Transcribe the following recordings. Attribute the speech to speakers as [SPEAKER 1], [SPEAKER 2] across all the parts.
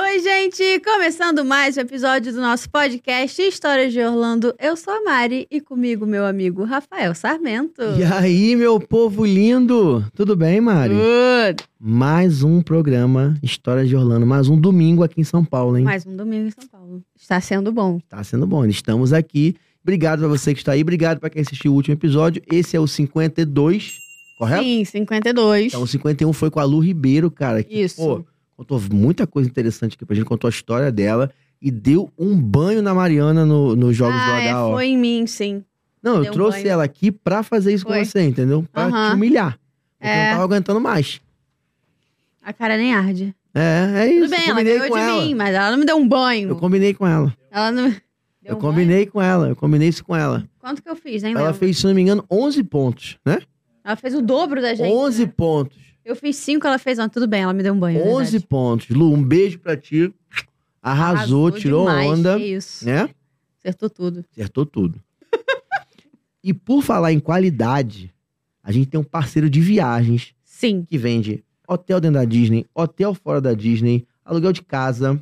[SPEAKER 1] Oi, gente! Começando mais um episódio do nosso podcast Histórias de Orlando. Eu sou a Mari e comigo meu amigo Rafael Sarmento.
[SPEAKER 2] E aí, meu povo lindo! Tudo bem, Mari?
[SPEAKER 1] Good.
[SPEAKER 2] Mais um programa Histórias de Orlando, mais um domingo aqui em São Paulo, hein?
[SPEAKER 1] Mais um domingo em São Paulo. Está sendo bom.
[SPEAKER 2] Tá sendo bom, estamos aqui. Obrigado pra você que está aí, obrigado pra quem assistiu o último episódio. Esse é o 52, correto?
[SPEAKER 1] Sim, 52.
[SPEAKER 2] Então, o 51 foi com a Lu Ribeiro, cara. Que,
[SPEAKER 1] Isso.
[SPEAKER 2] Pô, contou muita coisa interessante aqui pra gente, contou a história dela e deu um banho na Mariana no- nos Jogos
[SPEAKER 1] ah,
[SPEAKER 2] do
[SPEAKER 1] é,
[SPEAKER 2] HO.
[SPEAKER 1] foi em mim, sim.
[SPEAKER 2] Não,
[SPEAKER 1] Deu
[SPEAKER 2] eu
[SPEAKER 1] um
[SPEAKER 2] trouxe
[SPEAKER 1] banho.
[SPEAKER 2] ela aqui pra fazer isso
[SPEAKER 1] Foi.
[SPEAKER 2] com você, entendeu? Pra
[SPEAKER 1] Aham.
[SPEAKER 2] te humilhar. Porque eu
[SPEAKER 1] É.
[SPEAKER 2] não tava aguentando mais.
[SPEAKER 1] A cara nem arde.
[SPEAKER 2] É, é isso.
[SPEAKER 1] Tudo bem,
[SPEAKER 2] eu
[SPEAKER 1] ela
[SPEAKER 2] combinei
[SPEAKER 1] ganhou
[SPEAKER 2] com
[SPEAKER 1] de
[SPEAKER 2] ela.
[SPEAKER 1] mim, mas ela não me deu um banho.
[SPEAKER 2] Eu combinei com ela.
[SPEAKER 1] Ela não... Deu
[SPEAKER 2] eu
[SPEAKER 1] um
[SPEAKER 2] combinei com ela. Eu combinei isso com ela.
[SPEAKER 1] banho? Quanto que eu fiz, hein,
[SPEAKER 2] Ela
[SPEAKER 1] Léo?
[SPEAKER 2] fez, se não me engano, 11 pontos, né?
[SPEAKER 1] Ela fez o dobro da gente. né?
[SPEAKER 2] 11 pontos.
[SPEAKER 1] Eu fiz cinco, ela fez... Não, tudo bem, ela me deu um banho, é
[SPEAKER 2] 11
[SPEAKER 1] verdade.
[SPEAKER 2] pontos. Lu, um beijo pra ti. Arrasou, tirou
[SPEAKER 1] demais,
[SPEAKER 2] onda,
[SPEAKER 1] que Isso.
[SPEAKER 2] né?
[SPEAKER 1] Acertou tudo.
[SPEAKER 2] Acertou tudo. e por falar em qualidade, a gente tem um parceiro de viagens
[SPEAKER 1] Sim.
[SPEAKER 2] que vende hotel dentro da Disney, hotel fora da Disney, aluguel de casa,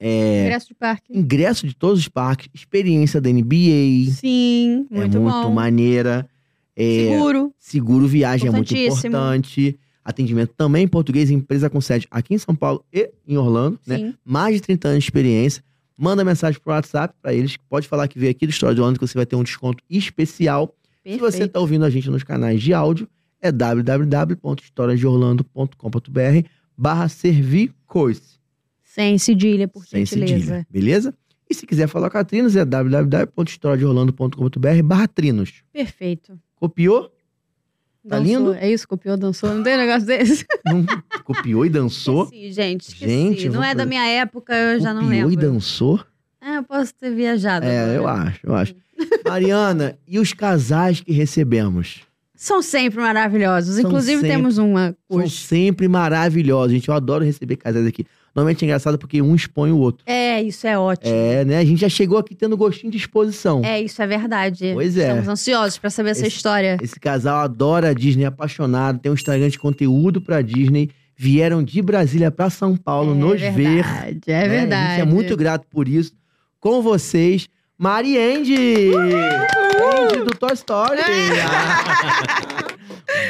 [SPEAKER 2] É.
[SPEAKER 1] Ingresso de parque.
[SPEAKER 2] ingresso de todos os parques, experiência da NBA.
[SPEAKER 1] Sim, muito
[SPEAKER 2] é muito
[SPEAKER 1] bom.
[SPEAKER 2] maneira. É,
[SPEAKER 1] Seguro.
[SPEAKER 2] Seguro viagem é muito
[SPEAKER 1] Importantíssimo.
[SPEAKER 2] importante. Atendimento também em português, empresa com sede aqui em São Paulo e em Orlando, né?
[SPEAKER 1] Sim.
[SPEAKER 2] Mais de 30 anos de experiência. Manda mensagem pro WhatsApp pra eles. Pode falar que veio aqui do História de Orlando que você vai ter um desconto especial. Se você
[SPEAKER 1] Perfeito.
[SPEAKER 2] tá ouvindo a gente nos canais de áudio, é www.historiasdeorlando.com.br barra servicois.
[SPEAKER 1] Sem cedilha, por
[SPEAKER 2] Sem
[SPEAKER 1] gentileza.
[SPEAKER 2] cedilha, beleza? E se quiser falar com a Trinos, é www.historiadeorlando.com.br barra Trinos.
[SPEAKER 1] Perfeito.
[SPEAKER 2] Copiou? Tá
[SPEAKER 1] Dançou.
[SPEAKER 2] lindo?
[SPEAKER 1] É isso, copiou, dançou. Não tem um negócio desse?
[SPEAKER 2] Não copiou e dançou?
[SPEAKER 1] Esqueci, gente. Esqueci.
[SPEAKER 2] Gente, eu
[SPEAKER 1] não
[SPEAKER 2] vou
[SPEAKER 1] é da
[SPEAKER 2] fazer-
[SPEAKER 1] minha época, eu já não
[SPEAKER 2] Copiou
[SPEAKER 1] lembro.
[SPEAKER 2] e dançou?
[SPEAKER 1] Ah, eu posso ter viajado. agora.
[SPEAKER 2] É, eu acho, eu acho. Mariana, e os casais que recebemos?
[SPEAKER 1] São sempre maravilhosos.
[SPEAKER 2] São
[SPEAKER 1] Inclusive,
[SPEAKER 2] sempre.
[SPEAKER 1] temos uma
[SPEAKER 2] São
[SPEAKER 1] hoje.
[SPEAKER 2] sempre maravilhosos, gente. Eu adoro receber casais aqui. Normalmente é engraçado porque um expõe o outro.
[SPEAKER 1] É, isso é ótimo.
[SPEAKER 2] É, né? A gente já chegou aqui tendo gostinho de exposição.
[SPEAKER 1] É, isso é verdade.
[SPEAKER 2] Pois é.
[SPEAKER 1] Estamos ansiosos pra saber essa
[SPEAKER 2] Esse-
[SPEAKER 1] história.
[SPEAKER 2] Esse casal adora a Disney, é apaixonado, tem um Instagram de conteúdo pra Disney. Vieram de Brasília pra São Paulo
[SPEAKER 1] é
[SPEAKER 2] nos ver.
[SPEAKER 1] verdade, É
[SPEAKER 2] né?
[SPEAKER 1] verdade.
[SPEAKER 2] A gente é muito grato por isso. Com vocês, Mari Andy! Andy do Toy Story!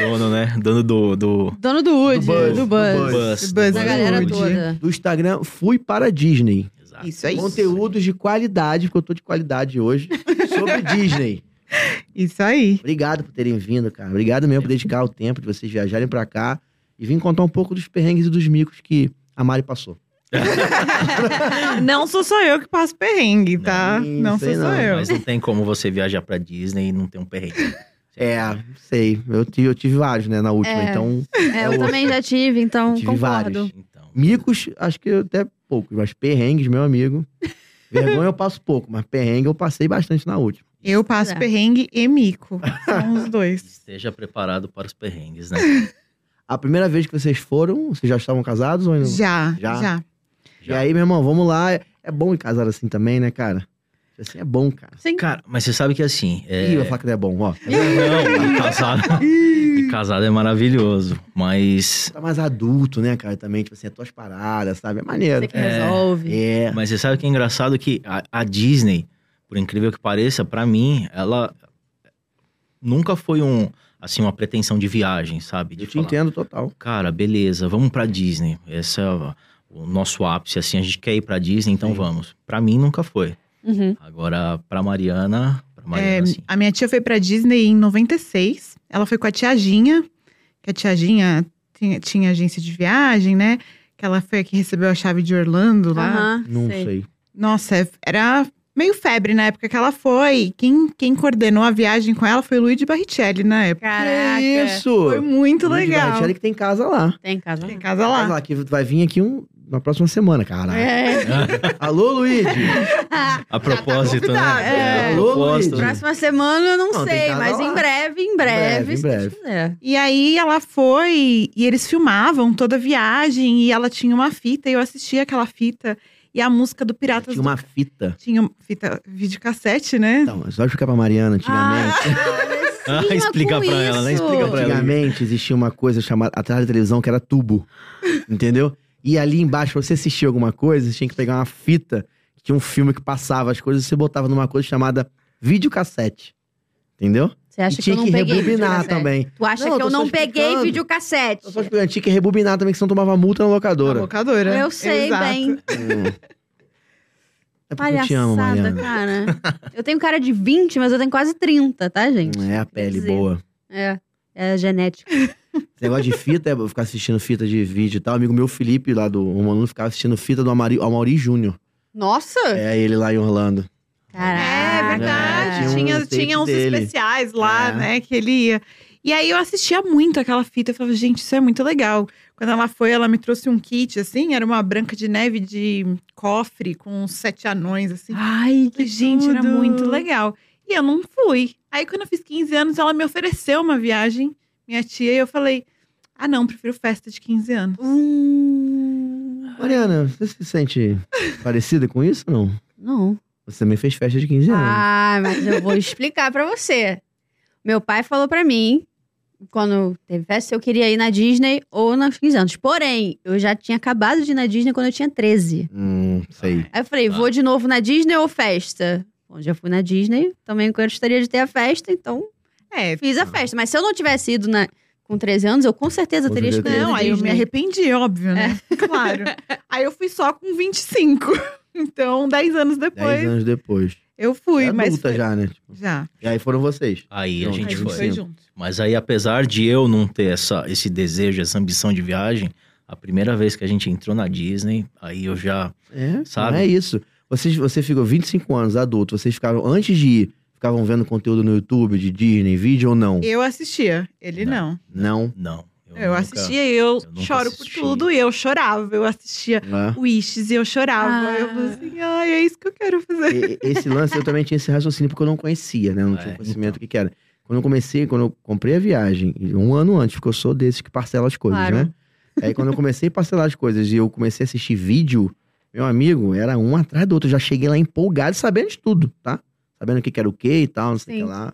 [SPEAKER 3] Dono, né? Dono do. do...
[SPEAKER 1] Dono do Wood,
[SPEAKER 2] Do
[SPEAKER 1] do,
[SPEAKER 2] Buzz, do
[SPEAKER 1] Buzz.
[SPEAKER 3] Buzz,
[SPEAKER 1] do
[SPEAKER 3] do
[SPEAKER 1] Buzz,
[SPEAKER 3] Buzz,
[SPEAKER 1] da galera
[SPEAKER 3] do Woody.
[SPEAKER 1] toda.
[SPEAKER 2] do Instagram, fui para a Disney.
[SPEAKER 3] Exato.
[SPEAKER 4] Isso aí.
[SPEAKER 2] Conteúdos de qualidade, porque eu tô de qualidade hoje, sobre Disney.
[SPEAKER 4] Isso aí.
[SPEAKER 2] Obrigado por terem vindo, cara. Obrigado mesmo por dedicar o tempo de vocês viajarem pra cá e vir contar um pouco dos perrengues e dos micos que a Mari passou.
[SPEAKER 4] Não sou só eu que passo perrengue, tá?
[SPEAKER 2] Não,
[SPEAKER 4] Não, sou
[SPEAKER 2] sei
[SPEAKER 4] só
[SPEAKER 2] não,
[SPEAKER 4] eu.
[SPEAKER 3] Mas não tem como você viajar pra Disney e não ter um perrengue.
[SPEAKER 2] É, sei. Eu tive, eu tive vários, né, na última.
[SPEAKER 1] É.
[SPEAKER 2] Então,
[SPEAKER 1] É, eu também já tive, então
[SPEAKER 2] Eu tive
[SPEAKER 1] concordo.
[SPEAKER 2] vários.
[SPEAKER 3] Então.
[SPEAKER 2] micos, acho que até poucos, mas perrengues, meu amigo. Vergonha eu passo pouco, mas perrengue eu passei bastante na última.
[SPEAKER 4] Eu passo
[SPEAKER 1] É.
[SPEAKER 4] perrengue e mico. São os dois.
[SPEAKER 3] Esteja preparado para os perrengues, né?
[SPEAKER 2] A primeira vez que vocês foram, vocês já estavam casados ou ainda não?
[SPEAKER 4] Já,
[SPEAKER 2] Já?
[SPEAKER 4] já.
[SPEAKER 2] E aí, meu irmão, vamos lá. É bom ir casar assim também, né, cara? Assim é bom, cara.
[SPEAKER 1] Sim.
[SPEAKER 3] Cara, mas você sabe que assim. É...
[SPEAKER 2] Ih, vai falar que não é bom, ó.
[SPEAKER 3] Não, tá casado. casado é maravilhoso. Mas.
[SPEAKER 2] Tá mais adulto, né, cara? Também, tipo assim, as tuas paradas, sabe? É maneiro.
[SPEAKER 1] Você que resolve.
[SPEAKER 2] É.
[SPEAKER 3] Mas você sabe que é engraçado que a, a Disney, por incrível que pareça, pra mim, ela nunca foi um. Assim, uma pretensão de viagem, sabe? De
[SPEAKER 2] Eu te
[SPEAKER 3] falar,
[SPEAKER 2] entendo total.
[SPEAKER 3] Cara, beleza, vamos pra Disney. Esse é o- o nosso ápice, assim, a gente quer ir pra Disney, então
[SPEAKER 2] Sim.
[SPEAKER 3] vamos. Pra mim nunca foi.
[SPEAKER 1] Uhum.
[SPEAKER 3] Agora, pra Mariana, pra Mariana,
[SPEAKER 4] É,
[SPEAKER 3] assim.
[SPEAKER 4] a minha tia foi pra Disney em 96. Ela foi com a tiaginha, que a tiaginha tinha, tinha agência de viagem, né? Que ela foi a que recebeu a chave de Orlando lá.
[SPEAKER 1] Aham,
[SPEAKER 2] Não
[SPEAKER 1] sei.
[SPEAKER 2] sei.
[SPEAKER 4] Nossa, é- era meio febre na época que ela foi. Quem, quem coordenou a viagem com ela foi o Luigi Barrichelli na época.
[SPEAKER 1] Caraca.
[SPEAKER 2] Que isso!
[SPEAKER 4] É, Foi muito
[SPEAKER 2] Luiz
[SPEAKER 4] legal.
[SPEAKER 2] Barrichelli que tem casa lá.
[SPEAKER 1] Tem casa.
[SPEAKER 4] Tem casa
[SPEAKER 2] Casa
[SPEAKER 4] lá.
[SPEAKER 2] lá, que vai vir aqui um, na próxima semana, cara.
[SPEAKER 1] É.
[SPEAKER 2] Alô, Luiz!
[SPEAKER 3] A propósito,
[SPEAKER 4] convidado.
[SPEAKER 3] né?
[SPEAKER 1] É.
[SPEAKER 3] A propósito.
[SPEAKER 1] Próxima semana eu não,
[SPEAKER 2] Não, tem
[SPEAKER 1] sei,
[SPEAKER 2] casa
[SPEAKER 1] mas
[SPEAKER 2] lá.
[SPEAKER 1] em breve, em breve,
[SPEAKER 2] breve, em
[SPEAKER 1] se
[SPEAKER 2] breve.
[SPEAKER 1] tiver.
[SPEAKER 4] E aí ela foi e eles filmavam toda a viagem e ela tinha uma fita e eu assistia aquela fita e a música do Piratas
[SPEAKER 2] Tinha uma fita.
[SPEAKER 4] do... tinha fita videocassete, né?
[SPEAKER 2] Então, só explicar pra Mariana, antigamente.
[SPEAKER 1] Ah,
[SPEAKER 3] Ah, explica
[SPEAKER 1] com
[SPEAKER 3] pra ela, né?
[SPEAKER 1] isso.
[SPEAKER 3] Explica pra ela.
[SPEAKER 2] Antigamente existia uma coisa chamada atrás da televisão que era tubo. entendeu? E ali embaixo, pra você assistir alguma coisa, você tinha que pegar uma fita, que tinha um filme que passava as coisas, e você botava numa coisa chamada videocassete. Entendeu?
[SPEAKER 1] Você
[SPEAKER 2] E
[SPEAKER 1] acha que eu
[SPEAKER 2] tinha
[SPEAKER 1] não
[SPEAKER 2] que
[SPEAKER 1] peguei
[SPEAKER 2] rebobinar
[SPEAKER 1] videocassete?
[SPEAKER 2] também.
[SPEAKER 1] Tu acha
[SPEAKER 2] Não,
[SPEAKER 1] que
[SPEAKER 2] eu
[SPEAKER 1] eu
[SPEAKER 2] tô
[SPEAKER 1] não
[SPEAKER 2] só
[SPEAKER 1] peguei
[SPEAKER 2] explicando.
[SPEAKER 1] videocassete?
[SPEAKER 2] Eu só explicando, tinha que rebobinar também, que senão tomava multa na locadora.
[SPEAKER 4] Locadora.
[SPEAKER 1] Eu sei
[SPEAKER 4] Exato.
[SPEAKER 1] bem.
[SPEAKER 2] Hum. É porque eu te amo,
[SPEAKER 1] Palhaçada,
[SPEAKER 2] Mariana.
[SPEAKER 1] cara. Eu tenho cara de 20, mas eu tenho quase 30, tá, gente?
[SPEAKER 2] É a pele
[SPEAKER 1] dizer.
[SPEAKER 2] boa.
[SPEAKER 1] É. É genético.
[SPEAKER 2] Esse negócio de fita, é ficar assistindo fita de vídeo e tal. Amigo meu, Felipe, lá do Romano, ficava assistindo fita do Amari, Amaury Júnior.
[SPEAKER 1] Nossa!
[SPEAKER 2] É ele lá em Orlando.
[SPEAKER 1] Caraca.
[SPEAKER 4] É
[SPEAKER 2] É,
[SPEAKER 4] verdade.
[SPEAKER 2] tinha um
[SPEAKER 4] tinha,
[SPEAKER 2] tape
[SPEAKER 4] tinha uns
[SPEAKER 2] dele.
[SPEAKER 4] especiais lá,
[SPEAKER 2] É.
[SPEAKER 4] né? Que ele ia. E aí eu assistia muito aquela fita. Eu falava, gente, isso é muito legal. Quando ela foi, ela me trouxe um kit, assim. Era uma branca de neve de cofre com uns sete anões, assim.
[SPEAKER 1] Ai,
[SPEAKER 4] Falei, gente, era
[SPEAKER 1] tudo.
[SPEAKER 4] muito legal. E eu não fui. Aí quando eu fiz 15 anos, ela me ofereceu uma viagem, minha tia, e eu falei: ah, não, prefiro festa de 15 anos.
[SPEAKER 1] Hum,
[SPEAKER 2] Mariana, você se sente parecida com isso ou não?
[SPEAKER 1] não.
[SPEAKER 2] Você também fez festa de 15 anos.
[SPEAKER 1] Ah, mas eu vou explicar pra você. Meu pai falou pra mim, quando teve festa, se eu queria ir na Disney ou nos 15 anos. Porém, eu já tinha acabado de ir na Disney quando eu tinha 13.
[SPEAKER 2] Hum, sei.
[SPEAKER 1] Aí eu falei,
[SPEAKER 3] Tá.
[SPEAKER 1] vou de novo na Disney ou festa? Bom, já fui na Disney, também gostaria de ter a festa, então
[SPEAKER 4] É,
[SPEAKER 1] fiz a festa. Mas se eu não tivesse ido na- com 13 anos, eu com certeza
[SPEAKER 2] Com
[SPEAKER 1] teria
[SPEAKER 2] certeza.
[SPEAKER 1] escolhido
[SPEAKER 4] não,
[SPEAKER 1] a
[SPEAKER 4] aí eu me
[SPEAKER 1] Disney.
[SPEAKER 4] arrependi, óbvio, né?
[SPEAKER 1] É.
[SPEAKER 4] Claro. Aí eu fui só com 25. Então, 10 anos depois,
[SPEAKER 2] Dez anos depois.
[SPEAKER 4] eu fui.
[SPEAKER 2] é
[SPEAKER 4] mas
[SPEAKER 2] adulta
[SPEAKER 4] foi-
[SPEAKER 2] já, né? Tipo,
[SPEAKER 4] Já.
[SPEAKER 2] E aí foram vocês.
[SPEAKER 3] Aí a
[SPEAKER 2] Não,
[SPEAKER 3] gente
[SPEAKER 4] Aí
[SPEAKER 3] foi.
[SPEAKER 2] foi.
[SPEAKER 4] junto.
[SPEAKER 3] Mas aí, apesar de eu não ter essa, esse desejo, essa ambição de viagem, a primeira vez que a gente entrou na Disney, aí eu já.
[SPEAKER 2] É,
[SPEAKER 3] Sabe?
[SPEAKER 2] Não é isso. Vocês, você ficou 25 anos adulto, vocês ficaram, antes de ir, ficavam vendo conteúdo no YouTube de Disney, vídeo ou não?
[SPEAKER 4] Eu assistia, ele não.
[SPEAKER 2] Não.
[SPEAKER 3] Não.
[SPEAKER 4] Eu
[SPEAKER 3] nunca-
[SPEAKER 4] assistia e eu,
[SPEAKER 3] eu nunca
[SPEAKER 4] choro
[SPEAKER 3] assisti.
[SPEAKER 4] por tudo e eu chorava. Eu assistia
[SPEAKER 2] Né?
[SPEAKER 4] Wishes e eu chorava.
[SPEAKER 1] Ah.
[SPEAKER 4] Eu falei assim, ai, é isso que eu quero fazer.
[SPEAKER 2] E- e- Esse lance eu também tinha esse raciocínio porque eu não conhecia, né? Eu não
[SPEAKER 3] É,
[SPEAKER 2] tinha conhecimento do que, que era. Quando eu comecei, quando eu comprei a viagem, e um ano antes, porque eu sou desses que parcela as coisas,
[SPEAKER 1] Claro.
[SPEAKER 2] né? Aí quando eu comecei a parcelar as coisas e eu comecei a assistir vídeo, meu amigo, era um atrás do outro. Eu já cheguei lá empolgado, sabendo de tudo, tá? Sabendo o que, que era o que e tal, não sei o que
[SPEAKER 1] Sim.
[SPEAKER 2] lá.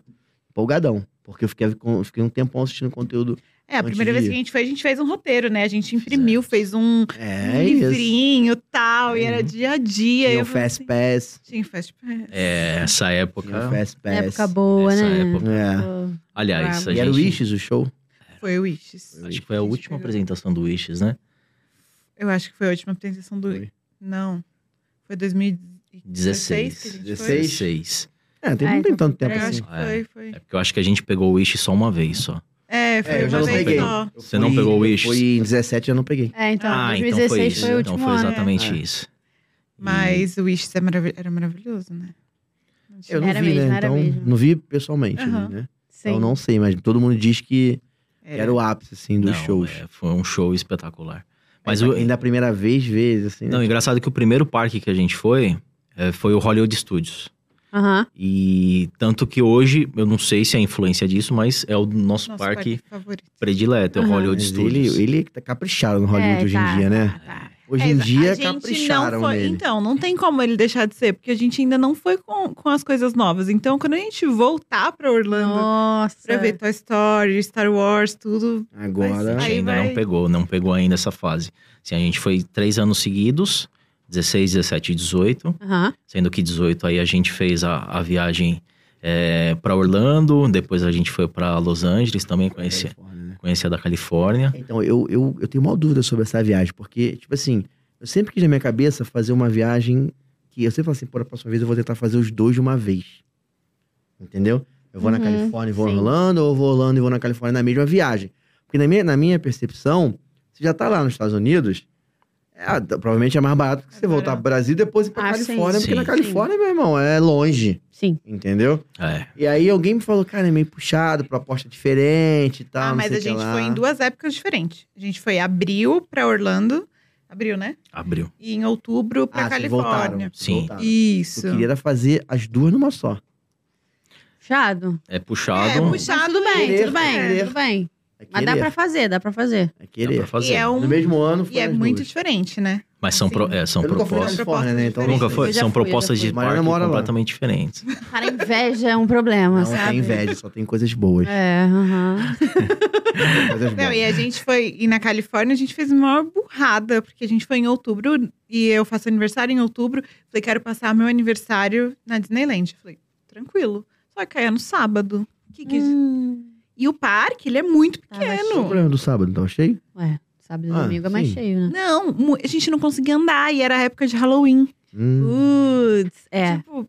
[SPEAKER 2] Empolgadão. Porque eu fiquei, com- fiquei um tempão assistindo conteúdo.
[SPEAKER 4] É, a
[SPEAKER 2] Antes
[SPEAKER 4] primeira
[SPEAKER 2] de ir.
[SPEAKER 4] vez que a gente foi, a gente fez um roteiro, né? A gente imprimiu, fez um, um
[SPEAKER 2] É isso.
[SPEAKER 4] livrinho e tal, e
[SPEAKER 2] É.
[SPEAKER 4] era dia a dia.
[SPEAKER 2] Tinha
[SPEAKER 4] eu
[SPEAKER 2] o
[SPEAKER 4] falei
[SPEAKER 2] Fast
[SPEAKER 4] assim,
[SPEAKER 2] Pass.
[SPEAKER 4] Tinha Fast Pass.
[SPEAKER 3] É, essa
[SPEAKER 2] Tinha o
[SPEAKER 3] época.
[SPEAKER 2] Fast Pass.
[SPEAKER 1] Época boa,
[SPEAKER 3] Essa
[SPEAKER 1] né?
[SPEAKER 3] época.
[SPEAKER 2] É.
[SPEAKER 1] Pô.
[SPEAKER 3] Aliás,
[SPEAKER 1] Bravo.
[SPEAKER 3] a
[SPEAKER 2] E era o
[SPEAKER 3] gente.
[SPEAKER 2] Wishes, o show.
[SPEAKER 4] Foi o Wishes.
[SPEAKER 3] Acho que foi a última apresentação do Wishes, né?
[SPEAKER 4] Eu acho que foi a última apresentação do.
[SPEAKER 2] Foi.
[SPEAKER 4] Não. Foi 2016.
[SPEAKER 3] 16.
[SPEAKER 4] que a gente foi?
[SPEAKER 2] 16.
[SPEAKER 3] 16.
[SPEAKER 2] É, tem,
[SPEAKER 1] Ah,
[SPEAKER 2] não tem
[SPEAKER 1] então
[SPEAKER 2] tanto
[SPEAKER 4] Eu
[SPEAKER 2] tempo assim.
[SPEAKER 4] acho que foi, foi.
[SPEAKER 3] É porque eu acho que a gente pegou o Wish só uma vez só.
[SPEAKER 4] É, foi
[SPEAKER 2] É, eu já
[SPEAKER 4] uma
[SPEAKER 2] não
[SPEAKER 4] vez
[SPEAKER 2] peguei.
[SPEAKER 1] tá.
[SPEAKER 4] só.
[SPEAKER 2] Eu
[SPEAKER 3] Você não pegou o Wish?
[SPEAKER 2] Foi em 17 eu não peguei.
[SPEAKER 1] É, então,
[SPEAKER 4] Ah,
[SPEAKER 1] 2016 foi,
[SPEAKER 3] isso.
[SPEAKER 1] o último
[SPEAKER 3] então foi
[SPEAKER 1] ano.
[SPEAKER 3] exatamente
[SPEAKER 2] É.
[SPEAKER 3] isso. E-
[SPEAKER 4] Mas o Wishes é marav- era maravilhoso, né?
[SPEAKER 2] Eu não
[SPEAKER 1] Era
[SPEAKER 2] vi,
[SPEAKER 1] mesmo,
[SPEAKER 2] né?
[SPEAKER 1] era
[SPEAKER 2] Então,
[SPEAKER 1] mesmo.
[SPEAKER 2] não vi pessoalmente,
[SPEAKER 4] Aham.
[SPEAKER 2] né?
[SPEAKER 1] Sim. É.
[SPEAKER 2] Então não sei, mas todo mundo diz que era o ápice, assim, dos
[SPEAKER 3] Não,
[SPEAKER 2] shows.
[SPEAKER 3] é, foi um show espetacular. Mas
[SPEAKER 2] Pra
[SPEAKER 3] o,
[SPEAKER 2] quem da primeira vez, vez, assim,
[SPEAKER 3] não,
[SPEAKER 2] né?
[SPEAKER 3] engraçado que o primeiro parque que a gente foi é, foi o Hollywood Studios.
[SPEAKER 1] Aham.
[SPEAKER 3] E tanto que hoje, eu não sei se é a influência disso, mas é o nosso,
[SPEAKER 4] nosso
[SPEAKER 3] parque,
[SPEAKER 4] parque favorito.
[SPEAKER 3] predileto, é o
[SPEAKER 1] Aham.
[SPEAKER 3] Hollywood
[SPEAKER 2] Mas
[SPEAKER 3] Studios.
[SPEAKER 2] ele, ele tá caprichado no Hollywood
[SPEAKER 1] É,
[SPEAKER 2] hoje
[SPEAKER 1] tá,
[SPEAKER 2] em dia, né?
[SPEAKER 1] tá, tá.
[SPEAKER 2] Hoje em
[SPEAKER 4] Mas a
[SPEAKER 2] dia,
[SPEAKER 4] gente não
[SPEAKER 2] capricharam
[SPEAKER 4] foi-
[SPEAKER 2] nele.
[SPEAKER 4] Então, não tem como ele deixar de ser, porque a gente ainda não foi com, com as coisas novas. Então, quando a gente voltar pra Orlando
[SPEAKER 1] Nossa.
[SPEAKER 4] pra ver Toy Story, Star Wars, tudo.
[SPEAKER 2] Agora,
[SPEAKER 3] A gente
[SPEAKER 4] Aí
[SPEAKER 3] ainda
[SPEAKER 4] vai-
[SPEAKER 3] não pegou, não pegou ainda essa fase. Assim, a gente foi três anos seguidos, 16, 17 e 18.
[SPEAKER 1] Aham.
[SPEAKER 3] Sendo que 18 aí a gente fez a, a viagem é, para Orlando, depois a gente foi para Los Angeles também, conhecer
[SPEAKER 2] Califórnia, né?
[SPEAKER 3] conhecer a da Califórnia.
[SPEAKER 2] Então, eu, eu, eu tenho uma dúvida sobre essa viagem, porque, tipo assim, eu sempre quis na minha cabeça fazer uma viagem que eu sempre falo assim, pô, da próxima vez eu vou tentar fazer os dois de uma vez. Entendeu? Eu vou na
[SPEAKER 1] Uhum,
[SPEAKER 2] Califórnia e vou a
[SPEAKER 1] sim.
[SPEAKER 2] Orlando, ou eu vou a Orlando e vou na Califórnia na mesma viagem. Porque na minha, na minha percepção, você já tá lá nos Estados Unidos, é, d- provavelmente é mais barato que você
[SPEAKER 4] É
[SPEAKER 2] voltar
[SPEAKER 4] barato.
[SPEAKER 2] pro Brasil e depois ir pra
[SPEAKER 1] Ah, sim.
[SPEAKER 2] Califórnia, porque
[SPEAKER 3] Sim.
[SPEAKER 2] na Califórnia, meu irmão, é longe,
[SPEAKER 1] Sim.
[SPEAKER 2] entendeu?
[SPEAKER 3] É,
[SPEAKER 2] E aí alguém me falou, cara, é meio puxado, proposta diferente e tal,
[SPEAKER 4] ah,
[SPEAKER 2] Tá, não
[SPEAKER 4] mas
[SPEAKER 2] sei
[SPEAKER 4] a
[SPEAKER 2] o que
[SPEAKER 4] gente
[SPEAKER 2] lá.
[SPEAKER 4] foi em duas épocas diferentes. A gente foi em abril pra Orlando, abril, né?
[SPEAKER 3] abriu.
[SPEAKER 4] E em outubro pra
[SPEAKER 2] Ah, vocês
[SPEAKER 4] Califórnia.
[SPEAKER 2] voltaram,
[SPEAKER 3] Sim.
[SPEAKER 2] voltaram.
[SPEAKER 4] Isso.
[SPEAKER 2] Eu queria era fazer as duas numa só.
[SPEAKER 1] Puxado.
[SPEAKER 3] É puxado.
[SPEAKER 4] É,
[SPEAKER 1] Mas
[SPEAKER 4] puxado.
[SPEAKER 1] tudo bem,
[SPEAKER 2] Querer,
[SPEAKER 1] tudo bem,
[SPEAKER 2] querer.
[SPEAKER 1] tudo bem.
[SPEAKER 2] É
[SPEAKER 1] Mas dá
[SPEAKER 2] querer,
[SPEAKER 1] pra fazer, dá pra fazer.
[SPEAKER 2] É
[SPEAKER 3] Dá
[SPEAKER 2] querer.
[SPEAKER 3] pra fazer.
[SPEAKER 4] E é um-
[SPEAKER 2] No mesmo ano,
[SPEAKER 4] E
[SPEAKER 2] foram
[SPEAKER 4] é
[SPEAKER 2] as
[SPEAKER 4] muito
[SPEAKER 2] duas.
[SPEAKER 4] diferente, né?
[SPEAKER 3] Mas são,
[SPEAKER 4] Sim.
[SPEAKER 3] pro- é, são
[SPEAKER 2] Eu nunca fui na
[SPEAKER 3] propostas.
[SPEAKER 2] Califórnia, né? Então,
[SPEAKER 4] Propostas
[SPEAKER 3] Nunca foi?
[SPEAKER 1] Eu já
[SPEAKER 3] São
[SPEAKER 1] fui, eu já
[SPEAKER 3] propostas
[SPEAKER 1] fui.
[SPEAKER 3] de
[SPEAKER 2] Mariana
[SPEAKER 3] parque
[SPEAKER 2] mora lá.
[SPEAKER 3] completamente diferentes.
[SPEAKER 1] Cara, inveja é um problema,
[SPEAKER 2] Não
[SPEAKER 1] sabe?
[SPEAKER 2] tem inveja, só tem coisas boas.
[SPEAKER 1] É, aham.
[SPEAKER 2] Coisas
[SPEAKER 4] Não,
[SPEAKER 2] boas.
[SPEAKER 4] e a gente foi. E na Califórnia a gente fez a maior burrada, porque a gente foi em outubro e eu faço aniversário em outubro. Falei, quero passar meu aniversário na Disneyland. Falei, tranquilo. Só que é no sábado. Que que-
[SPEAKER 1] Hum.
[SPEAKER 4] E o parque, ele é muito
[SPEAKER 1] Tava
[SPEAKER 2] Qual o
[SPEAKER 4] pequeno.
[SPEAKER 2] problema do sábado, então? Achei?
[SPEAKER 1] Ué, sábado e
[SPEAKER 2] Ah,
[SPEAKER 1] domingo é mais
[SPEAKER 2] sim.
[SPEAKER 1] cheio, né?
[SPEAKER 4] não, mu- a gente não conseguia andar e era a época de Halloween.
[SPEAKER 2] Hum,
[SPEAKER 1] Putz, é.
[SPEAKER 4] Tipo,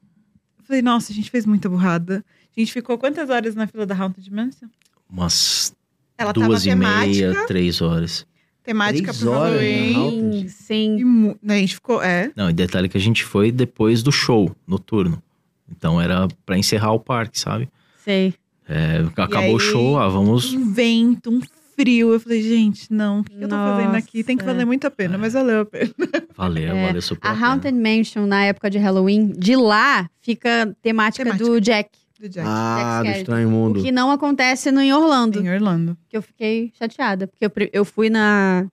[SPEAKER 4] falei, nossa, a gente fez muita burrada. A gente ficou quantas horas na fila da Haunted Mansion?
[SPEAKER 3] Umas
[SPEAKER 4] Ela
[SPEAKER 3] duas
[SPEAKER 4] tava
[SPEAKER 3] e
[SPEAKER 4] temática,
[SPEAKER 3] meia, três horas.
[SPEAKER 4] temática
[SPEAKER 2] Três
[SPEAKER 4] pro
[SPEAKER 2] horas, né?
[SPEAKER 4] Halloween.
[SPEAKER 1] Sim, sim.
[SPEAKER 4] E mu- a gente ficou, é.
[SPEAKER 3] Não, e detalhe que a gente foi depois do show noturno. Então era pra encerrar o parque, sabe?
[SPEAKER 1] Sei.
[SPEAKER 3] É, acabou
[SPEAKER 4] aí-
[SPEAKER 3] o show, ah, vamos.
[SPEAKER 4] um vento, um frio. Eu falei, gente, não, o que eu tô fazendo
[SPEAKER 1] Nossa.
[SPEAKER 4] aqui? Tem que valer muito a pena, mas valeu a pena.
[SPEAKER 3] Valeu,
[SPEAKER 1] É,
[SPEAKER 3] valeu super.
[SPEAKER 1] A
[SPEAKER 3] pena.
[SPEAKER 1] Haunted Mansion, na época de Halloween, de lá fica temática,
[SPEAKER 4] Temática.
[SPEAKER 1] do Jack.
[SPEAKER 4] Do Jack,
[SPEAKER 2] Ah, do
[SPEAKER 1] Jack
[SPEAKER 2] estranho
[SPEAKER 1] O
[SPEAKER 2] mundo.
[SPEAKER 1] que não acontece no, em Orlando.
[SPEAKER 4] em Orlando.
[SPEAKER 1] Que eu fiquei chateada. Porque eu, pri- eu fui na,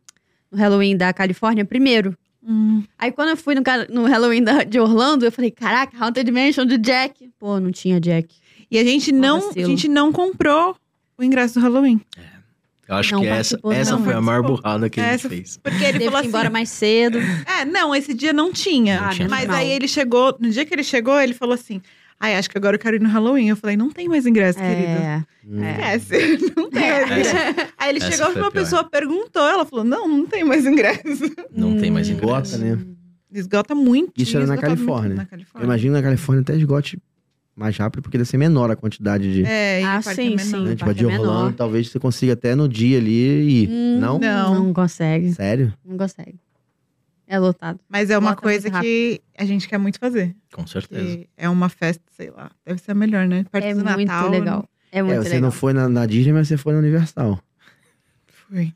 [SPEAKER 1] no Halloween da Califórnia primeiro.
[SPEAKER 4] Hum,
[SPEAKER 1] Aí quando eu fui no, ca- no Halloween da- de Orlando, eu falei, caraca, Haunted Mansion de Jack. Pô, não tinha Jack.
[SPEAKER 4] E a gente
[SPEAKER 1] Um
[SPEAKER 4] não, a
[SPEAKER 1] vacilo.
[SPEAKER 4] gente não comprou o ingresso do Halloween.
[SPEAKER 3] Eu acho
[SPEAKER 1] Não
[SPEAKER 3] que essa,
[SPEAKER 1] participou,
[SPEAKER 3] essa
[SPEAKER 4] não
[SPEAKER 3] foi a maior
[SPEAKER 4] participou.
[SPEAKER 3] burrada que a
[SPEAKER 4] Essa-
[SPEAKER 3] gente fez.
[SPEAKER 4] Porque ele
[SPEAKER 1] Teve
[SPEAKER 4] falou
[SPEAKER 1] que ir
[SPEAKER 4] assim,
[SPEAKER 1] embora mais cedo.
[SPEAKER 4] é, não, esse dia Ah, não tinha.
[SPEAKER 3] Não tinha.
[SPEAKER 4] mas
[SPEAKER 1] Normal.
[SPEAKER 4] aí ele chegou, no dia que ele chegou, ele falou assim, ai, acho que agora eu quero ir no Halloween. Eu falei, não tem mais ingresso, querido.
[SPEAKER 1] É.
[SPEAKER 2] Hum.
[SPEAKER 4] Esquece, não tem mais
[SPEAKER 3] É.
[SPEAKER 4] ingresso. Aí ele
[SPEAKER 3] Essa
[SPEAKER 4] chegou e
[SPEAKER 3] foi
[SPEAKER 4] uma
[SPEAKER 3] a pior.
[SPEAKER 4] pessoa perguntou, ela falou, não, não tem mais ingresso.
[SPEAKER 3] Não tem mais
[SPEAKER 1] Hum.
[SPEAKER 2] Esgota,
[SPEAKER 3] ingresso.
[SPEAKER 2] né?
[SPEAKER 4] Esgota muito.
[SPEAKER 2] Isso era na
[SPEAKER 4] esgotava muito
[SPEAKER 2] Califórnia.
[SPEAKER 4] Na
[SPEAKER 2] Eu
[SPEAKER 4] Califórnia.
[SPEAKER 2] imagino na Califórnia até esgote mais rápido, porque deve ser menor a quantidade de.
[SPEAKER 4] É, e
[SPEAKER 1] Ah,
[SPEAKER 4] o parque
[SPEAKER 1] sim,
[SPEAKER 4] é
[SPEAKER 1] sim.
[SPEAKER 4] menor.
[SPEAKER 2] né?
[SPEAKER 1] o
[SPEAKER 2] Tipo, a
[SPEAKER 1] parque
[SPEAKER 2] de
[SPEAKER 1] é menor.
[SPEAKER 2] Orlando, talvez você consiga até no dia ali ir.
[SPEAKER 1] Hum,
[SPEAKER 2] Não?
[SPEAKER 1] Não consegue.
[SPEAKER 2] Sério?
[SPEAKER 1] Não consegue. É lotado.
[SPEAKER 4] Mas é uma
[SPEAKER 1] Bota
[SPEAKER 4] coisa
[SPEAKER 1] muito
[SPEAKER 4] que a gente quer muito fazer.
[SPEAKER 3] Com certeza.
[SPEAKER 4] Que é uma festa, sei lá. Deve ser a melhor, né? Perto
[SPEAKER 1] é
[SPEAKER 4] do
[SPEAKER 1] muito
[SPEAKER 4] Natal.
[SPEAKER 1] legal. É muito
[SPEAKER 2] é, você
[SPEAKER 1] legal.
[SPEAKER 2] não foi na, na Disney, mas você foi na Universal.
[SPEAKER 4] Fui.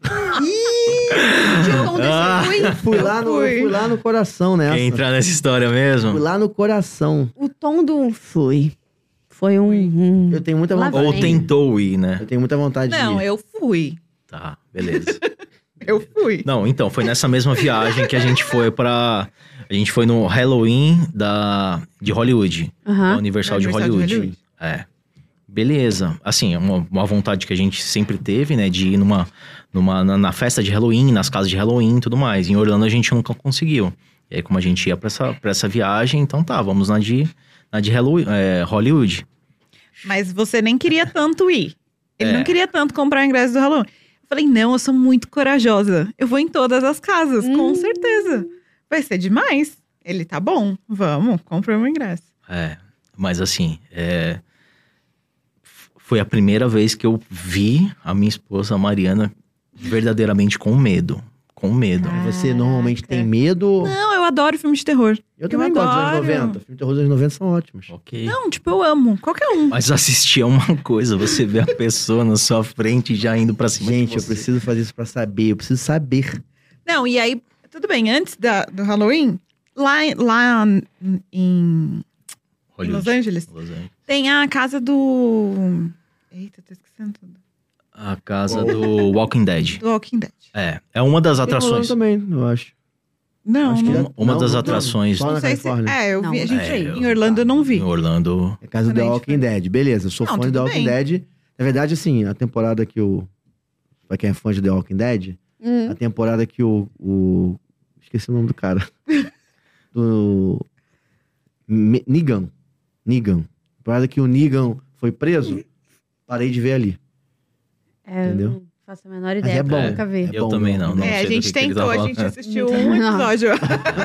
[SPEAKER 4] Ih! Tinha um desse,
[SPEAKER 3] Ah.
[SPEAKER 4] eu fui.
[SPEAKER 2] Fui lá no,
[SPEAKER 4] Fui.
[SPEAKER 2] fui lá no coração né? nessa.
[SPEAKER 3] Quer entrar nessa história
[SPEAKER 2] Fui
[SPEAKER 3] mesmo?
[SPEAKER 2] lá no coração.
[SPEAKER 1] O tom do fui. Foi um.
[SPEAKER 4] Fui.
[SPEAKER 1] um-
[SPEAKER 2] Eu tenho muita
[SPEAKER 1] Lá
[SPEAKER 2] vontade.
[SPEAKER 3] Ou
[SPEAKER 1] Vai.
[SPEAKER 3] tentou ir, né?
[SPEAKER 2] Eu tenho muita vontade
[SPEAKER 4] Não,
[SPEAKER 2] de ir.
[SPEAKER 4] eu fui.
[SPEAKER 3] Tá, beleza.
[SPEAKER 4] Eu fui.
[SPEAKER 3] Não, então, foi nessa mesma viagem que a gente foi pra. A gente foi no Halloween da, de Hollywood, da
[SPEAKER 1] Aham.
[SPEAKER 3] Universal, de
[SPEAKER 4] Aniversário
[SPEAKER 3] Hollywood. É. Beleza. Assim, é uma, uma vontade que a gente sempre teve, né? De ir numa, numa, na, na festa de Halloween, nas casas de Halloween e tudo mais. Em Orlando a gente nunca conseguiu. E aí, como a gente ia pra essa, pra essa viagem, então tá, vamos na de, na de Halloween, é, Hollywood.
[SPEAKER 4] Mas você nem queria tanto ir. Ele
[SPEAKER 3] É.
[SPEAKER 4] não queria tanto comprar o ingresso do Halloween. Eu falei, não, eu sou muito corajosa. Eu vou em todas as casas,
[SPEAKER 1] Hum.
[SPEAKER 4] com certeza. Vai ser demais. Ele tá bom, vamos, compra o meu ingresso.
[SPEAKER 3] É, mas assim, é, f- foi a primeira vez que eu vi a minha esposa a Mariana verdadeiramente com medo. Com medo.
[SPEAKER 1] Ah.
[SPEAKER 2] Você normalmente
[SPEAKER 1] Caraca.
[SPEAKER 2] tem medo.
[SPEAKER 4] Não, eu adoro filme de terror.
[SPEAKER 2] Eu também gosto dos anos
[SPEAKER 4] adoro.
[SPEAKER 2] 90. Filme de terror dos anos 90 são ótimos.
[SPEAKER 3] Ok.
[SPEAKER 4] Não, tipo, eu amo. Qualquer um.
[SPEAKER 3] Mas assistir é uma coisa, você vê a pessoa na sua frente já indo pra cima. de
[SPEAKER 2] Gente, eu
[SPEAKER 3] você.
[SPEAKER 2] preciso fazer isso pra saber. Eu preciso saber.
[SPEAKER 4] Não, e aí, tudo bem, antes da- do Halloween, lá, em- lá em, em
[SPEAKER 3] Hollywood.
[SPEAKER 4] Los Angeles,
[SPEAKER 3] Los Angeles.
[SPEAKER 4] tem a casa do. Eita, tô esquecendo tudo.
[SPEAKER 3] A casa do Walking Dead.
[SPEAKER 4] Do Walking Dead.
[SPEAKER 3] É, é uma das
[SPEAKER 2] Tem rolando
[SPEAKER 3] atrações.
[SPEAKER 2] também, eu acho.
[SPEAKER 4] Não,
[SPEAKER 2] Acho que
[SPEAKER 4] não,
[SPEAKER 2] é-
[SPEAKER 3] Uma, uma
[SPEAKER 2] Não,
[SPEAKER 3] das
[SPEAKER 2] não.
[SPEAKER 3] atrações.
[SPEAKER 2] Só
[SPEAKER 4] não
[SPEAKER 2] na
[SPEAKER 4] sei se.
[SPEAKER 2] Califórnia.
[SPEAKER 4] É, eu
[SPEAKER 1] Não,
[SPEAKER 4] vi. A
[SPEAKER 1] não.
[SPEAKER 4] gente,
[SPEAKER 3] É, eu-
[SPEAKER 4] em Orlando eu não vi.
[SPEAKER 3] Em Orlando.
[SPEAKER 2] É caso do The
[SPEAKER 4] Também
[SPEAKER 2] Walking Dead. Beleza, eu sou
[SPEAKER 4] Não,
[SPEAKER 2] fã de
[SPEAKER 4] tudo
[SPEAKER 2] The Walking
[SPEAKER 4] bem.
[SPEAKER 2] Dead. Na verdade, assim, a temporada que o. Pra quem é fã de The Walking Dead,
[SPEAKER 1] Hum.
[SPEAKER 2] a temporada que o. o- Esqueci o nome do cara. do. Me- Negan. Negan. A temporada que o Negan foi preso, parei de ver ali.
[SPEAKER 1] É,
[SPEAKER 2] Entendeu?
[SPEAKER 1] eu não faço a menor
[SPEAKER 2] é
[SPEAKER 1] ideia, porque
[SPEAKER 2] bom.
[SPEAKER 1] eu nunca vi.
[SPEAKER 2] É
[SPEAKER 3] eu
[SPEAKER 2] bom,
[SPEAKER 3] também
[SPEAKER 2] não, não.
[SPEAKER 3] não. não
[SPEAKER 4] é,
[SPEAKER 3] sei
[SPEAKER 4] a
[SPEAKER 3] do
[SPEAKER 4] gente
[SPEAKER 3] que que ele
[SPEAKER 4] tentou,
[SPEAKER 3] tava
[SPEAKER 4] a
[SPEAKER 3] falando.
[SPEAKER 4] gente assistiu
[SPEAKER 1] Não.
[SPEAKER 4] um episódio.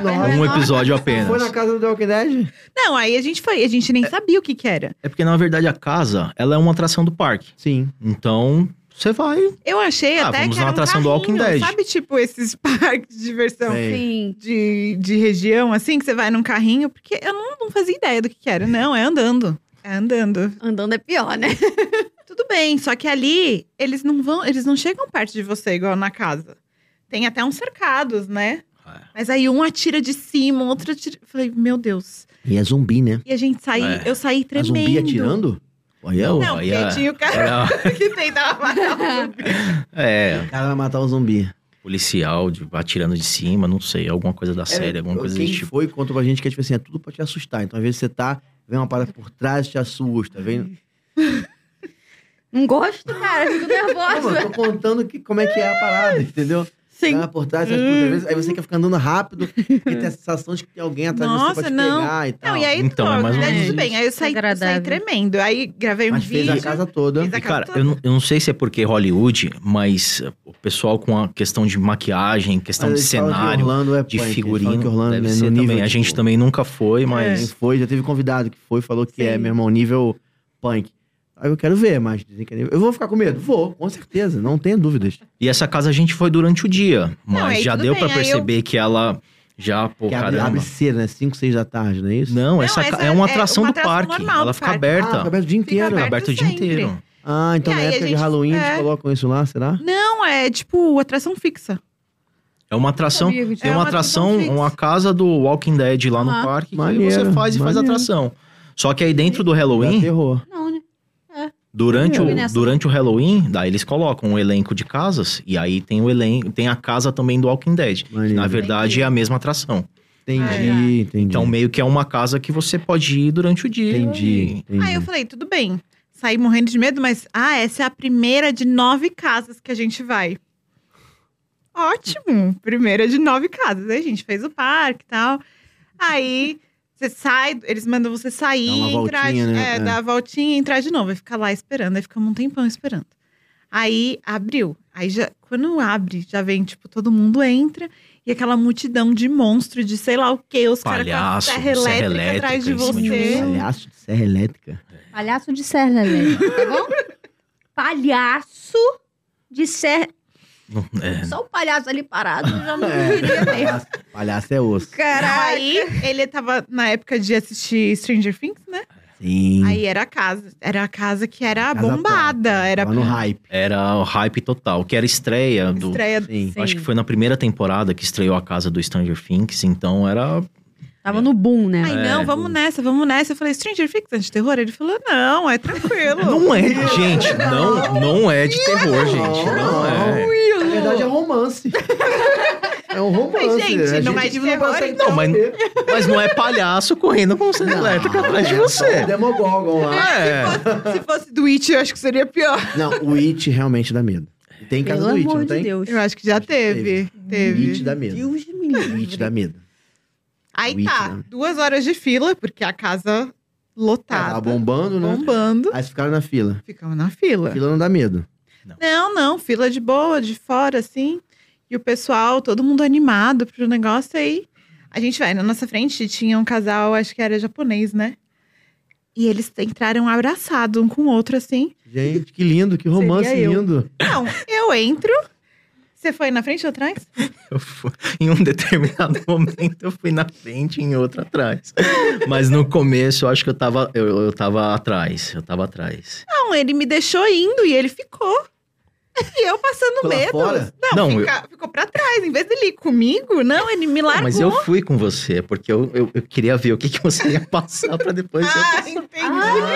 [SPEAKER 1] Nossa.
[SPEAKER 3] Um episódio apenas.
[SPEAKER 2] É, Foi na casa do The Walking Dead?
[SPEAKER 4] Não, aí a gente foi. A gente nem sabia o que que era.
[SPEAKER 3] É porque, na verdade, a casa, ela é uma atração do parque.
[SPEAKER 2] Sim.
[SPEAKER 3] Então, você vai.
[SPEAKER 4] Eu achei
[SPEAKER 3] Ah,
[SPEAKER 4] até
[SPEAKER 3] vamos
[SPEAKER 4] que
[SPEAKER 3] na
[SPEAKER 4] era um
[SPEAKER 3] atração do Walking
[SPEAKER 4] carrinho,
[SPEAKER 3] Dead.
[SPEAKER 4] Sabe, tipo, esses parques de diversão
[SPEAKER 2] Sei.
[SPEAKER 1] Sim.
[SPEAKER 4] de, de região, assim, que você vai num carrinho, porque eu não, não fazia ideia do que, que era. Não, é andando. É andando.
[SPEAKER 1] Andando é pior, né?
[SPEAKER 4] Tudo bem, só que ali eles não vão, eles não chegam perto de você, igual na casa. Tem até uns cercados, né? Mas aí um atira de cima, outro atira. Falei, meu Deus.
[SPEAKER 2] E é zumbi, né?
[SPEAKER 4] E a gente saí,
[SPEAKER 3] É.
[SPEAKER 4] eu saí
[SPEAKER 2] É
[SPEAKER 4] tremendo.
[SPEAKER 2] zumbi atirando? Aí é o
[SPEAKER 4] não,
[SPEAKER 3] aí é-
[SPEAKER 4] porque tinha o cara
[SPEAKER 3] Era-
[SPEAKER 4] que tentava matar o zumbi.
[SPEAKER 3] é,
[SPEAKER 2] cara vai matar o zumbi.
[SPEAKER 3] policial de- atirando de cima, não sei, alguma coisa da série, alguma coisa
[SPEAKER 2] É, Quem
[SPEAKER 3] desse tipo.
[SPEAKER 2] foi conta pra gente que é tipo assim, é tudo pra te assustar. Então, às vezes, você tá, vem uma parada por trás, te assusta. Vem...
[SPEAKER 1] Não gosto, cara. Fico
[SPEAKER 2] Não, mano, eu
[SPEAKER 1] nervosa.
[SPEAKER 2] tô contando que, como é que é a parada, entendeu?
[SPEAKER 1] Sim.
[SPEAKER 2] Vem é uma Né, por trás, te
[SPEAKER 4] Hum.
[SPEAKER 2] assusta. Às vezes, aí você quer ficar andando rápido e tem a sensação de que tem alguém atrás de você
[SPEAKER 4] Nossa,
[SPEAKER 2] pra te
[SPEAKER 4] não.
[SPEAKER 2] pegar e tal.
[SPEAKER 4] Não, e aí,
[SPEAKER 3] Então,
[SPEAKER 4] então,
[SPEAKER 3] é mais ou
[SPEAKER 1] menos
[SPEAKER 4] tudo bem. Aí eu saí, eu saí
[SPEAKER 1] Agradável.
[SPEAKER 4] tremendo. Aí gravei um
[SPEAKER 2] Mas fez
[SPEAKER 4] vídeo.
[SPEAKER 2] a casa toda.
[SPEAKER 4] Fez a
[SPEAKER 3] E,
[SPEAKER 4] casa
[SPEAKER 3] cara,
[SPEAKER 4] toda.
[SPEAKER 3] eu não, eu não sei se é porque Hollywood, mas eh, o pessoal com a questão de maquiagem, questão
[SPEAKER 2] Mas
[SPEAKER 3] de
[SPEAKER 2] eles falam que
[SPEAKER 3] É um cenário,
[SPEAKER 2] Orlando é
[SPEAKER 3] de
[SPEAKER 2] punk, eles falam
[SPEAKER 3] figurino,
[SPEAKER 2] que Orlando
[SPEAKER 3] deve
[SPEAKER 2] é no
[SPEAKER 3] ser
[SPEAKER 2] nível,
[SPEAKER 3] também. A
[SPEAKER 2] tipo, É.
[SPEAKER 3] gente também nunca foi,
[SPEAKER 2] Quem
[SPEAKER 3] mas...
[SPEAKER 2] foi, já teve convidado que foi, falou que é,
[SPEAKER 1] Sim.
[SPEAKER 2] meu irmão, nível punk. Aí eu quero ver, mas dizem que é nível... Eu vou ficar com medo? Vou, com certeza, não tenho dúvidas.
[SPEAKER 3] E essa casa a gente foi durante o dia, mas
[SPEAKER 4] aí
[SPEAKER 3] já
[SPEAKER 4] tudo
[SPEAKER 3] deu
[SPEAKER 4] bem,
[SPEAKER 3] pra
[SPEAKER 4] aí eu-
[SPEAKER 3] perceber que ela já, pô,
[SPEAKER 2] que abre,
[SPEAKER 3] caramba...
[SPEAKER 2] abre cedo, né? 5, 6 da tarde, não é isso?
[SPEAKER 3] Não, essa,
[SPEAKER 4] essa
[SPEAKER 3] ca- é uma
[SPEAKER 4] é
[SPEAKER 3] atração
[SPEAKER 4] uma
[SPEAKER 3] do
[SPEAKER 4] atração
[SPEAKER 3] parque,
[SPEAKER 4] normal
[SPEAKER 3] ela
[SPEAKER 4] do
[SPEAKER 3] fica
[SPEAKER 2] Ah,
[SPEAKER 4] parque.
[SPEAKER 2] fica
[SPEAKER 3] aberta,
[SPEAKER 2] aberto o dia
[SPEAKER 4] Fica
[SPEAKER 2] inteiro.
[SPEAKER 3] fica
[SPEAKER 4] aberto
[SPEAKER 3] aberta o dia
[SPEAKER 4] sempre.
[SPEAKER 3] inteiro.
[SPEAKER 2] Ah, então
[SPEAKER 4] E
[SPEAKER 2] na
[SPEAKER 4] aí a
[SPEAKER 2] época de
[SPEAKER 4] gente-
[SPEAKER 2] Halloween eles
[SPEAKER 4] é.
[SPEAKER 2] colocam isso lá, será?
[SPEAKER 4] Não, é tipo atração fixa.
[SPEAKER 3] É uma atração,
[SPEAKER 1] Comigo,
[SPEAKER 3] tem
[SPEAKER 4] é
[SPEAKER 3] uma
[SPEAKER 4] uma
[SPEAKER 3] atração,
[SPEAKER 4] atração
[SPEAKER 3] uma casa do Walking Dead lá no
[SPEAKER 1] Ah,
[SPEAKER 3] parque, que
[SPEAKER 2] maneiro,
[SPEAKER 3] você faz e faz
[SPEAKER 2] maneiro.
[SPEAKER 3] atração. Só que aí dentro do
[SPEAKER 2] Dá
[SPEAKER 3] Halloween,
[SPEAKER 2] terror.
[SPEAKER 1] Não, né?
[SPEAKER 3] durante o,
[SPEAKER 1] Combinação.
[SPEAKER 3] durante o Halloween, daí eles colocam um elenco de casas e aí tem o elenco, tem a casa também do Walking Dead.
[SPEAKER 2] Maneiro.
[SPEAKER 3] Na verdade é a mesma atração.
[SPEAKER 2] Entendi,
[SPEAKER 4] É.
[SPEAKER 2] entendi.
[SPEAKER 3] Então meio que é uma casa que você pode ir durante o dia.
[SPEAKER 2] entendi,
[SPEAKER 3] e-
[SPEAKER 2] entendi.
[SPEAKER 4] Aí eu falei, tudo bem. Saí morrendo de medo, mas ah, essa é a primeira de nove casas que a gente vai. Ótimo! Primeira de nove casas. Aí a gente fez o parque e tal. Aí você sai, eles mandam você sair,
[SPEAKER 2] Dá uma
[SPEAKER 4] entrar,
[SPEAKER 2] voltinha,
[SPEAKER 4] de-
[SPEAKER 2] né?
[SPEAKER 4] é,
[SPEAKER 2] É.
[SPEAKER 4] dar a voltinha e entrar de novo. Aí fica lá esperando, aí ficamos um tempão esperando. Aí abriu. Aí já, quando abre, já vem, tipo, todo mundo entra e aquela multidão de monstro, de sei lá o quê, os caras com a
[SPEAKER 3] Palhaço,
[SPEAKER 4] serra elétrica, atrás de
[SPEAKER 3] serra elétrica em cima de
[SPEAKER 4] você.
[SPEAKER 1] você.
[SPEAKER 2] Palhaço de serra elétrica.
[SPEAKER 1] Palhaço de serra, velho. Tá bom? Palhaço de serra.
[SPEAKER 3] Não- é,
[SPEAKER 1] Só o palhaço ali parado já não
[SPEAKER 2] É.
[SPEAKER 1] viria bem.
[SPEAKER 2] Palhaço, palhaço é osso.
[SPEAKER 1] Caralho.
[SPEAKER 4] Aí ele tava na época de assistir Stranger Things, né?
[SPEAKER 2] Sim.
[SPEAKER 4] Aí era a casa. Era a casa que era
[SPEAKER 2] Casa
[SPEAKER 4] bombada.
[SPEAKER 2] top.
[SPEAKER 4] Era
[SPEAKER 2] Tava no hype.
[SPEAKER 3] era o hype total, que era estreia do,
[SPEAKER 4] estreia.
[SPEAKER 2] Sim.
[SPEAKER 1] Sim.
[SPEAKER 3] Acho que foi na primeira temporada que estreou a casa do Stranger Things, então era.
[SPEAKER 1] Tava no boom, né?
[SPEAKER 4] Ai, não, vamos nessa, vamos nessa. Eu falei, Stranger Things é de terror? Ele falou, não, é tranquilo.
[SPEAKER 3] Não é, gente, não, não é de terror, gente. Não é.
[SPEAKER 2] Na verdade, é romance. é um romance.
[SPEAKER 4] Mas, gente,
[SPEAKER 2] A
[SPEAKER 4] não é de
[SPEAKER 2] não
[SPEAKER 4] terror,
[SPEAKER 2] consegue
[SPEAKER 4] então.
[SPEAKER 3] Não, mas-
[SPEAKER 2] entender.
[SPEAKER 3] Mas não é palhaço correndo com serra elétrica atrás de
[SPEAKER 2] É o
[SPEAKER 3] você.
[SPEAKER 2] Demogorgon lá.
[SPEAKER 3] É.
[SPEAKER 4] Se fosse do It, eu acho que seria pior.
[SPEAKER 2] Não, o It realmente dá medo. Tem casa
[SPEAKER 1] Pelo
[SPEAKER 2] do It,
[SPEAKER 1] amor
[SPEAKER 2] não
[SPEAKER 1] de
[SPEAKER 2] tem?
[SPEAKER 1] Deus.
[SPEAKER 4] Eu acho que já
[SPEAKER 2] Acho que
[SPEAKER 4] teve. Teve.
[SPEAKER 2] It dá medo.
[SPEAKER 1] Deus me
[SPEAKER 2] O It dá
[SPEAKER 1] livre.
[SPEAKER 2] medo.
[SPEAKER 4] Aí
[SPEAKER 2] It,
[SPEAKER 4] tá,
[SPEAKER 2] né?
[SPEAKER 4] duas horas de fila, porque a casa
[SPEAKER 2] Tava
[SPEAKER 4] lotada,
[SPEAKER 2] bombando, né?
[SPEAKER 4] Tá, bombando.
[SPEAKER 2] Aí ficaram na fila.
[SPEAKER 4] Ficamos na fila.
[SPEAKER 2] Fila não dá medo.
[SPEAKER 4] Não, não, fila de boa, de fora, assim. E o pessoal, todo mundo animado pro negócio aí. A gente vai, na nossa frente tinha um casal, acho que era japonês, né? E eles entraram abraçados um com o outro, assim.
[SPEAKER 2] Gente, que lindo, que romance
[SPEAKER 4] Seria eu.
[SPEAKER 2] lindo.
[SPEAKER 4] Não, eu entro. Você foi na frente ou atrás?
[SPEAKER 3] Eu fui- em um determinado momento eu fui na frente e em outro atrás. Mas no começo eu acho que eu tava, eu, eu tava atrás. Eu tava atrás.
[SPEAKER 4] Não, ele me deixou indo e ele ficou. E eu passando
[SPEAKER 2] Ficou lá
[SPEAKER 4] medo.
[SPEAKER 2] fora?
[SPEAKER 4] Não,
[SPEAKER 3] Não,
[SPEAKER 4] fica- ficou pra trás. Em vez dele ir comigo, não, ele me largou.
[SPEAKER 3] Mas eu fui com você, porque eu, eu, eu queria ver o que, que você ia passar pra depois eu
[SPEAKER 4] Ah, entendi.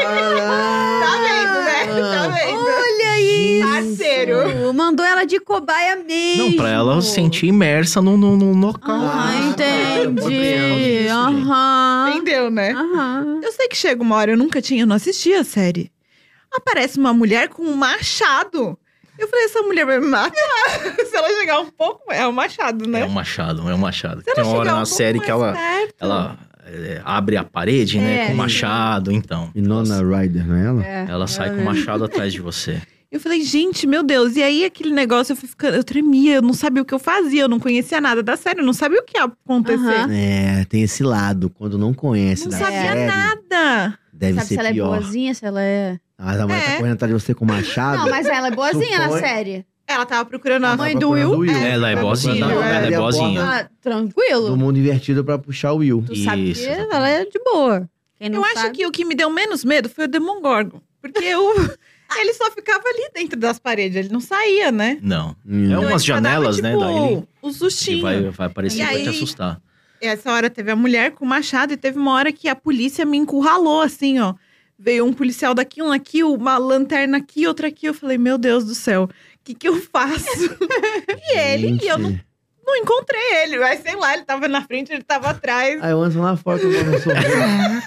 [SPEAKER 4] Tá vendo, né? Tá
[SPEAKER 2] Caralho!
[SPEAKER 4] vendo?
[SPEAKER 1] Olha aí.
[SPEAKER 4] Parceiro.
[SPEAKER 1] Mandou ela de cobaia mesmo.
[SPEAKER 3] Não, pra ela se sentir imersa num no, no, local. É
[SPEAKER 1] Ah,
[SPEAKER 2] Ah,
[SPEAKER 1] entendi.
[SPEAKER 3] isso, gente.
[SPEAKER 1] Aham.
[SPEAKER 4] Entendeu, né?
[SPEAKER 1] Aham.
[SPEAKER 4] Eu sei que chega uma hora, eu nunca tinha, eu não assistia a série. Aparece uma mulher com um machado. Eu falei, essa mulher vai me matar. Se ela chegar um pouco, é um machado, né?
[SPEAKER 3] É um machado, é um machado.
[SPEAKER 4] Se ela
[SPEAKER 3] Tem uma hora
[SPEAKER 4] chegar um
[SPEAKER 3] na
[SPEAKER 4] pouco
[SPEAKER 3] série
[SPEAKER 4] mais
[SPEAKER 3] que ela,
[SPEAKER 4] perto-
[SPEAKER 3] ela é, abre a parede,
[SPEAKER 1] É,
[SPEAKER 3] né? Com
[SPEAKER 1] sim.
[SPEAKER 3] o machado, então.
[SPEAKER 2] E Nona Ryder, não é ela?
[SPEAKER 1] É,
[SPEAKER 3] Ela sai com o
[SPEAKER 1] mesmo.
[SPEAKER 3] machado atrás de você.
[SPEAKER 4] Eu falei, gente, meu Deus. E aí aquele negócio, eu fui ficando, eu tremia, eu não sabia o que eu fazia, eu não conhecia nada da série, eu não sabia o que ia acontecer.
[SPEAKER 1] Aham.
[SPEAKER 2] É, tem esse lado. Quando não conhece
[SPEAKER 4] Não
[SPEAKER 2] da
[SPEAKER 4] sabia
[SPEAKER 3] É.
[SPEAKER 2] série,
[SPEAKER 4] nada.
[SPEAKER 2] deve
[SPEAKER 1] Sabe
[SPEAKER 2] ser
[SPEAKER 1] se ela
[SPEAKER 2] pior.
[SPEAKER 1] é boazinha, se ela é.
[SPEAKER 2] Mas a mulher
[SPEAKER 4] É.
[SPEAKER 2] tá correndo atrás de você com o machado.
[SPEAKER 1] Não, mas ela é boazinha
[SPEAKER 2] Supõe-
[SPEAKER 1] na série.
[SPEAKER 4] Ela tava procurando
[SPEAKER 2] Ela
[SPEAKER 4] a
[SPEAKER 2] tá
[SPEAKER 4] mãe do
[SPEAKER 2] procurando
[SPEAKER 4] Will.
[SPEAKER 2] o
[SPEAKER 4] É.
[SPEAKER 3] Ela é
[SPEAKER 2] Tá
[SPEAKER 3] boazinha,
[SPEAKER 2] procurando
[SPEAKER 4] ela é
[SPEAKER 2] ali a
[SPEAKER 3] boazinha.
[SPEAKER 2] borda
[SPEAKER 1] Ah,
[SPEAKER 2] Do
[SPEAKER 1] tranquilo.
[SPEAKER 2] mundo invertido pra puxar o Will.
[SPEAKER 1] Tu sabe
[SPEAKER 3] Isso,
[SPEAKER 1] que
[SPEAKER 3] exatamente.
[SPEAKER 1] ela é de boa. Quem não
[SPEAKER 4] Eu
[SPEAKER 1] sabe...
[SPEAKER 4] acho que o que me deu menos medo foi o Demogorgon. Porque eu, ele só ficava ali dentro das paredes, ele não saía, né?
[SPEAKER 3] Não.
[SPEAKER 2] Hum.
[SPEAKER 3] É umas
[SPEAKER 4] Então, ele
[SPEAKER 3] janelas,
[SPEAKER 4] só dava,
[SPEAKER 3] né, daí ele-
[SPEAKER 4] O
[SPEAKER 3] E
[SPEAKER 4] sustinho.
[SPEAKER 3] vai, vai aparecer
[SPEAKER 4] E
[SPEAKER 3] pra
[SPEAKER 4] aí-
[SPEAKER 3] te assustar.
[SPEAKER 4] Essa hora teve a mulher com o machado e teve uma hora que a polícia me encurralou, assim, ó. Veio um policial daqui, um aqui, uma lanterna aqui, outra aqui. Eu falei, meu Deus do céu, o que, que eu faço? e ele, e eu não, não encontrei ele, mas sei lá, ele tava na frente, ele tava atrás.
[SPEAKER 2] Aí o Anderson lá fora tomando um sorvete.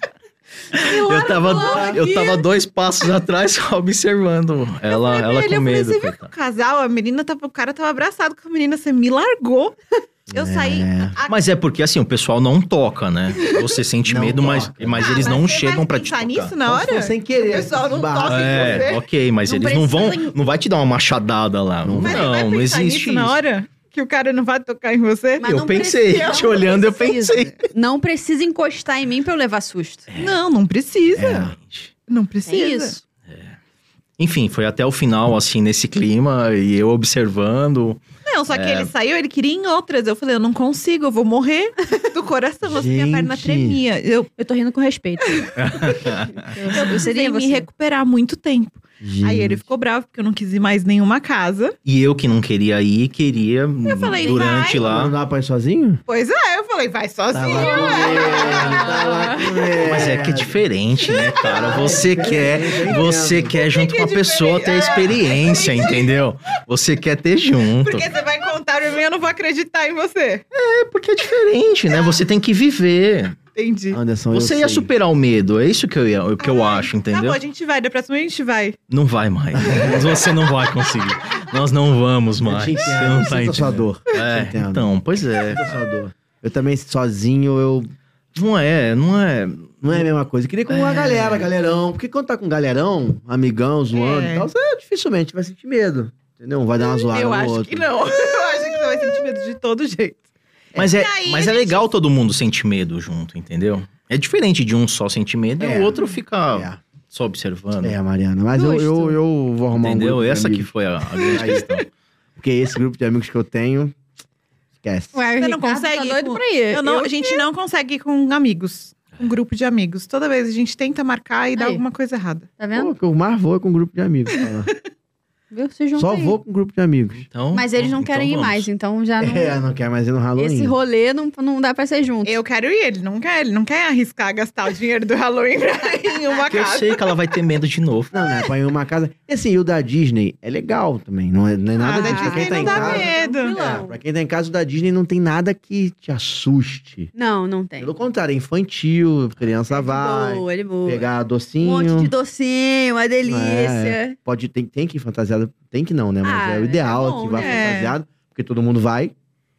[SPEAKER 4] Me
[SPEAKER 3] Eu
[SPEAKER 4] largou
[SPEAKER 3] tava,
[SPEAKER 4] aqui.
[SPEAKER 3] eu tava dois passos atrás só observando ela,
[SPEAKER 4] falei pra
[SPEAKER 3] ela
[SPEAKER 4] ele,
[SPEAKER 3] com
[SPEAKER 4] eu falei,
[SPEAKER 3] medo.
[SPEAKER 4] "Você viu O
[SPEAKER 3] coitada.
[SPEAKER 4] casal, a menina, tava, o cara tava abraçado com a menina, você me largou. Eu saí. a-
[SPEAKER 3] Mas é porque assim, o pessoal não toca, né? Você sente
[SPEAKER 2] Não
[SPEAKER 3] medo, mas,
[SPEAKER 2] toca.
[SPEAKER 3] mas
[SPEAKER 4] Ah,
[SPEAKER 3] eles não
[SPEAKER 4] você
[SPEAKER 3] chegam
[SPEAKER 4] vai
[SPEAKER 3] pra te
[SPEAKER 4] pensar
[SPEAKER 3] tocar.
[SPEAKER 4] nisso na
[SPEAKER 2] Só se for
[SPEAKER 4] hora?
[SPEAKER 2] Sem querer.
[SPEAKER 4] O pessoal não
[SPEAKER 2] barra.
[SPEAKER 4] toca.
[SPEAKER 3] É,
[SPEAKER 4] Você-
[SPEAKER 3] ok, mas
[SPEAKER 1] Não
[SPEAKER 3] eles não vão.
[SPEAKER 1] precisa-
[SPEAKER 3] Não vai te dar uma machadada lá. Não,
[SPEAKER 2] Não
[SPEAKER 4] Mas
[SPEAKER 3] não,
[SPEAKER 4] vai pensar
[SPEAKER 3] existe.
[SPEAKER 4] nisso na
[SPEAKER 3] isso.
[SPEAKER 4] hora? Que o cara não vai tocar em você?
[SPEAKER 1] Mas
[SPEAKER 3] eu
[SPEAKER 1] não
[SPEAKER 3] pensei,
[SPEAKER 1] precisa,
[SPEAKER 3] te
[SPEAKER 1] não
[SPEAKER 3] olhando, eu
[SPEAKER 1] precisa.
[SPEAKER 3] pensei.
[SPEAKER 1] Não precisa encostar em mim pra eu levar susto.
[SPEAKER 4] Não, não precisa.
[SPEAKER 3] É, gente.
[SPEAKER 4] Não
[SPEAKER 1] É
[SPEAKER 4] precisa.
[SPEAKER 1] isso.
[SPEAKER 3] Enfim, foi até o final, assim, nesse clima, e eu observando.
[SPEAKER 4] Não, só que
[SPEAKER 3] É.
[SPEAKER 4] ele saiu, ele queria ir em outras. Eu falei, eu não consigo, eu vou morrer do coração. Assim, minha perna
[SPEAKER 2] Gente.
[SPEAKER 4] tremia. Eu,
[SPEAKER 1] Eu tô rindo com respeito.
[SPEAKER 4] eu
[SPEAKER 1] Eu seria
[SPEAKER 4] precisei me
[SPEAKER 1] você.
[SPEAKER 4] recuperar muito tempo.
[SPEAKER 2] Gente.
[SPEAKER 4] Aí ele ficou bravo, porque eu não quis ir mais nenhuma casa.
[SPEAKER 3] E eu que não queria ir, queria
[SPEAKER 4] falei,
[SPEAKER 3] durante
[SPEAKER 4] vai.
[SPEAKER 3] lá.
[SPEAKER 2] Não dá pra ir sozinho?
[SPEAKER 4] Pois é, eu falei, vai
[SPEAKER 2] Tá
[SPEAKER 4] sozinho.
[SPEAKER 2] lá com ele, tá lá com ele.
[SPEAKER 3] Mas é que é diferente, né, cara?
[SPEAKER 2] É
[SPEAKER 3] Você quer, você quer junto
[SPEAKER 4] é
[SPEAKER 3] com a pessoa ter a
[SPEAKER 4] Ah,
[SPEAKER 3] experiência, entendeu? Você quer ter junto.
[SPEAKER 4] Porque você vai contar pra mim, eu não vou acreditar em você.
[SPEAKER 3] É porque é diferente, né? Você tem que viver.
[SPEAKER 4] Entendi.
[SPEAKER 3] Ah,
[SPEAKER 2] Anderson, eu
[SPEAKER 3] tipo, Você ia
[SPEAKER 2] sei.
[SPEAKER 3] superar o medo, é isso que eu, ia, que eu
[SPEAKER 4] Ai,
[SPEAKER 3] acho,
[SPEAKER 4] Tá bom,
[SPEAKER 3] entendeu?
[SPEAKER 4] a gente vai, da próxima a gente vai.
[SPEAKER 3] Não vai mais. Você não vai conseguir. Nós não vamos
[SPEAKER 2] Eu
[SPEAKER 3] mais.
[SPEAKER 2] te
[SPEAKER 3] Você
[SPEAKER 2] entendo,
[SPEAKER 3] não
[SPEAKER 2] eu
[SPEAKER 3] tá
[SPEAKER 2] sinto a sua
[SPEAKER 3] entendendo.
[SPEAKER 2] dor.
[SPEAKER 3] É,
[SPEAKER 2] Eu te entendo.
[SPEAKER 3] então, pois é.
[SPEAKER 2] Eu sinto a sua dor. Eu também, sozinho, eu...
[SPEAKER 3] Não é, não é.
[SPEAKER 2] Não é a mesma coisa. Eu queria com uma
[SPEAKER 3] É.
[SPEAKER 2] galera, galerão. Porque quando tá com galerão, amigão, zoando
[SPEAKER 4] É.
[SPEAKER 2] e tal, você dificilmente vai sentir medo. Entendeu? Um Vai dar uma zoada
[SPEAKER 4] eu
[SPEAKER 2] no
[SPEAKER 4] acho
[SPEAKER 2] outro.
[SPEAKER 4] que não. Eu acho que você vai sentir medo de todo jeito.
[SPEAKER 3] Mas é,
[SPEAKER 4] E aí,
[SPEAKER 3] mas é
[SPEAKER 4] gente?
[SPEAKER 3] legal todo mundo sentir medo junto, entendeu? É diferente de um só sentir medo e
[SPEAKER 2] É.
[SPEAKER 3] o outro ficar
[SPEAKER 2] É,
[SPEAKER 3] só observando.
[SPEAKER 2] é, Mariana. Mas eu,
[SPEAKER 1] Justo.
[SPEAKER 2] eu, eu vou arrumar um
[SPEAKER 3] Entendeu?
[SPEAKER 2] grupo de
[SPEAKER 3] Essa que
[SPEAKER 2] amigos, então.
[SPEAKER 3] foi a, a grande questão.
[SPEAKER 2] Porque esse grupo de amigos que eu tenho... Esquece.
[SPEAKER 1] Ué, o
[SPEAKER 4] Você não
[SPEAKER 1] Ricardo
[SPEAKER 4] consegue
[SPEAKER 1] Tá
[SPEAKER 4] ir
[SPEAKER 1] doido
[SPEAKER 4] com-
[SPEAKER 1] pra ir.
[SPEAKER 4] Eu não, a gente não consegue ir com amigos. Um grupo de amigos. Toda vez a gente tenta marcar e dá
[SPEAKER 1] Aí.
[SPEAKER 4] alguma coisa errada.
[SPEAKER 1] Tá
[SPEAKER 2] Pô,
[SPEAKER 1] vendo?
[SPEAKER 2] o que eu mais vou é com um grupo de amigos. cara.
[SPEAKER 1] Viu? Se junta
[SPEAKER 2] Só
[SPEAKER 1] aí.
[SPEAKER 2] vou com um grupo de amigos.
[SPEAKER 3] Então,
[SPEAKER 1] Mas eles não
[SPEAKER 3] então
[SPEAKER 1] querem ir
[SPEAKER 3] vamos.
[SPEAKER 1] mais, então já não.
[SPEAKER 2] É, não quer mais ir no Halloween.
[SPEAKER 1] Esse rolê não, não dá pra ser junto.
[SPEAKER 4] Eu quero ir, ele não quer, ele não quer arriscar gastar o dinheiro do Halloween pra ir em uma
[SPEAKER 1] então.
[SPEAKER 3] Porque eu
[SPEAKER 4] casa.
[SPEAKER 3] sei que ela vai ter medo de novo.
[SPEAKER 2] Não, né? Põe uma casa. E assim, o da Disney é legal também. Não é, não é nada
[SPEAKER 4] Ah,
[SPEAKER 2] de
[SPEAKER 4] da
[SPEAKER 2] pra
[SPEAKER 4] Disney
[SPEAKER 2] quem tá
[SPEAKER 4] não
[SPEAKER 2] em
[SPEAKER 4] dá
[SPEAKER 2] casa.
[SPEAKER 4] medo.
[SPEAKER 2] É, pra quem tá em casa, o da Disney não tem nada que te assuste.
[SPEAKER 1] Não, não tem.
[SPEAKER 2] Pelo contrário, é infantil, criança vai.
[SPEAKER 1] É Boa, ele boa.
[SPEAKER 2] Pegar É.
[SPEAKER 1] um
[SPEAKER 2] docinho.
[SPEAKER 1] monte de docinho, uma delícia.
[SPEAKER 2] Pode, tem, tem que ir fantasiado. Tem que não, né? Mas
[SPEAKER 1] Ah,
[SPEAKER 2] é o ideal
[SPEAKER 1] é
[SPEAKER 2] é
[SPEAKER 1] bom,
[SPEAKER 2] que vá
[SPEAKER 4] né?
[SPEAKER 2] fantasiado, porque todo mundo vai.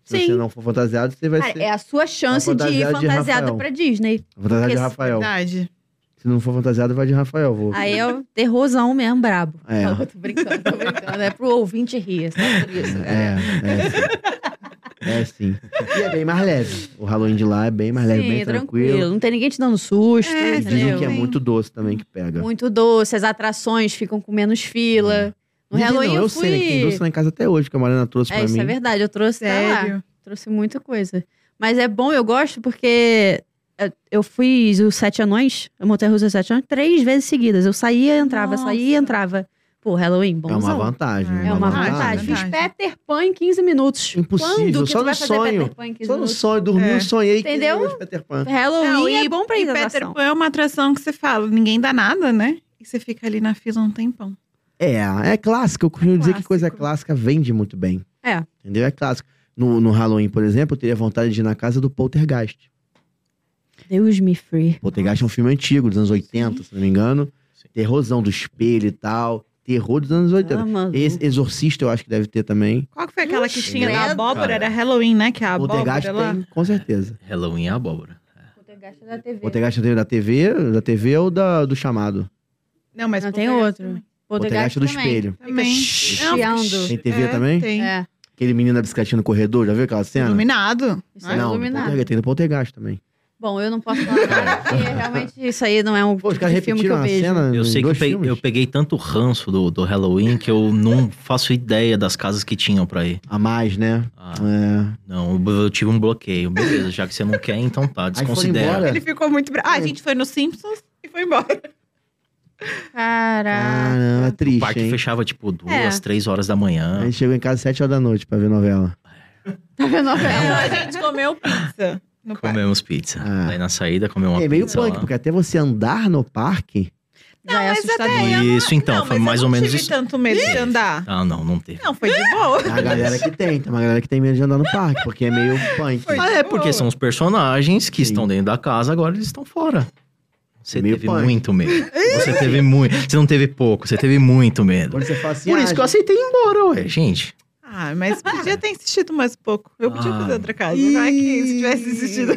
[SPEAKER 2] Se
[SPEAKER 1] Sim.
[SPEAKER 2] você não for fantasiado, você vai
[SPEAKER 1] Cara,
[SPEAKER 2] ser
[SPEAKER 1] é a sua chance de ir
[SPEAKER 2] fantasiado de
[SPEAKER 1] fantasiado
[SPEAKER 2] Rafael.
[SPEAKER 1] pra Disney.
[SPEAKER 2] fantasiado de
[SPEAKER 1] porque-
[SPEAKER 2] Rafael.
[SPEAKER 4] Verdade.
[SPEAKER 2] Se não for fantasiado, vai de Rafael. Vou.
[SPEAKER 1] Aí é o terrorzão mesmo, brabo.
[SPEAKER 2] É.
[SPEAKER 1] Não, eu tô brincando, tô brincando. É pro ouvinte rir, é só por isso. cara.
[SPEAKER 2] É, é sim. É sim. E é bem mais leve. O Halloween de lá é bem mais leve,
[SPEAKER 1] Sim,
[SPEAKER 2] bem tranquilo.
[SPEAKER 1] Não tem ninguém te dando susto,
[SPEAKER 2] E
[SPEAKER 4] É,
[SPEAKER 2] dizem
[SPEAKER 1] entendeu? É
[SPEAKER 2] que é
[SPEAKER 4] Sim.
[SPEAKER 2] muito doce também que pega.
[SPEAKER 1] Muito doce, as atrações ficam com menos fila. No
[SPEAKER 2] Dizem
[SPEAKER 1] Halloween
[SPEAKER 2] É. não, eu
[SPEAKER 1] eu fui...
[SPEAKER 2] sei, né, que tem doce lá em casa até hoje, que a Mariana trouxe
[SPEAKER 1] é,
[SPEAKER 2] pra
[SPEAKER 1] isso
[SPEAKER 2] mim.
[SPEAKER 1] é verdade, eu trouxe tá lá.
[SPEAKER 4] Sério.
[SPEAKER 1] Trouxe muita coisa. Mas é bom, eu gosto, porque é, eu fiz os Sete Anões, a Montanha-Russa dos Sete Anões, três vezes seguidas. Eu saía e entrava,
[SPEAKER 4] Nossa.
[SPEAKER 1] saía e entrava. Pô, Halloween,
[SPEAKER 2] É uma
[SPEAKER 1] bonzão.
[SPEAKER 2] vantagem.
[SPEAKER 4] É
[SPEAKER 1] É uma
[SPEAKER 4] vantagem,
[SPEAKER 1] vantagem. Fiz
[SPEAKER 4] vantagem.
[SPEAKER 1] Peter Pan em 15 minutos.
[SPEAKER 2] Impossível,
[SPEAKER 1] Quando que
[SPEAKER 2] só
[SPEAKER 1] tu vai
[SPEAKER 2] no
[SPEAKER 1] fazer
[SPEAKER 2] sonho.
[SPEAKER 1] Peter Pan em 15
[SPEAKER 2] Só no
[SPEAKER 1] minutos?
[SPEAKER 2] sonho, dormi,
[SPEAKER 4] É.
[SPEAKER 2] sonhei.
[SPEAKER 1] Entendeu?
[SPEAKER 2] Que eu de Peter Pan.
[SPEAKER 1] Halloween
[SPEAKER 4] Não,
[SPEAKER 1] é bom pra ir
[SPEAKER 4] e
[SPEAKER 1] na
[SPEAKER 4] Peter
[SPEAKER 1] atração.
[SPEAKER 4] Pan é uma atração que você fala, ninguém dá nada, né? E você fica ali na fila um tempão.
[SPEAKER 2] É, é clássico. Eu costumo dizer que coisa clássica vende muito bem.
[SPEAKER 1] É.
[SPEAKER 2] Entendeu? É clássico. No, no Halloween, por exemplo, eu teria vontade de ir na casa do Poltergeist.
[SPEAKER 1] Deus me free.
[SPEAKER 2] Poltergeist é um filme antigo, dos anos 80, se não me engano.
[SPEAKER 3] Sim.
[SPEAKER 2] Terrorzão do espelho e tal. Terror dos anos 80.
[SPEAKER 1] Ah, maluco.
[SPEAKER 2] Esse Exorcista eu acho que deve ter também.
[SPEAKER 4] Qual que foi aquela que
[SPEAKER 3] Ixi,
[SPEAKER 4] tinha da
[SPEAKER 1] credo.
[SPEAKER 4] abóbora?
[SPEAKER 3] Cara.
[SPEAKER 4] Era Halloween, né?
[SPEAKER 1] Tá
[SPEAKER 4] Que a abóbora
[SPEAKER 2] Poltergeist
[SPEAKER 4] lá.
[SPEAKER 2] tem, com certeza.
[SPEAKER 3] Halloween é abóbora.
[SPEAKER 1] Poltergeist é da TV.
[SPEAKER 2] Poltergeist teve da TV, da TV ou da, do chamado?
[SPEAKER 4] Não, mas
[SPEAKER 1] Não, tem
[SPEAKER 4] Poltergeist
[SPEAKER 1] outro.
[SPEAKER 2] Poltergeist do espelho.
[SPEAKER 4] Também.
[SPEAKER 1] Fica
[SPEAKER 4] Não,
[SPEAKER 1] chiando.
[SPEAKER 2] Tem TV também?
[SPEAKER 4] Tem.
[SPEAKER 1] É,
[SPEAKER 2] Aquele menino da bicicletinha no corredor, já viu aquela cena?
[SPEAKER 4] Iluminado.
[SPEAKER 1] isso é
[SPEAKER 2] Não, do
[SPEAKER 1] iluminado.
[SPEAKER 2] Poltergeist, tem do Poltergeist também.
[SPEAKER 1] Bom, eu não posso falar nada, porque realmente isso aí não é um
[SPEAKER 2] Pô, os
[SPEAKER 1] tipo
[SPEAKER 2] caras
[SPEAKER 1] de filme que eu
[SPEAKER 2] repetiram
[SPEAKER 1] vejo.
[SPEAKER 2] a cena
[SPEAKER 3] Eu
[SPEAKER 2] em
[SPEAKER 3] sei que
[SPEAKER 2] Hum,
[SPEAKER 3] eu
[SPEAKER 2] dois
[SPEAKER 3] peguei,
[SPEAKER 2] filmes.
[SPEAKER 3] eu peguei tanto ranço do, do Halloween que eu não faço ideia das casas que tinham pra ir.
[SPEAKER 2] A mais, né?
[SPEAKER 3] Ah,
[SPEAKER 2] É.
[SPEAKER 3] não, eu tive um bloqueio. Beleza, já que você não quer, então tá,
[SPEAKER 2] foram
[SPEAKER 3] desconsidera.
[SPEAKER 2] embora?
[SPEAKER 4] Ele ficou muito bravo. Ah, a gente foi no Simpsons e foi embora.
[SPEAKER 1] Caraca.
[SPEAKER 2] Caramba, é
[SPEAKER 3] O
[SPEAKER 2] triste,
[SPEAKER 3] parque
[SPEAKER 2] hein?
[SPEAKER 3] fechava tipo duas,
[SPEAKER 1] É.
[SPEAKER 3] três horas da
[SPEAKER 2] A
[SPEAKER 3] manhã.
[SPEAKER 2] gente chegou em casa às 7 horas da noite pra ver novela.
[SPEAKER 1] Tá vendo a novela?
[SPEAKER 4] É, a gente comeu pizza no parque.
[SPEAKER 3] Comemos pizza.
[SPEAKER 2] Ah.
[SPEAKER 3] Aí na saída comeu uma
[SPEAKER 2] é meio
[SPEAKER 3] pizza.
[SPEAKER 2] punk,
[SPEAKER 3] lá.
[SPEAKER 2] porque até você andar no parque,
[SPEAKER 1] Já é
[SPEAKER 4] mas
[SPEAKER 1] assustador.
[SPEAKER 4] até eu não-
[SPEAKER 3] Isso, então,
[SPEAKER 4] não,
[SPEAKER 3] foi
[SPEAKER 4] mas
[SPEAKER 3] mais
[SPEAKER 4] eu
[SPEAKER 3] ou
[SPEAKER 4] não
[SPEAKER 3] menos
[SPEAKER 4] tive
[SPEAKER 3] isso.
[SPEAKER 4] tanto medo de andar.
[SPEAKER 3] Ah, não, não teve.
[SPEAKER 4] Não, foi de boa.
[SPEAKER 2] Tem a galera que tem, tem uma galera que tem medo de andar no parque, porque é meio punk.
[SPEAKER 4] Foi.
[SPEAKER 3] Ah, é porque
[SPEAKER 4] Boa.
[SPEAKER 3] são os personagens que
[SPEAKER 2] Sim.
[SPEAKER 3] estão dentro da casa, agora eles estão fora. Você
[SPEAKER 2] Meio
[SPEAKER 3] teve
[SPEAKER 2] punk.
[SPEAKER 3] muito medo. Você teve muito. Você não teve pouco, você teve muito medo.
[SPEAKER 2] Quando você fala assim,
[SPEAKER 3] Por
[SPEAKER 2] ah,
[SPEAKER 3] isso que eu aceitei ir embora, ué, gente.
[SPEAKER 4] Ah, mas podia ter insistido mais um pouco. Eu podia
[SPEAKER 3] Ah.
[SPEAKER 4] fazer outra casa. Não é que se tivesse insistido.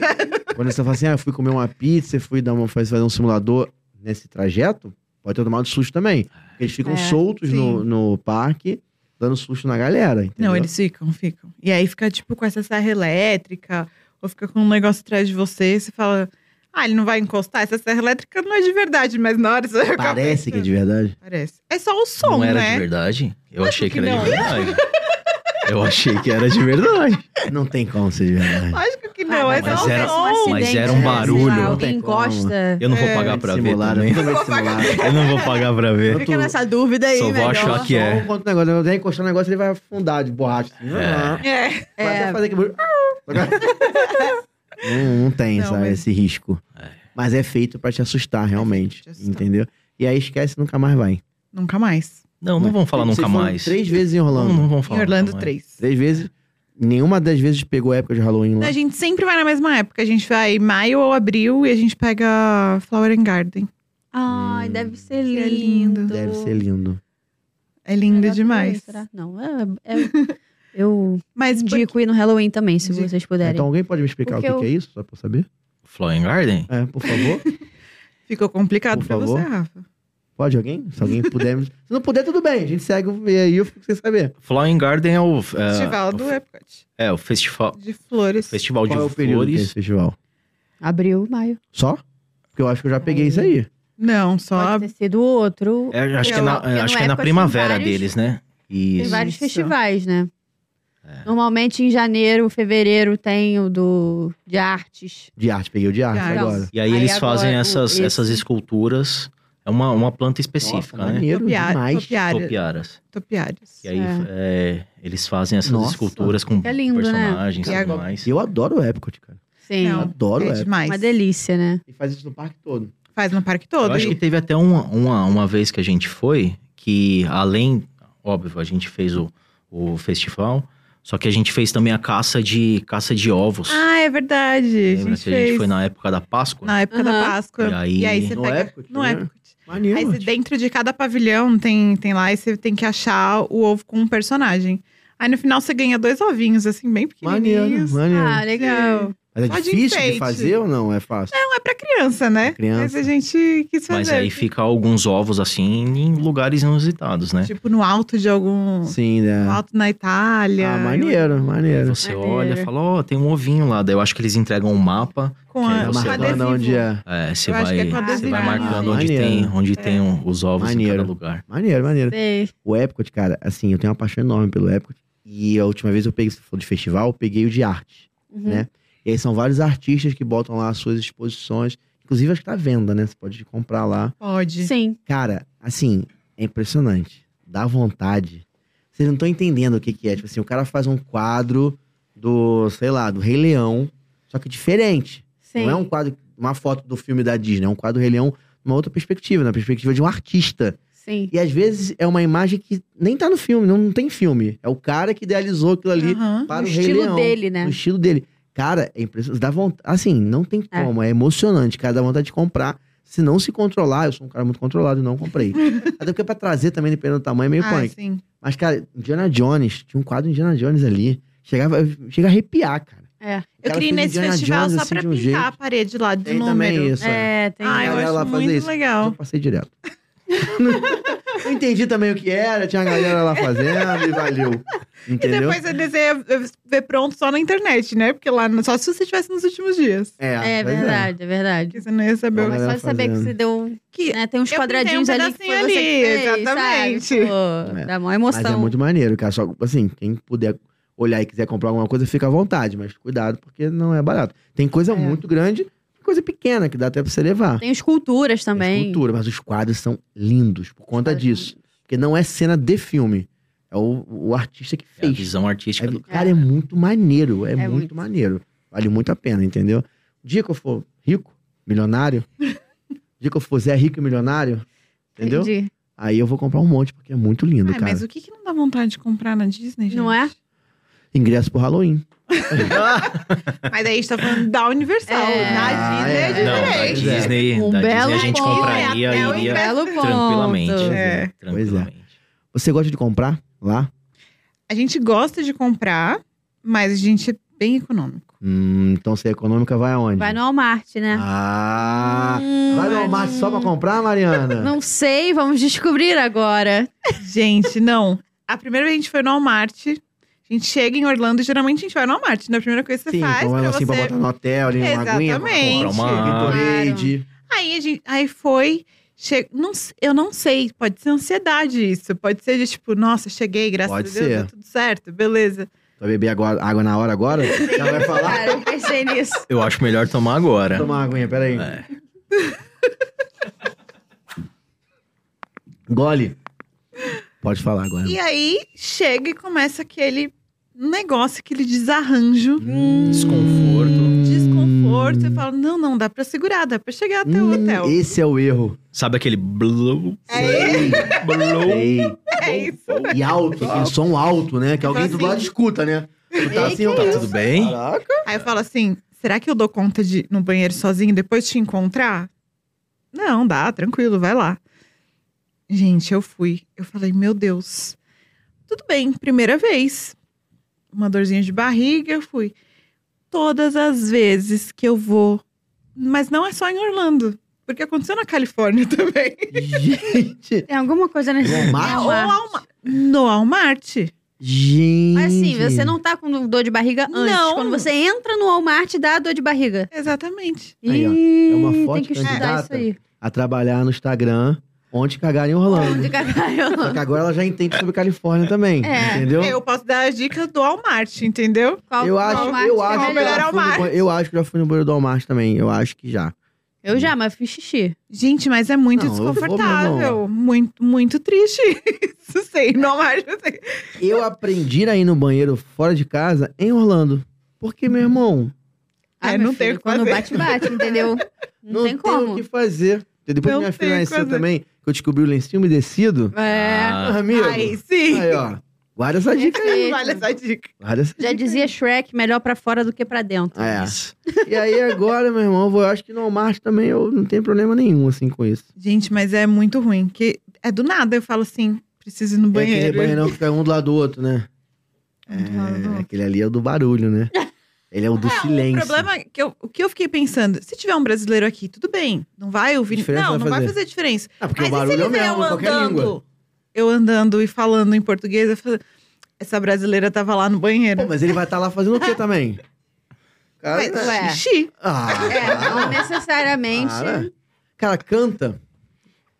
[SPEAKER 2] Quando você fala assim, ah, eu fui comer uma pizza, eu fui dar uma, fazer um simulador nesse trajeto, pode ter tomado susto também. Eles ficam
[SPEAKER 1] É,
[SPEAKER 2] soltos no, no parque, dando susto na galera, entendeu?
[SPEAKER 4] Não, eles ficam, ficam. E aí fica, tipo, com essa serra elétrica, ou fica com um negócio atrás de você, e você fala, ah, ele não vai encostar, essa serra elétrica não é de verdade, mas na hora você vai
[SPEAKER 2] Parece que é de verdade.
[SPEAKER 4] Parece. É só o som,
[SPEAKER 3] não era de
[SPEAKER 4] né?
[SPEAKER 3] verdade? Eu achei que
[SPEAKER 4] que
[SPEAKER 3] era
[SPEAKER 4] não.
[SPEAKER 3] de verdade. Eu achei que era de verdade.
[SPEAKER 2] Não tem como ser de verdade.
[SPEAKER 4] Lógico que não,
[SPEAKER 1] Ah,
[SPEAKER 4] é
[SPEAKER 3] mas
[SPEAKER 4] só
[SPEAKER 3] era-
[SPEAKER 4] o som.
[SPEAKER 3] mas
[SPEAKER 1] acidente,
[SPEAKER 3] era um
[SPEAKER 1] né? Sei
[SPEAKER 3] barulho.
[SPEAKER 1] lá, Alguém
[SPEAKER 2] Não tem como.
[SPEAKER 1] encosta.
[SPEAKER 3] Eu não vou
[SPEAKER 4] É,
[SPEAKER 3] pagar pra ver
[SPEAKER 2] Simularam,
[SPEAKER 3] também.
[SPEAKER 2] nunca vai simular.
[SPEAKER 3] Eu não vou pagar pra ver.
[SPEAKER 1] Fica nessa dúvida aí,
[SPEAKER 3] Só vou
[SPEAKER 1] melhor.
[SPEAKER 3] achar que
[SPEAKER 2] Só
[SPEAKER 3] é.
[SPEAKER 2] um contra o negócio, eu encostar o negócio, ele vai afundar de borracha. Assim,
[SPEAKER 3] É.
[SPEAKER 4] É.
[SPEAKER 2] Vai até
[SPEAKER 1] É,
[SPEAKER 2] fazer aquele barulho. não, não tem
[SPEAKER 4] Não,
[SPEAKER 2] sabe,
[SPEAKER 4] mas-
[SPEAKER 2] esse risco.
[SPEAKER 3] É.
[SPEAKER 2] Mas é feito pra te assustar, realmente.
[SPEAKER 4] É te assustar.
[SPEAKER 2] Entendeu? E aí esquece e nunca mais vai.
[SPEAKER 4] Nunca mais.
[SPEAKER 3] Não, não vão falar
[SPEAKER 2] Vocês
[SPEAKER 3] nunca
[SPEAKER 2] foram
[SPEAKER 3] mais.
[SPEAKER 2] Três vezes em
[SPEAKER 3] Não,
[SPEAKER 2] Orlando.
[SPEAKER 3] não vão falar.
[SPEAKER 4] em Orlando
[SPEAKER 3] nunca mais.
[SPEAKER 4] 3.
[SPEAKER 2] Três vezes. Nenhuma das vezes pegou a época de Halloween lá.
[SPEAKER 4] A gente sempre vai na mesma época. A gente vai em maio ou abril e a gente pega Flower and Garden.
[SPEAKER 1] Ai, deve ser
[SPEAKER 4] Que é
[SPEAKER 1] lindo.
[SPEAKER 4] lindo.
[SPEAKER 2] Deve ser Hum, lindo.
[SPEAKER 4] É lindo
[SPEAKER 1] Melhor que
[SPEAKER 4] demais.
[SPEAKER 1] esse, será? Não, é, é- eu
[SPEAKER 4] Mas porque-
[SPEAKER 1] indico ir no Halloween também, se
[SPEAKER 4] Indico.
[SPEAKER 1] vocês puderem.
[SPEAKER 2] Então alguém pode me explicar
[SPEAKER 1] Porque
[SPEAKER 2] o que, que
[SPEAKER 1] eu-
[SPEAKER 2] é isso? Só pra eu saber?
[SPEAKER 3] Flower Garden?
[SPEAKER 2] É, por favor.
[SPEAKER 4] ficou complicado
[SPEAKER 2] Por
[SPEAKER 4] pra
[SPEAKER 2] favor.
[SPEAKER 4] você, Rafa.
[SPEAKER 2] pode alguém? Se alguém puder. me- Se não puder, tudo bem. A gente segue o- e aí eu fico sem saber.
[SPEAKER 3] Flower Garden é o. É,
[SPEAKER 4] Festival do
[SPEAKER 3] o-
[SPEAKER 4] Epcot.
[SPEAKER 3] É, o festival.
[SPEAKER 4] De flores.
[SPEAKER 3] Festival de
[SPEAKER 2] Qual é o período que é
[SPEAKER 3] flores.
[SPEAKER 2] esse festival?
[SPEAKER 1] Abril, maio.
[SPEAKER 2] Só? Porque eu acho que eu já peguei isso aí.
[SPEAKER 4] Não, só
[SPEAKER 1] Pode ter sido outro.
[SPEAKER 3] É, acho que
[SPEAKER 1] Porque
[SPEAKER 3] é
[SPEAKER 1] no
[SPEAKER 3] na, acho que
[SPEAKER 1] Epcot
[SPEAKER 3] é na
[SPEAKER 1] tem
[SPEAKER 3] primavera
[SPEAKER 1] vários-
[SPEAKER 3] deles, né? Isso.
[SPEAKER 1] Tem vários
[SPEAKER 4] Isso.
[SPEAKER 1] festivais, né?
[SPEAKER 3] É.
[SPEAKER 1] Normalmente em janeiro, fevereiro tem o do de artes.
[SPEAKER 2] De arte, peguei o de arte
[SPEAKER 4] De arte.
[SPEAKER 2] agora.
[SPEAKER 3] E aí,
[SPEAKER 1] Aí
[SPEAKER 3] eles
[SPEAKER 1] agora
[SPEAKER 3] fazem
[SPEAKER 1] o-
[SPEAKER 3] essas,
[SPEAKER 1] esse.
[SPEAKER 3] essas esculturas. É uma, uma planta específica,
[SPEAKER 2] Nossa,
[SPEAKER 3] né?
[SPEAKER 2] maneiro
[SPEAKER 4] Topiá-
[SPEAKER 2] demais.
[SPEAKER 4] topiária-
[SPEAKER 3] Topiaras.
[SPEAKER 4] topiários.
[SPEAKER 3] E aí
[SPEAKER 1] É.
[SPEAKER 3] é, eles fazem essas
[SPEAKER 2] Nossa.
[SPEAKER 3] esculturas com
[SPEAKER 1] É lindo, né?
[SPEAKER 3] personagens
[SPEAKER 4] E
[SPEAKER 3] e tudo
[SPEAKER 4] agora-
[SPEAKER 3] mais.
[SPEAKER 2] E eu adoro o Epcot, cara.
[SPEAKER 1] Sim.
[SPEAKER 4] Não,
[SPEAKER 2] Adoro o
[SPEAKER 4] é
[SPEAKER 2] Epcot.
[SPEAKER 4] demais.
[SPEAKER 1] Uma delícia, né?
[SPEAKER 2] E faz isso no parque todo.
[SPEAKER 4] Faz no parque todo.
[SPEAKER 3] Eu acho que
[SPEAKER 4] E
[SPEAKER 3] teve até uma, uma, uma vez que a gente foi, que além, óbvio, a gente fez o, o festival, só que a gente fez também a caça de, caça de ovos.
[SPEAKER 4] Ah, é verdade.
[SPEAKER 3] Lembra
[SPEAKER 4] a gente
[SPEAKER 3] que a gente
[SPEAKER 4] fez
[SPEAKER 3] foi na época da Páscoa?
[SPEAKER 4] na época da
[SPEAKER 1] Aham.
[SPEAKER 4] Páscoa.
[SPEAKER 3] E aí-
[SPEAKER 4] você
[SPEAKER 2] No
[SPEAKER 4] pega
[SPEAKER 2] Epcot,
[SPEAKER 4] no
[SPEAKER 2] né?
[SPEAKER 4] Epcot.
[SPEAKER 2] Maneiro.
[SPEAKER 4] Aí você, dentro de cada pavilhão tem, tem lá e você tem que achar o ovo com um personagem. Aí no final você ganha dois ovinhos, assim, bem
[SPEAKER 2] Maneiro,
[SPEAKER 4] pequenininhos.
[SPEAKER 2] maneiro.
[SPEAKER 1] Ah, legal.
[SPEAKER 2] Mas é
[SPEAKER 4] Só de
[SPEAKER 2] difícil de
[SPEAKER 4] enfeite.
[SPEAKER 2] fazer ou não? É fácil?
[SPEAKER 4] Não é pra criança, né?
[SPEAKER 2] Pra criança.
[SPEAKER 4] Mas é a gente quis fazer.
[SPEAKER 3] Mas aí fica alguns ovos assim em lugares inusitados, né?
[SPEAKER 4] Tipo, no alto de algum.
[SPEAKER 2] Sim, né?
[SPEAKER 4] No alto na Itália.
[SPEAKER 2] Ah, maneiro,
[SPEAKER 3] Aí
[SPEAKER 2] maneiro.
[SPEAKER 4] É,
[SPEAKER 3] Você
[SPEAKER 1] Maneiro.
[SPEAKER 3] olha e fala, ó, tem um ovinho lá. Daí eu acho que eles entregam um mapa. Que
[SPEAKER 4] Com a,
[SPEAKER 3] aí
[SPEAKER 2] Tá
[SPEAKER 4] com
[SPEAKER 3] você
[SPEAKER 2] marcando
[SPEAKER 4] adesivo.
[SPEAKER 2] onde é.
[SPEAKER 3] É, você
[SPEAKER 4] Eu acho
[SPEAKER 3] vai,
[SPEAKER 4] que é com
[SPEAKER 3] você
[SPEAKER 1] adesivo.
[SPEAKER 3] vai marcando onde
[SPEAKER 2] Maneiro.
[SPEAKER 3] tem, onde tem o- os ovos em
[SPEAKER 2] Maneiro.
[SPEAKER 3] cada lugar.
[SPEAKER 2] Maneiro, maneiro.
[SPEAKER 1] Sei.
[SPEAKER 2] O Epcot, cara, assim, eu tenho uma paixão enorme pelo Epcot. E a última vez eu peguei, se for de festival, eu peguei o de arte.
[SPEAKER 1] Uhum.
[SPEAKER 2] Né? E aí são vários artistas que botam lá as suas exposições. Inclusive, acho que tá à venda, né? Você pode comprar lá.
[SPEAKER 4] Pode.
[SPEAKER 1] Sim.
[SPEAKER 2] Cara, assim, é impressionante. Dá vontade. Vocês não estão entendendo o que, que é. Tipo assim, o cara faz um quadro do, sei lá, do Rei Leão, só que diferente.
[SPEAKER 1] Sim.
[SPEAKER 2] Não é um quadro, uma foto do filme da Disney, é um quadro do Rei Leão numa outra perspectiva, na perspectiva de um artista.
[SPEAKER 1] Sim.
[SPEAKER 2] E às vezes é uma imagem que nem tá no filme, não, não tem filme. É o cara que idealizou aquilo ali
[SPEAKER 4] Aham.
[SPEAKER 2] para
[SPEAKER 1] O
[SPEAKER 2] o Rei
[SPEAKER 1] estilo
[SPEAKER 2] Leão.
[SPEAKER 1] dele, né?
[SPEAKER 2] No estilo dele. Cara, é impressionante. Dá vontade. Assim, não tem
[SPEAKER 1] É.
[SPEAKER 2] como. É, emocionante, cara. Dá vontade de comprar. Se não se controlar, eu sou um cara muito controlado, não comprei. Até porque é pra trazer também, dependendo do tamanho, é meio
[SPEAKER 4] Ah,
[SPEAKER 2] punk.
[SPEAKER 4] sim.
[SPEAKER 2] Mas, cara, Indiana Jones, tinha um quadro de Indiana Jones ali. Chegava, eu- chega a arrepiar, cara.
[SPEAKER 1] É.
[SPEAKER 2] O
[SPEAKER 4] Eu
[SPEAKER 2] cara
[SPEAKER 4] queria
[SPEAKER 2] fez
[SPEAKER 4] ir nesse
[SPEAKER 2] Indiana
[SPEAKER 4] festival
[SPEAKER 2] Jones,
[SPEAKER 4] só
[SPEAKER 2] assim,
[SPEAKER 4] pra
[SPEAKER 2] de um
[SPEAKER 4] pintar
[SPEAKER 2] jeito.
[SPEAKER 4] a parede lá de um
[SPEAKER 2] Tem também
[SPEAKER 4] número.
[SPEAKER 2] isso. é.
[SPEAKER 1] É, tem.
[SPEAKER 4] Ah, eu
[SPEAKER 2] galera lá
[SPEAKER 4] acho
[SPEAKER 2] fazer
[SPEAKER 4] muito
[SPEAKER 2] isso. Eu
[SPEAKER 4] legal.
[SPEAKER 2] passei direto. não entendi também o que era, tinha a galera lá fazendo e valeu.
[SPEAKER 4] E
[SPEAKER 2] Entendeu?
[SPEAKER 4] depois eles iam ver pronto só na internet, né? Porque lá, só se você tivesse nos últimos dias.
[SPEAKER 1] É
[SPEAKER 2] pois
[SPEAKER 1] verdade, é verdade.
[SPEAKER 4] Porque você não ia saber o
[SPEAKER 2] Vamos
[SPEAKER 1] Mas só
[SPEAKER 2] Galera
[SPEAKER 1] de saber que
[SPEAKER 2] fazendo.
[SPEAKER 1] você deu.
[SPEAKER 4] que...
[SPEAKER 1] Né, tem uns
[SPEAKER 4] Eu
[SPEAKER 1] quadradinhos
[SPEAKER 4] pintei um
[SPEAKER 1] ali que foi
[SPEAKER 4] pedacinho
[SPEAKER 1] você que
[SPEAKER 4] ali,
[SPEAKER 1] fez,
[SPEAKER 4] exatamente.
[SPEAKER 1] sabe? Pô,
[SPEAKER 2] É.
[SPEAKER 1] Dá mó
[SPEAKER 2] Mas
[SPEAKER 1] emoção.
[SPEAKER 2] é muito maneiro, cara. Só, assim, quem puder olhar e quiser comprar alguma coisa, fica à vontade. Mas cuidado, porque não é barato. Tem coisa
[SPEAKER 4] É.
[SPEAKER 2] muito grande e coisa pequena, que dá até pra você levar.
[SPEAKER 1] Tem esculturas também.
[SPEAKER 2] Cultura, mas os quadros são lindos por conta
[SPEAKER 1] Quadros
[SPEAKER 2] disso. Porque não é cena de filme. É o, o artista que
[SPEAKER 3] É a
[SPEAKER 2] fez.
[SPEAKER 3] visão artística
[SPEAKER 2] É,
[SPEAKER 3] do
[SPEAKER 2] cara, é muito maneiro. É, muito,
[SPEAKER 1] muito.
[SPEAKER 2] maneiro. Vale muito a pena, entendeu? O dia que eu for rico, milionário, o dia que eu for Zé Rico e milionário, Entendeu?
[SPEAKER 1] Entendi.
[SPEAKER 2] Aí eu vou comprar um monte, porque é muito lindo,
[SPEAKER 4] Ai,
[SPEAKER 2] cara.
[SPEAKER 4] mas o que, que não dá vontade de comprar na Disney, gente?
[SPEAKER 1] Não é?
[SPEAKER 2] Ingresso pro Halloween.
[SPEAKER 4] Mas aí a gente tá falando da Universal.
[SPEAKER 1] É.
[SPEAKER 4] Na Disney é
[SPEAKER 2] Ah, é.
[SPEAKER 3] Não, da
[SPEAKER 4] diferente.
[SPEAKER 2] é.
[SPEAKER 3] Disney,
[SPEAKER 1] Um
[SPEAKER 3] da
[SPEAKER 1] belo
[SPEAKER 3] Disney a gente
[SPEAKER 1] ponto. um
[SPEAKER 3] compraria
[SPEAKER 4] É, até o
[SPEAKER 3] e iria
[SPEAKER 4] ingresso.
[SPEAKER 1] Belo ponto.
[SPEAKER 3] tranquilamente.
[SPEAKER 4] É.
[SPEAKER 3] Tranquilamente.
[SPEAKER 2] Você gosta de comprar lá?
[SPEAKER 4] A gente gosta de comprar, mas a gente é bem econômico.
[SPEAKER 2] Hum, então se é econômica, vai aonde?
[SPEAKER 1] Vai no Walmart, né? Hum,
[SPEAKER 2] Ah!
[SPEAKER 4] Hum.
[SPEAKER 2] vai no Walmart só pra comprar, Mariana?
[SPEAKER 1] Não sei, vamos descobrir agora.
[SPEAKER 4] Gente, não. A primeira vez a gente foi no Walmart. A gente chega em Orlando, geralmente a gente vai no Walmart. Na primeira coisa que você
[SPEAKER 2] Sim,
[SPEAKER 4] faz
[SPEAKER 2] então
[SPEAKER 4] pra
[SPEAKER 2] ela assim
[SPEAKER 4] você.
[SPEAKER 2] pra botar no hotel, ali, uma aguinha. pra
[SPEAKER 4] Exatamente.
[SPEAKER 2] comprar uma Gatorade.
[SPEAKER 4] Aí a gente, aí foi, che... não s- eu não sei, pode ser ansiedade isso, pode ser de tipo, nossa, cheguei, graças
[SPEAKER 2] Pode
[SPEAKER 4] a Deus,
[SPEAKER 2] ser.
[SPEAKER 4] deu tudo certo, beleza.
[SPEAKER 2] Vai beber agora, água na hora agora? Já vai falar?
[SPEAKER 1] Cara, eu pensei nisso.
[SPEAKER 3] Eu acho melhor tomar agora.
[SPEAKER 2] Toma uma aguinha, peraí.
[SPEAKER 3] É.
[SPEAKER 2] Gole. Pode falar agora.
[SPEAKER 4] E é aí chega e começa aquele negócio, aquele desarranjo, um
[SPEAKER 2] Hum.
[SPEAKER 3] Desconforto.
[SPEAKER 4] desconforto, você fala, não, não, dá pra segurar, dá pra chegar até o
[SPEAKER 2] Hum,
[SPEAKER 4] hotel.
[SPEAKER 2] Esse é o erro.
[SPEAKER 3] Sabe aquele blow? Blow.
[SPEAKER 2] Ei,
[SPEAKER 4] É isso.
[SPEAKER 2] e alto, aquele som alto, né? Que alguém do
[SPEAKER 4] Assim.
[SPEAKER 2] lado escuta, né? Tu tá assim,
[SPEAKER 3] Tá tudo bem?
[SPEAKER 2] Caraca.
[SPEAKER 4] Aí eu falo assim, será que eu dou conta de ir no banheiro sozinho e depois te encontrar? Não, dá, tranquilo, vai lá. Gente, eu fui. Eu falei, meu Deus. Tudo bem, primeira vez. Uma dorzinha de barriga, eu fui. Todas as vezes que eu vou. Mas não é só em Orlando. Porque aconteceu na Califórnia também.
[SPEAKER 2] Gente.
[SPEAKER 1] Tem alguma coisa nesse
[SPEAKER 2] Walmart?
[SPEAKER 4] Ou Walmart. No Walmart.
[SPEAKER 2] Gente.
[SPEAKER 1] Mas assim, você não tá com dor de barriga antes.
[SPEAKER 4] Não.
[SPEAKER 1] Quando você entra no Walmart, dá dor de barriga.
[SPEAKER 4] Exatamente.
[SPEAKER 2] Aí, ó,
[SPEAKER 1] Ih,
[SPEAKER 2] é uma forte
[SPEAKER 1] tem que estudar
[SPEAKER 2] candidata.
[SPEAKER 1] isso aí.
[SPEAKER 2] A trabalhar no Instagram, onde cagar em Orlando.
[SPEAKER 1] Onde caralho?
[SPEAKER 2] Só que agora ela já entende sobre Califórnia também.
[SPEAKER 1] É.
[SPEAKER 2] Entendeu?
[SPEAKER 4] Eu posso dar as dicas do Walmart, entendeu?
[SPEAKER 1] Qual
[SPEAKER 2] Eu acho,
[SPEAKER 1] Walmart
[SPEAKER 2] eu
[SPEAKER 1] que
[SPEAKER 2] acho.
[SPEAKER 1] é
[SPEAKER 4] Qual
[SPEAKER 2] que
[SPEAKER 4] o melhor
[SPEAKER 2] já fui no
[SPEAKER 4] Walmart?
[SPEAKER 2] ban- eu acho que já fui no banheiro do Walmart também. Eu acho que já.
[SPEAKER 1] Eu já, mas fiz xixi.
[SPEAKER 4] Gente, mas é muito
[SPEAKER 2] Não, eu vou, meu
[SPEAKER 4] desconfortável. Muito, muito triste. Isso sei, não acho assim.
[SPEAKER 2] Eu aprendi a ir no banheiro fora de casa em Orlando. Porque, meu irmão,
[SPEAKER 1] Ah,
[SPEAKER 4] É,
[SPEAKER 1] meu
[SPEAKER 4] não tem
[SPEAKER 1] filho,
[SPEAKER 4] o que
[SPEAKER 1] Quando
[SPEAKER 4] fazer.
[SPEAKER 1] bate, bate, entendeu? Não, tem
[SPEAKER 2] o
[SPEAKER 1] como.
[SPEAKER 2] que fazer. E Depois
[SPEAKER 4] Não
[SPEAKER 2] que minha
[SPEAKER 4] tem o
[SPEAKER 2] filha
[SPEAKER 4] que
[SPEAKER 2] nasceu
[SPEAKER 4] fazer.
[SPEAKER 2] também, que eu descobri o lencinho umedecido.
[SPEAKER 1] É.
[SPEAKER 3] Ah,
[SPEAKER 2] Ah, amigo.
[SPEAKER 4] Ai,
[SPEAKER 2] Aí,
[SPEAKER 4] sim.
[SPEAKER 2] ó. Guarda essa dica.
[SPEAKER 1] perfeito.
[SPEAKER 4] Vale essa dica.
[SPEAKER 2] Guarda essa
[SPEAKER 1] Já
[SPEAKER 2] dica.
[SPEAKER 1] dizia Shrek, melhor pra fora do que pra dentro.
[SPEAKER 2] Ah, é.
[SPEAKER 3] isso.
[SPEAKER 2] E aí agora, meu irmão, eu vou- eu acho que no Walmart também eu não tenho problema nenhum, assim, com isso.
[SPEAKER 4] Gente, mas é muito ruim. Que é do nada. Eu falo assim, preciso ir no
[SPEAKER 2] É aquele
[SPEAKER 4] banheiro. Ah,
[SPEAKER 2] banheirão que fica um do lado do outro, né? É, aquele ali é o do barulho, né? Ele é o do silêncio.
[SPEAKER 4] O problema é que eu, o que eu fiquei pensando, se tiver um brasileiro aqui, tudo bem. Não vai ouvir.
[SPEAKER 2] Diferença vai
[SPEAKER 4] Não, não vai
[SPEAKER 2] fazer.
[SPEAKER 4] fazer diferença.
[SPEAKER 2] Ah, porque
[SPEAKER 4] Mas
[SPEAKER 2] o
[SPEAKER 4] e se
[SPEAKER 2] barulho é
[SPEAKER 4] ele
[SPEAKER 2] o
[SPEAKER 4] vê
[SPEAKER 2] mesmo,
[SPEAKER 4] eu
[SPEAKER 2] em qualquer língua.
[SPEAKER 4] andando? Eu andando e falando em português, eu falo, essa brasileira tava lá no
[SPEAKER 2] Pô,
[SPEAKER 4] banheiro.
[SPEAKER 2] mas ele vai estar lá fazendo o quê também? Cara,
[SPEAKER 1] Mas, ué.
[SPEAKER 4] Xixi.
[SPEAKER 2] Ah,
[SPEAKER 1] É, não
[SPEAKER 2] cara.
[SPEAKER 1] necessariamente.
[SPEAKER 2] Cara, Cara, canta.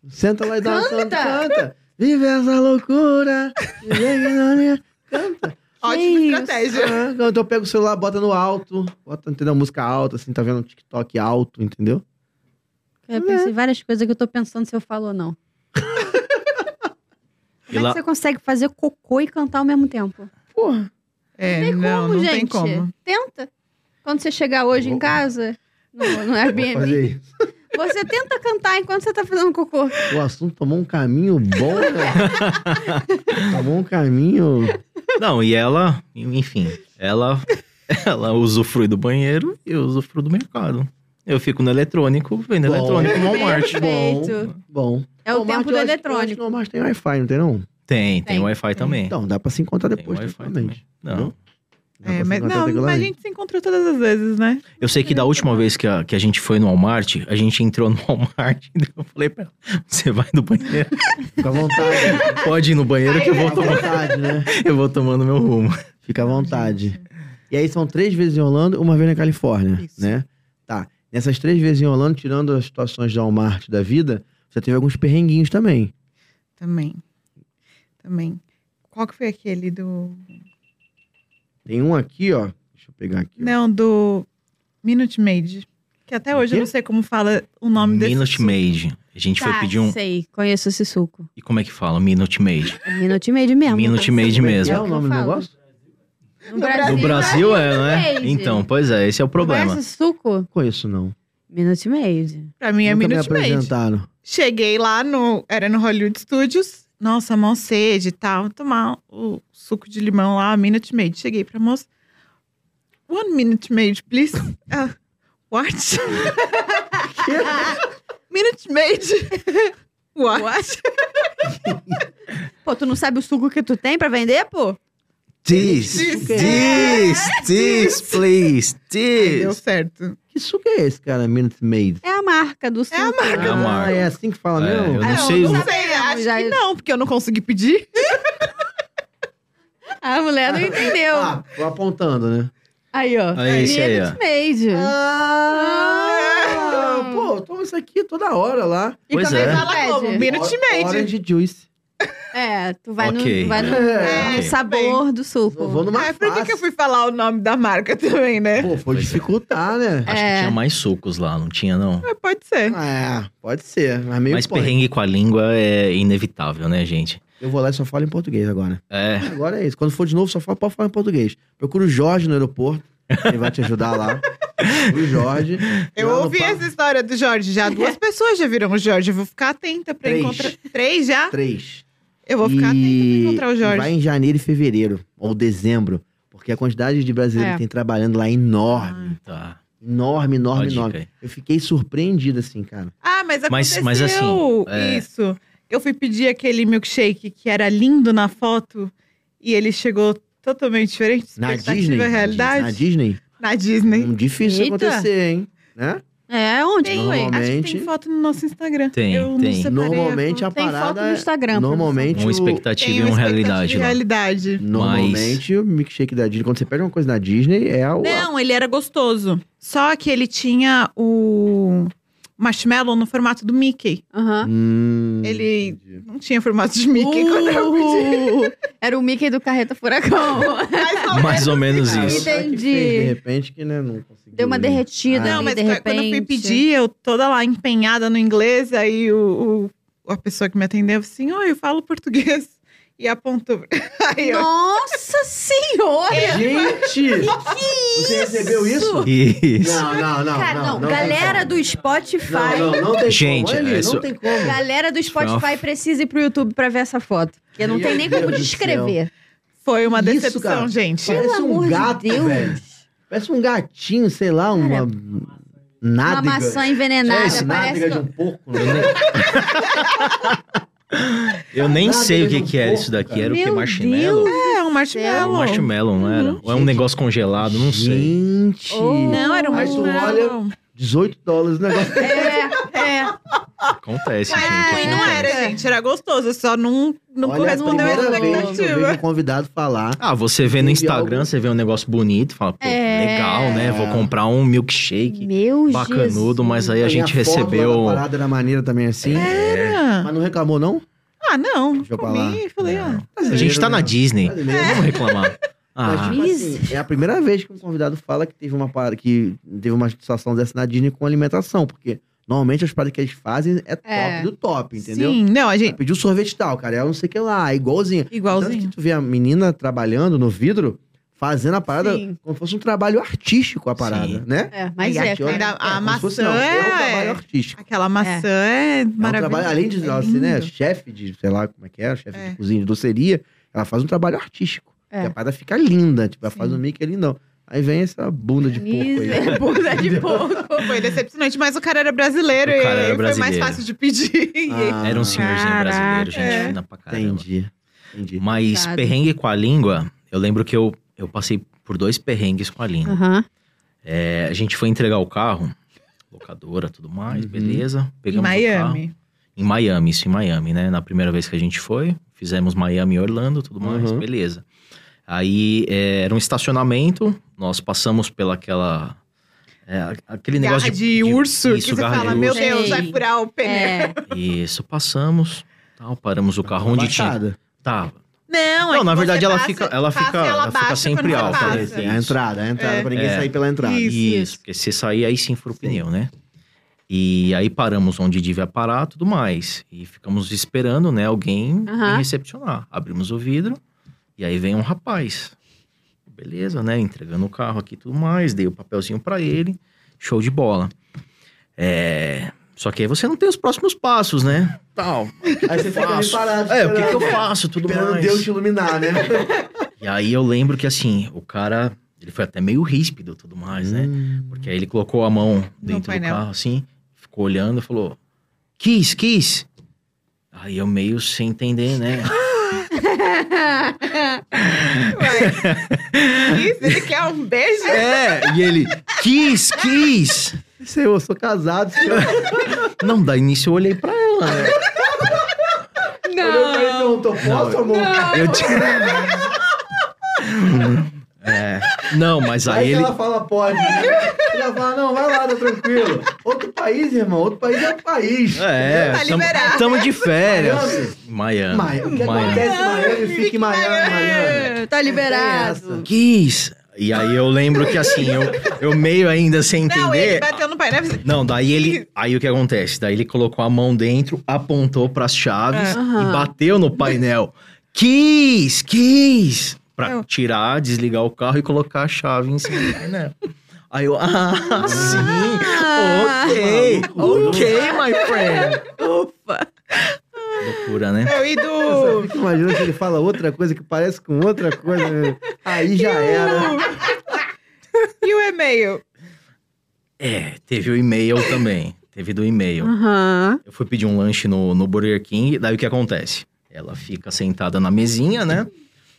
[SPEAKER 2] Senta lá e dá um
[SPEAKER 1] Canta.
[SPEAKER 2] canto. Canta. Vive essa loucura. vive que não me- Canta.
[SPEAKER 4] Ótima
[SPEAKER 2] Que
[SPEAKER 4] estratégia.
[SPEAKER 2] Ah, Então eu pego o celular, bota no alto. Bota, entendeu? Música alta, assim, tá vendo? TikTok alto, entendeu?
[SPEAKER 1] Eu pensei várias coisas que eu tô pensando se eu falo ou não. Como
[SPEAKER 3] Ela-
[SPEAKER 1] é que você consegue fazer cocô e cantar ao mesmo tempo?
[SPEAKER 2] Porra.
[SPEAKER 4] É,
[SPEAKER 1] Tem
[SPEAKER 4] não,
[SPEAKER 1] como,
[SPEAKER 4] não
[SPEAKER 1] gente.
[SPEAKER 4] tem como.
[SPEAKER 1] Tenta. Quando você chegar hoje em
[SPEAKER 2] Vou-
[SPEAKER 1] casa, no, no
[SPEAKER 2] Vou
[SPEAKER 1] Airbnb,
[SPEAKER 2] fazer isso.
[SPEAKER 1] você tenta cantar enquanto você tá fazendo cocô.
[SPEAKER 2] O assunto tomou um caminho bom, né? tomou um caminho.
[SPEAKER 3] Não, e ela, enfim, ela, ela usufrui do banheiro e eu usufruo do mercado. Eu fico no eletrônico, vendo
[SPEAKER 2] Bom.
[SPEAKER 3] eletrônico no Walmart.
[SPEAKER 1] Perfeito.
[SPEAKER 2] Bom.
[SPEAKER 1] É o
[SPEAKER 2] Walmart,
[SPEAKER 1] tempo
[SPEAKER 2] eu
[SPEAKER 1] do
[SPEAKER 2] acho que- eu acho que
[SPEAKER 1] eletrônico.
[SPEAKER 2] No Walmart tem Wi-Fi, não tem não?
[SPEAKER 3] Tem, tem,
[SPEAKER 1] Tem,
[SPEAKER 3] Wi-Fi também.
[SPEAKER 2] Então, dá pra se encontrar
[SPEAKER 3] Tem
[SPEAKER 2] depois,
[SPEAKER 3] Wi-Fi
[SPEAKER 2] tranquilamente.
[SPEAKER 3] também. Não.
[SPEAKER 2] Dá pra
[SPEAKER 4] É,
[SPEAKER 2] se
[SPEAKER 4] mas,
[SPEAKER 2] encontrar
[SPEAKER 4] não, mas a
[SPEAKER 2] tranquilamente.
[SPEAKER 4] gente se encontrou todas as vezes, né?
[SPEAKER 3] Eu sei que da última vez que a, que a gente foi no Walmart, a gente entrou no Walmart e eu falei pra ela, você vai no banheiro,
[SPEAKER 2] Fica à vontade.
[SPEAKER 3] pode ir no banheiro que eu vou,
[SPEAKER 2] Fica à
[SPEAKER 3] tomar,
[SPEAKER 2] vontade, né?
[SPEAKER 3] eu vou tomando meu rumo.
[SPEAKER 2] Fica à vontade. E aí são três vezes em Orlando, uma vez na Califórnia,
[SPEAKER 4] Isso.
[SPEAKER 2] né? Tá. Nessas três vezes em Orlando, tirando as situações da Walmart da vida, você teve alguns perrenguinhos também.
[SPEAKER 4] Também. Também. Qual que foi aquele do.
[SPEAKER 2] Tem um aqui, ó. Deixa eu pegar aqui. ó.
[SPEAKER 4] Não, do Minute Maid. Que até
[SPEAKER 2] Do
[SPEAKER 4] hoje eu
[SPEAKER 2] quê?
[SPEAKER 4] não sei como fala o nome desse.
[SPEAKER 3] Minute Maid. A gente foi
[SPEAKER 1] Tá,
[SPEAKER 3] pedir um...
[SPEAKER 1] sei. Conheço esse suco.
[SPEAKER 3] E como é que fala? Minute Maid.
[SPEAKER 1] É Minute Maid mesmo.
[SPEAKER 3] Minute Maid
[SPEAKER 2] Como é que
[SPEAKER 3] mesmo.
[SPEAKER 2] É o nome do
[SPEAKER 1] Eu falo.
[SPEAKER 2] negócio?
[SPEAKER 1] No Brasil,
[SPEAKER 3] No Brasil é, não é?
[SPEAKER 1] Maid.
[SPEAKER 3] Então, pois é, esse é o problema.
[SPEAKER 1] Conhece esse suco?
[SPEAKER 2] Conheço, não.
[SPEAKER 1] Minute Maid.
[SPEAKER 4] Pra mim é
[SPEAKER 2] Nunca me
[SPEAKER 4] Minute Maid.
[SPEAKER 2] apresentaram.
[SPEAKER 4] Cheguei lá no. Era no Hollywood Studios. Nossa, mó sede e tal. Tomar o suco de limão lá, minute maid. Cheguei pra moça. One minute maid, please. Ah, what? minute maid. What?
[SPEAKER 1] Pô, tu não sabe o suco que tu tem pra vender, pô?
[SPEAKER 3] This,
[SPEAKER 4] This.
[SPEAKER 3] this, this, please,
[SPEAKER 4] Aí deu
[SPEAKER 3] this.
[SPEAKER 4] certo.
[SPEAKER 2] Que suco é esse, cara? Minute Maid.
[SPEAKER 1] É a marca do suco.
[SPEAKER 4] a marca.
[SPEAKER 3] É a
[SPEAKER 2] Ah,
[SPEAKER 3] marca.
[SPEAKER 2] é assim que fala
[SPEAKER 3] É,
[SPEAKER 2] mesmo?
[SPEAKER 3] eu
[SPEAKER 1] Ah,
[SPEAKER 3] não sei.
[SPEAKER 1] eu não
[SPEAKER 3] o-
[SPEAKER 1] sabia.
[SPEAKER 4] acho
[SPEAKER 1] já- é
[SPEAKER 4] que não, porque eu não consegui pedir.
[SPEAKER 1] A mulher não entendeu.
[SPEAKER 2] Ah, vou apontando, né?
[SPEAKER 1] Aí, ó.
[SPEAKER 3] Aí, esse Ah, é aí, ó.
[SPEAKER 1] Minute Maid.
[SPEAKER 2] Ah,
[SPEAKER 1] Ah.
[SPEAKER 2] pô, eu tomo isso aqui toda hora lá.
[SPEAKER 1] E
[SPEAKER 3] Pois
[SPEAKER 1] como é
[SPEAKER 3] é.
[SPEAKER 1] que
[SPEAKER 4] Fala
[SPEAKER 1] ela
[SPEAKER 4] como?
[SPEAKER 1] pede?
[SPEAKER 4] Minute
[SPEAKER 2] Or-
[SPEAKER 4] Maid.
[SPEAKER 2] Orange Juice.
[SPEAKER 1] É, tu vai
[SPEAKER 3] Ok.
[SPEAKER 1] no, vai no,
[SPEAKER 2] É,
[SPEAKER 1] no
[SPEAKER 3] ok.
[SPEAKER 1] sabor do
[SPEAKER 2] Vou vou
[SPEAKER 1] suco.
[SPEAKER 2] numa
[SPEAKER 4] Ah, por que,
[SPEAKER 2] face.
[SPEAKER 4] que eu fui falar o nome da marca também, né?
[SPEAKER 2] Pô, foi
[SPEAKER 3] Pois é.
[SPEAKER 2] dificultar, né?
[SPEAKER 3] Acho
[SPEAKER 1] É.
[SPEAKER 3] que tinha mais sucos lá, não tinha, não.
[SPEAKER 4] Mas pode ser.
[SPEAKER 2] Ah, pode ser, mas meio
[SPEAKER 3] Mas
[SPEAKER 2] pode.
[SPEAKER 3] perrengue com a língua é inevitável, né, gente?
[SPEAKER 2] Eu vou lá e só falo em português agora.
[SPEAKER 3] É.
[SPEAKER 2] Agora é isso. Quando for de novo, só fala, pode falar em português. Procura o Jorge no aeroporto. Ele vai te ajudar lá. O Jorge.
[SPEAKER 4] Eu
[SPEAKER 2] Lá no
[SPEAKER 4] ouvi
[SPEAKER 2] pa-
[SPEAKER 4] essa história do Jorge já. Duas pessoas já viram o Jorge. Eu vou ficar atenta pra
[SPEAKER 2] Três.
[SPEAKER 4] encontrar. Três já?
[SPEAKER 2] Três.
[SPEAKER 4] Eu vou ficar atenta pra
[SPEAKER 2] E
[SPEAKER 4] encontrar o Jorge.
[SPEAKER 2] Vai em janeiro e fevereiro, ou dezembro. Porque a quantidade de brasileiros
[SPEAKER 1] É.
[SPEAKER 2] que tem trabalhando lá é enorme.
[SPEAKER 3] Tá.
[SPEAKER 4] Ah.
[SPEAKER 2] Enorme,
[SPEAKER 3] Ó a
[SPEAKER 2] enorme, enorme.
[SPEAKER 3] dica aí.
[SPEAKER 2] Eu fiquei surpreendido, assim, cara.
[SPEAKER 4] Ah, mas
[SPEAKER 3] Mas-
[SPEAKER 4] aconteceu
[SPEAKER 3] mas assim, é.
[SPEAKER 4] isso. Eu fui pedir aquele milkshake que era lindo na foto e ele chegou totalmente diferente.
[SPEAKER 2] Na
[SPEAKER 4] expectativa
[SPEAKER 2] Disney.
[SPEAKER 4] e realidade.
[SPEAKER 2] Na Disney.
[SPEAKER 4] Na Disney.
[SPEAKER 2] Hum, difícil
[SPEAKER 1] Eita.
[SPEAKER 2] acontecer, hein? Né?
[SPEAKER 1] É, onde
[SPEAKER 4] Tem,
[SPEAKER 1] foi?
[SPEAKER 2] Normalmente-
[SPEAKER 4] acho que tem foto no nosso Instagram.
[SPEAKER 3] Tem,
[SPEAKER 4] Eu
[SPEAKER 3] tem.
[SPEAKER 4] Não separei
[SPEAKER 2] Normalmente
[SPEAKER 4] a
[SPEAKER 2] a
[SPEAKER 4] foto.
[SPEAKER 1] Tem
[SPEAKER 2] parada.
[SPEAKER 1] foto no Instagram.
[SPEAKER 2] Normalmente.
[SPEAKER 3] Uma
[SPEAKER 2] o-
[SPEAKER 3] expectativa
[SPEAKER 4] Tem
[SPEAKER 3] e uma
[SPEAKER 4] expectativa
[SPEAKER 3] realidade
[SPEAKER 4] de
[SPEAKER 3] lá.
[SPEAKER 4] realidade.
[SPEAKER 2] Normalmente o milkshake da Disney, quando você pede uma coisa na Disney, é o.
[SPEAKER 4] Não, ele era gostoso. Só que ele tinha o marshmallow no formato do Mickey.
[SPEAKER 1] produção. Aham.
[SPEAKER 2] Hum,
[SPEAKER 4] Ele-
[SPEAKER 2] entendi.
[SPEAKER 4] Não tinha formato de Mickey quando eu pedi.
[SPEAKER 1] Uh, Era o Mickey do Carreta Furacão.
[SPEAKER 4] Mas não
[SPEAKER 3] Mais ou menos
[SPEAKER 2] Ah,
[SPEAKER 3] isso.
[SPEAKER 2] o cara que
[SPEAKER 1] Entendi.
[SPEAKER 2] fez, de repente, que né, não conseguiu.
[SPEAKER 1] Deu uma
[SPEAKER 2] né?
[SPEAKER 1] derretida.
[SPEAKER 2] Ah,
[SPEAKER 4] Não,
[SPEAKER 1] aí,
[SPEAKER 4] mas
[SPEAKER 1] de
[SPEAKER 4] foi- quando eu fui
[SPEAKER 1] repente.
[SPEAKER 4] pedir, eu toda lá empenhada no inglês, aí o, o- a pessoa que me atendeu assim, oi, eu falo português. E apontou. Aí eu,
[SPEAKER 1] Nossa senhora!
[SPEAKER 2] Gente! Você recebeu isso?
[SPEAKER 3] Isso.
[SPEAKER 2] Não, não, não.
[SPEAKER 1] Cara, não,
[SPEAKER 2] não, não
[SPEAKER 1] galera
[SPEAKER 2] tem
[SPEAKER 1] do
[SPEAKER 2] como.
[SPEAKER 1] Spotify.
[SPEAKER 2] Não, não, não tem
[SPEAKER 3] Gente,
[SPEAKER 2] como. Eli,
[SPEAKER 3] é
[SPEAKER 2] não
[SPEAKER 3] isso-
[SPEAKER 2] tem como.
[SPEAKER 1] Galera do Spotify precisa ir pro YouTube pra ver essa foto. Porque não
[SPEAKER 2] Meu
[SPEAKER 1] tem nem
[SPEAKER 2] Deus
[SPEAKER 1] como
[SPEAKER 2] do
[SPEAKER 1] descrever.
[SPEAKER 4] foi uma
[SPEAKER 2] Isso,
[SPEAKER 4] decepção,
[SPEAKER 2] cara.
[SPEAKER 4] gente.
[SPEAKER 2] Parece
[SPEAKER 1] Pelo
[SPEAKER 2] um
[SPEAKER 1] amor
[SPEAKER 2] gato,
[SPEAKER 1] de Deus.
[SPEAKER 2] velho. Parece um gatinho, sei lá, uma.
[SPEAKER 1] Uma
[SPEAKER 2] Nada.
[SPEAKER 1] maçã
[SPEAKER 2] é
[SPEAKER 1] envenenada.
[SPEAKER 2] isso, nádega
[SPEAKER 1] parece.
[SPEAKER 2] de um porco. Né?
[SPEAKER 3] Eu nem
[SPEAKER 2] Nada,
[SPEAKER 3] sei o
[SPEAKER 2] ele
[SPEAKER 3] que
[SPEAKER 2] não
[SPEAKER 3] que era
[SPEAKER 2] pouco,
[SPEAKER 3] isso daqui. Era o que?
[SPEAKER 1] Meu
[SPEAKER 3] Marshmallow?
[SPEAKER 4] É, um
[SPEAKER 3] Era um
[SPEAKER 4] marshmallow.
[SPEAKER 3] marshmallow, não era? Ou é um
[SPEAKER 2] Gente.
[SPEAKER 3] negócio congelado, não sei.
[SPEAKER 2] Gente.
[SPEAKER 4] Não, era um
[SPEAKER 2] Aí tu
[SPEAKER 4] marshmallow.
[SPEAKER 2] 18 dólares o negócio.
[SPEAKER 1] É, é.
[SPEAKER 3] Acontece,
[SPEAKER 4] Mas
[SPEAKER 3] gente. é
[SPEAKER 4] ruim Ah, não
[SPEAKER 3] acontece.
[SPEAKER 4] era, gente. Era gostoso, só não, não
[SPEAKER 2] Olha, a
[SPEAKER 4] correspondeu à
[SPEAKER 2] primeira vez que eu vejo
[SPEAKER 4] expectativa.
[SPEAKER 2] um convidado falar.
[SPEAKER 3] Ah, você vê no
[SPEAKER 2] Teve
[SPEAKER 3] Instagram,
[SPEAKER 2] algo-
[SPEAKER 3] você vê um negócio bonito, fala, pô,
[SPEAKER 1] É.
[SPEAKER 3] legal, né? Vou comprar um milkshake
[SPEAKER 1] Meu
[SPEAKER 3] bacanudo,
[SPEAKER 1] Jesus.
[SPEAKER 3] mas aí a
[SPEAKER 2] Tem
[SPEAKER 3] gente
[SPEAKER 2] foto lá
[SPEAKER 3] recebeu.
[SPEAKER 2] da parada da maneira também assim.
[SPEAKER 4] Era.
[SPEAKER 2] Mas não reclamou, não?
[SPEAKER 4] Ah, não.
[SPEAKER 2] Deixa eu
[SPEAKER 4] Comi
[SPEAKER 2] falar.
[SPEAKER 4] e falei, ah, ó.
[SPEAKER 3] A gente tá na Disney.
[SPEAKER 2] Brasileiro, é, né?
[SPEAKER 3] Vamos
[SPEAKER 4] É.
[SPEAKER 3] reclamar.
[SPEAKER 2] Mas,
[SPEAKER 3] Ah,
[SPEAKER 2] tipo assim, é a primeira vez que um convidado fala que teve uma parada, que teve uma situação dessa na Disney com alimentação, porque normalmente as paradas que eles fazem é top
[SPEAKER 1] É.
[SPEAKER 2] do top, entendeu?
[SPEAKER 4] Sim, não, a gente.
[SPEAKER 2] Pediu sorvete tal, cara, é não sei o que lá, é igualzinho. Tanto que
[SPEAKER 4] Igualzinho.
[SPEAKER 2] tu vê a menina trabalhando no vidro, fazendo a parada
[SPEAKER 1] Sim.
[SPEAKER 2] como se fosse um trabalho artístico a parada,
[SPEAKER 3] Sim.
[SPEAKER 2] né?
[SPEAKER 1] É, mas é.
[SPEAKER 2] Aí,
[SPEAKER 1] cara.
[SPEAKER 4] ainda- a
[SPEAKER 2] como se fosse, não,
[SPEAKER 4] maçã
[SPEAKER 2] é um
[SPEAKER 4] é-
[SPEAKER 2] trabalho artístico.
[SPEAKER 4] Aquela maçã é,
[SPEAKER 2] É um
[SPEAKER 4] maravilhosa.
[SPEAKER 2] trabalho, além de
[SPEAKER 4] é
[SPEAKER 2] ela ser, né,
[SPEAKER 4] lindo.
[SPEAKER 2] chefe de, sei lá como é que é, chefe
[SPEAKER 4] É.
[SPEAKER 2] de cozinha, de doceria, ela faz um trabalho artístico.
[SPEAKER 1] É.
[SPEAKER 2] E a parada fica linda, tipo, ela faz
[SPEAKER 4] Sim.
[SPEAKER 2] um make lindão. Aí vem essa bunda de porco aí.
[SPEAKER 1] Miser- bunda de porco.
[SPEAKER 4] Foi decepcionante, mas o cara era brasileiro
[SPEAKER 3] O
[SPEAKER 4] e
[SPEAKER 3] cara era
[SPEAKER 4] foi mais
[SPEAKER 3] brasileiro.
[SPEAKER 4] fácil de pedir.
[SPEAKER 2] Ah,
[SPEAKER 3] era um senhorzinho brasileiro, gente.
[SPEAKER 4] Caraca.
[SPEAKER 3] Fina pra caramba.
[SPEAKER 2] Entendi, entendi.
[SPEAKER 3] Mas
[SPEAKER 1] Coitado.
[SPEAKER 3] perrengue com a língua, eu lembro que eu, eu passei por dois perrengues com a língua.
[SPEAKER 4] Ah.
[SPEAKER 1] Aham.
[SPEAKER 3] É, a gente foi entregar o carro, locadora, tudo mais,
[SPEAKER 2] Uhum.
[SPEAKER 3] beleza.
[SPEAKER 4] em
[SPEAKER 3] o carro.
[SPEAKER 4] Miami.
[SPEAKER 3] Em Miami, isso, em Miami, né? Na primeira vez que a gente foi, fizemos Miami e Orlando, tudo mais,
[SPEAKER 2] Uhum.
[SPEAKER 3] beleza. Aí é, era um estacionamento, nós passamos pela aquela. é, aquele
[SPEAKER 4] Garra
[SPEAKER 3] negócio
[SPEAKER 4] de, urso,
[SPEAKER 3] isso,
[SPEAKER 4] que você
[SPEAKER 3] garra
[SPEAKER 4] fala,
[SPEAKER 3] de
[SPEAKER 4] meu
[SPEAKER 3] urso.
[SPEAKER 4] Deus, vai
[SPEAKER 1] Sei.
[SPEAKER 4] furar o pneu.
[SPEAKER 1] É.
[SPEAKER 3] Isso, passamos, tal, paramos o carro onde tinha.
[SPEAKER 2] Baixada.
[SPEAKER 3] Tava.
[SPEAKER 4] Não, é
[SPEAKER 3] Não,
[SPEAKER 4] que
[SPEAKER 3] na
[SPEAKER 4] você
[SPEAKER 3] verdade ela
[SPEAKER 4] passa-
[SPEAKER 3] fica, ela
[SPEAKER 4] passa e
[SPEAKER 3] fica,
[SPEAKER 4] ela
[SPEAKER 3] ela fica
[SPEAKER 4] baixa quando
[SPEAKER 3] sempre
[SPEAKER 4] você
[SPEAKER 3] alta.
[SPEAKER 4] passa.
[SPEAKER 3] né?
[SPEAKER 2] Assim,
[SPEAKER 3] Isso.
[SPEAKER 2] a entrada, a entrada,
[SPEAKER 4] É.
[SPEAKER 2] pra ninguém
[SPEAKER 3] É.
[SPEAKER 2] sair pela entrada.
[SPEAKER 4] Isso.
[SPEAKER 3] Isso, porque se sair, aí sim fura o pneu, né? E aí paramos onde devia parar, tudo mais. E ficamos esperando, né, alguém me
[SPEAKER 1] Aham.
[SPEAKER 3] recepcionar. Abrimos o vidro e aí vem um rapaz. Beleza, né? Entregando o carro aqui e tudo mais. Dei o papelzinho pra ele. Show de bola. É, Só que aí você não tem os próximos passos, né? Tal.
[SPEAKER 2] Aí você fica ali
[SPEAKER 3] Faço.
[SPEAKER 2] parado.
[SPEAKER 3] É, o que, que eu
[SPEAKER 2] esperando-
[SPEAKER 3] faço? Tudo
[SPEAKER 2] Esperando
[SPEAKER 3] mais.
[SPEAKER 2] Deus te iluminar, né?
[SPEAKER 3] E aí eu lembro que assim, o cara, ele foi até meio ríspido e tudo mais, né?
[SPEAKER 2] Hum.
[SPEAKER 3] Porque aí ele colocou a mão dentro do
[SPEAKER 4] painel.
[SPEAKER 3] carro, assim, ficou olhando e falou: Quis, quis. Aí eu meio sem entender, né?
[SPEAKER 4] Ué. Isso, ele quer um beijo?
[SPEAKER 3] é, e ele, quis, quis.
[SPEAKER 2] Senhor, eu sou casado, senhor.
[SPEAKER 3] Não, daí início eu olhei pra ela, né?
[SPEAKER 2] Olhou pra ele e perguntou, posso, amor?
[SPEAKER 3] Eu te... É, não, mas aí
[SPEAKER 2] Aí
[SPEAKER 3] ele.
[SPEAKER 2] ela fala, pode. Ela fala, não, vai lá, tá tranquilo. Outro país, irmão, outro país é outro país.
[SPEAKER 3] É,
[SPEAKER 4] Tá
[SPEAKER 3] tamo,
[SPEAKER 4] liberado.
[SPEAKER 3] tamo de férias.
[SPEAKER 2] Miami? Miami.
[SPEAKER 3] Miami.
[SPEAKER 2] O que
[SPEAKER 3] Miami.
[SPEAKER 2] acontece em Miami, fica em Miami, Miami.
[SPEAKER 1] Tá
[SPEAKER 2] Não tem
[SPEAKER 1] liberado.
[SPEAKER 3] Quis. E aí eu lembro que assim, eu, eu meio ainda sem entender.
[SPEAKER 4] Não, ele bateu no né? painel. e-
[SPEAKER 3] Não, daí ele. Aí o que acontece? Daí ele colocou a mão dentro, apontou pras chaves
[SPEAKER 1] É.
[SPEAKER 4] Ah.
[SPEAKER 1] Aham.
[SPEAKER 3] e bateu no painel. Quis, quis! Pra
[SPEAKER 4] Eu-
[SPEAKER 3] tirar, desligar o carro e colocar a chave em cima do painel. Aí eu, ah, sim!
[SPEAKER 1] Ah.
[SPEAKER 3] ok!
[SPEAKER 2] Maluco.
[SPEAKER 3] Ok, my friend!
[SPEAKER 1] Opa.
[SPEAKER 3] Loucura, né?
[SPEAKER 4] Eu e
[SPEAKER 2] Você
[SPEAKER 4] do.
[SPEAKER 2] fica imaginando se ele fala outra coisa que parece com outra coisa. né? Aí já era.
[SPEAKER 4] E o e-mail?
[SPEAKER 3] É, teve o e-mail também. Teve do e-mail.
[SPEAKER 1] Aham.
[SPEAKER 3] Eu fui pedir um lanche no, no Burger King, daí o que acontece? Ela fica sentada na mesinha, né?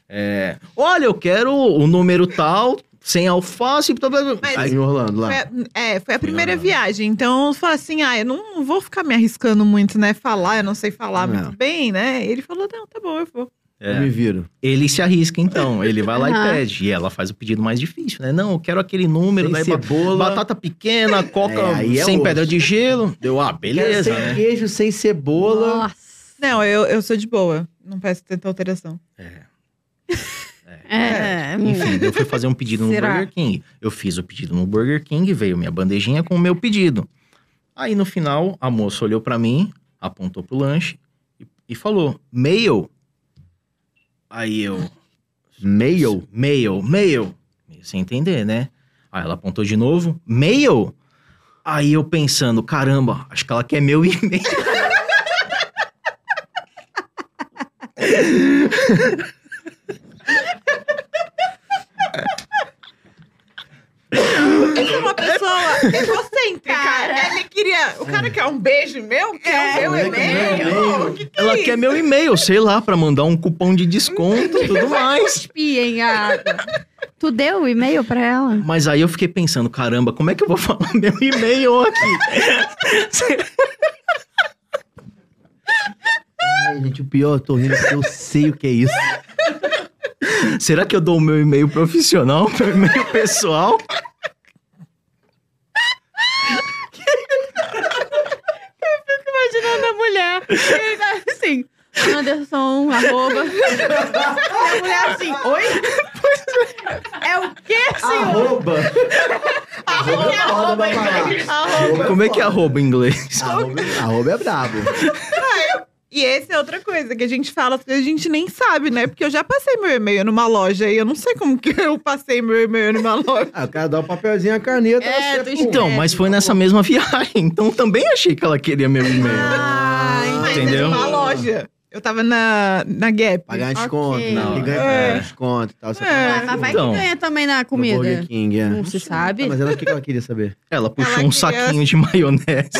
[SPEAKER 3] É, Olha, eu quero o número tal, sem alface. Blá, blá, blá.
[SPEAKER 4] Mas-
[SPEAKER 3] Aí,
[SPEAKER 2] Em Orlando, lá.
[SPEAKER 4] Foi a- é, foi a primeira
[SPEAKER 3] Não, não.
[SPEAKER 4] viagem. Então eu falei assim: ah, eu não vou ficar me arriscando muito, né? Falar, eu não sei falar
[SPEAKER 2] Não.
[SPEAKER 4] muito bem, né? Ele falou: não, tá bom, eu vou.
[SPEAKER 2] Eu me
[SPEAKER 3] é,
[SPEAKER 2] viro.
[SPEAKER 3] ele se arrisca, então. Ele vai lá
[SPEAKER 1] Aham.
[SPEAKER 3] e pede. E ela faz o pedido mais difícil, né? Não, eu quero aquele número.
[SPEAKER 2] Sem
[SPEAKER 3] Daí, ba-
[SPEAKER 2] cebola.
[SPEAKER 3] batata pequena, coca
[SPEAKER 2] É, aí é
[SPEAKER 3] sem
[SPEAKER 2] osso.
[SPEAKER 3] pedra de gelo. Deu, ah,
[SPEAKER 2] Quero
[SPEAKER 3] beleza,
[SPEAKER 2] É, sem
[SPEAKER 3] né?
[SPEAKER 2] queijo, sem cebola.
[SPEAKER 1] Nossa.
[SPEAKER 4] Não, eu, eu sou de boa. Não peço tanta alteração.
[SPEAKER 1] É.
[SPEAKER 3] Enfim, eu fui fazer um pedido no
[SPEAKER 1] Será?
[SPEAKER 3] Burger King. Eu fiz o pedido no Burger King, veio minha bandejinha com o meu pedido. Aí no final, a moça olhou pra mim, apontou pro lanche e, e falou: Mail. Aí eu.
[SPEAKER 2] Mail.
[SPEAKER 3] Mail, mail. Meio Sem entender, né? Aí ela apontou de novo: Mail. Aí eu pensando: caramba, acho que ela quer meu e-mail.
[SPEAKER 4] Eu sou uma pessoa egocêntrica. Ele queria. O cara quer um beijo meu? Quer o meu
[SPEAKER 2] moleque, meu
[SPEAKER 4] e-mail?
[SPEAKER 2] e-mail.
[SPEAKER 4] O que que é
[SPEAKER 3] Ela
[SPEAKER 4] isso?
[SPEAKER 3] quer meu e-mail, sei lá, pra mandar um cupom de desconto e tudo mais.
[SPEAKER 1] Espiem a água. Tu deu o e-mail pra ela?
[SPEAKER 3] Mas aí eu fiquei pensando, caramba, como é que eu vou falar meu e-mail aqui?
[SPEAKER 2] Ai, gente, o pior, eu tô rindo porque eu sei o que é isso.
[SPEAKER 3] Será que eu dou o meu e-mail profissional, meu e-mail pessoal?
[SPEAKER 1] Imaginando a mulher. E aí, Assim, Anderson, arroba. A mulher assim, oi? É o quê, senhor?
[SPEAKER 2] Arroba. Arroba é foda pra falar. Arroba
[SPEAKER 3] Como é que é
[SPEAKER 2] foda.
[SPEAKER 3] arroba em inglês?
[SPEAKER 2] Arroba, arroba é brabo.
[SPEAKER 4] E essa é outra coisa que a gente fala, que a gente nem sabe, né? Porque eu já passei meu e-mail numa loja e eu não sei como que eu passei meu e-mail numa loja.
[SPEAKER 2] Ah, o cara dá um papelzinho, a caneta.
[SPEAKER 1] É,
[SPEAKER 2] você,
[SPEAKER 1] tu
[SPEAKER 2] pum.
[SPEAKER 3] Então, mas foi nessa mesma viagem, então também achei que ela queria meu e-mail.
[SPEAKER 1] Ah,
[SPEAKER 4] Mas
[SPEAKER 1] entendi.
[SPEAKER 4] era
[SPEAKER 3] Entendeu?
[SPEAKER 4] numa loja. Eu tava na, na Gap.
[SPEAKER 2] Pagar desconto,
[SPEAKER 1] Ok.
[SPEAKER 2] não.
[SPEAKER 3] Não,
[SPEAKER 2] Que ganha
[SPEAKER 4] é.
[SPEAKER 2] pagar desconto e tal. Você
[SPEAKER 4] É.
[SPEAKER 1] Ah,
[SPEAKER 2] fala,
[SPEAKER 1] mas vai
[SPEAKER 3] Então.
[SPEAKER 1] que ganha também na
[SPEAKER 2] no Burger
[SPEAKER 1] comida.
[SPEAKER 2] King, é.
[SPEAKER 1] Não se sabe.
[SPEAKER 2] Ah, mas ela, o que que ela queria saber?
[SPEAKER 3] Ela puxou
[SPEAKER 4] Ela
[SPEAKER 3] um
[SPEAKER 4] queria-
[SPEAKER 3] saquinho de maionese.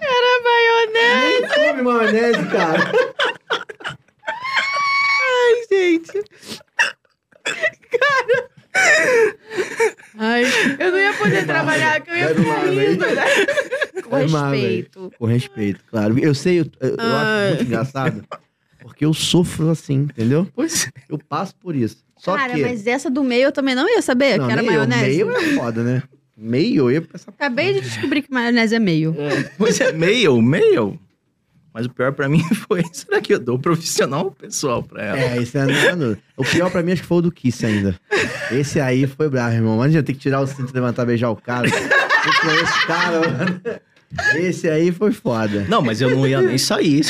[SPEAKER 1] É
[SPEAKER 2] Nem come maionese, cara.
[SPEAKER 4] Ai, gente.
[SPEAKER 1] Ai, eu não ia poder trabalhar, que eu ia
[SPEAKER 2] Bebe uma
[SPEAKER 1] ficar
[SPEAKER 2] água aí.
[SPEAKER 1] rindo, né? Com
[SPEAKER 2] Bebe uma água aí.
[SPEAKER 1] respeito.
[SPEAKER 2] Com respeito, claro. Eu sei, eu, eu- eu
[SPEAKER 1] Ai.
[SPEAKER 2] acho muito engraçado. Porque eu sofro assim, entendeu?
[SPEAKER 1] é.
[SPEAKER 2] Pois Eu passo por isso. Só
[SPEAKER 1] Cara,
[SPEAKER 2] que...
[SPEAKER 1] mas essa do meio eu também não ia saber,
[SPEAKER 2] não,
[SPEAKER 1] que era
[SPEAKER 2] nem eu,
[SPEAKER 1] maionese.
[SPEAKER 2] Meio é foda, né? Meio, eu ia pensar...
[SPEAKER 1] Acabei de descobrir que maionese é meio.
[SPEAKER 3] Pois é, mail, mail. Mas o pior pra mim foi, será que eu dou profissional ou pessoal pra ela?
[SPEAKER 2] É, esse é mano, O pior pra mim acho que foi o do Kiss ainda. Esse aí foi bravo, irmão. Mas a gente tem que tirar o cinto, levantar, beijar o cara. Eu conheço o cara, mano. Esse aí foi foda.
[SPEAKER 3] Não, mas eu não ia nem sair.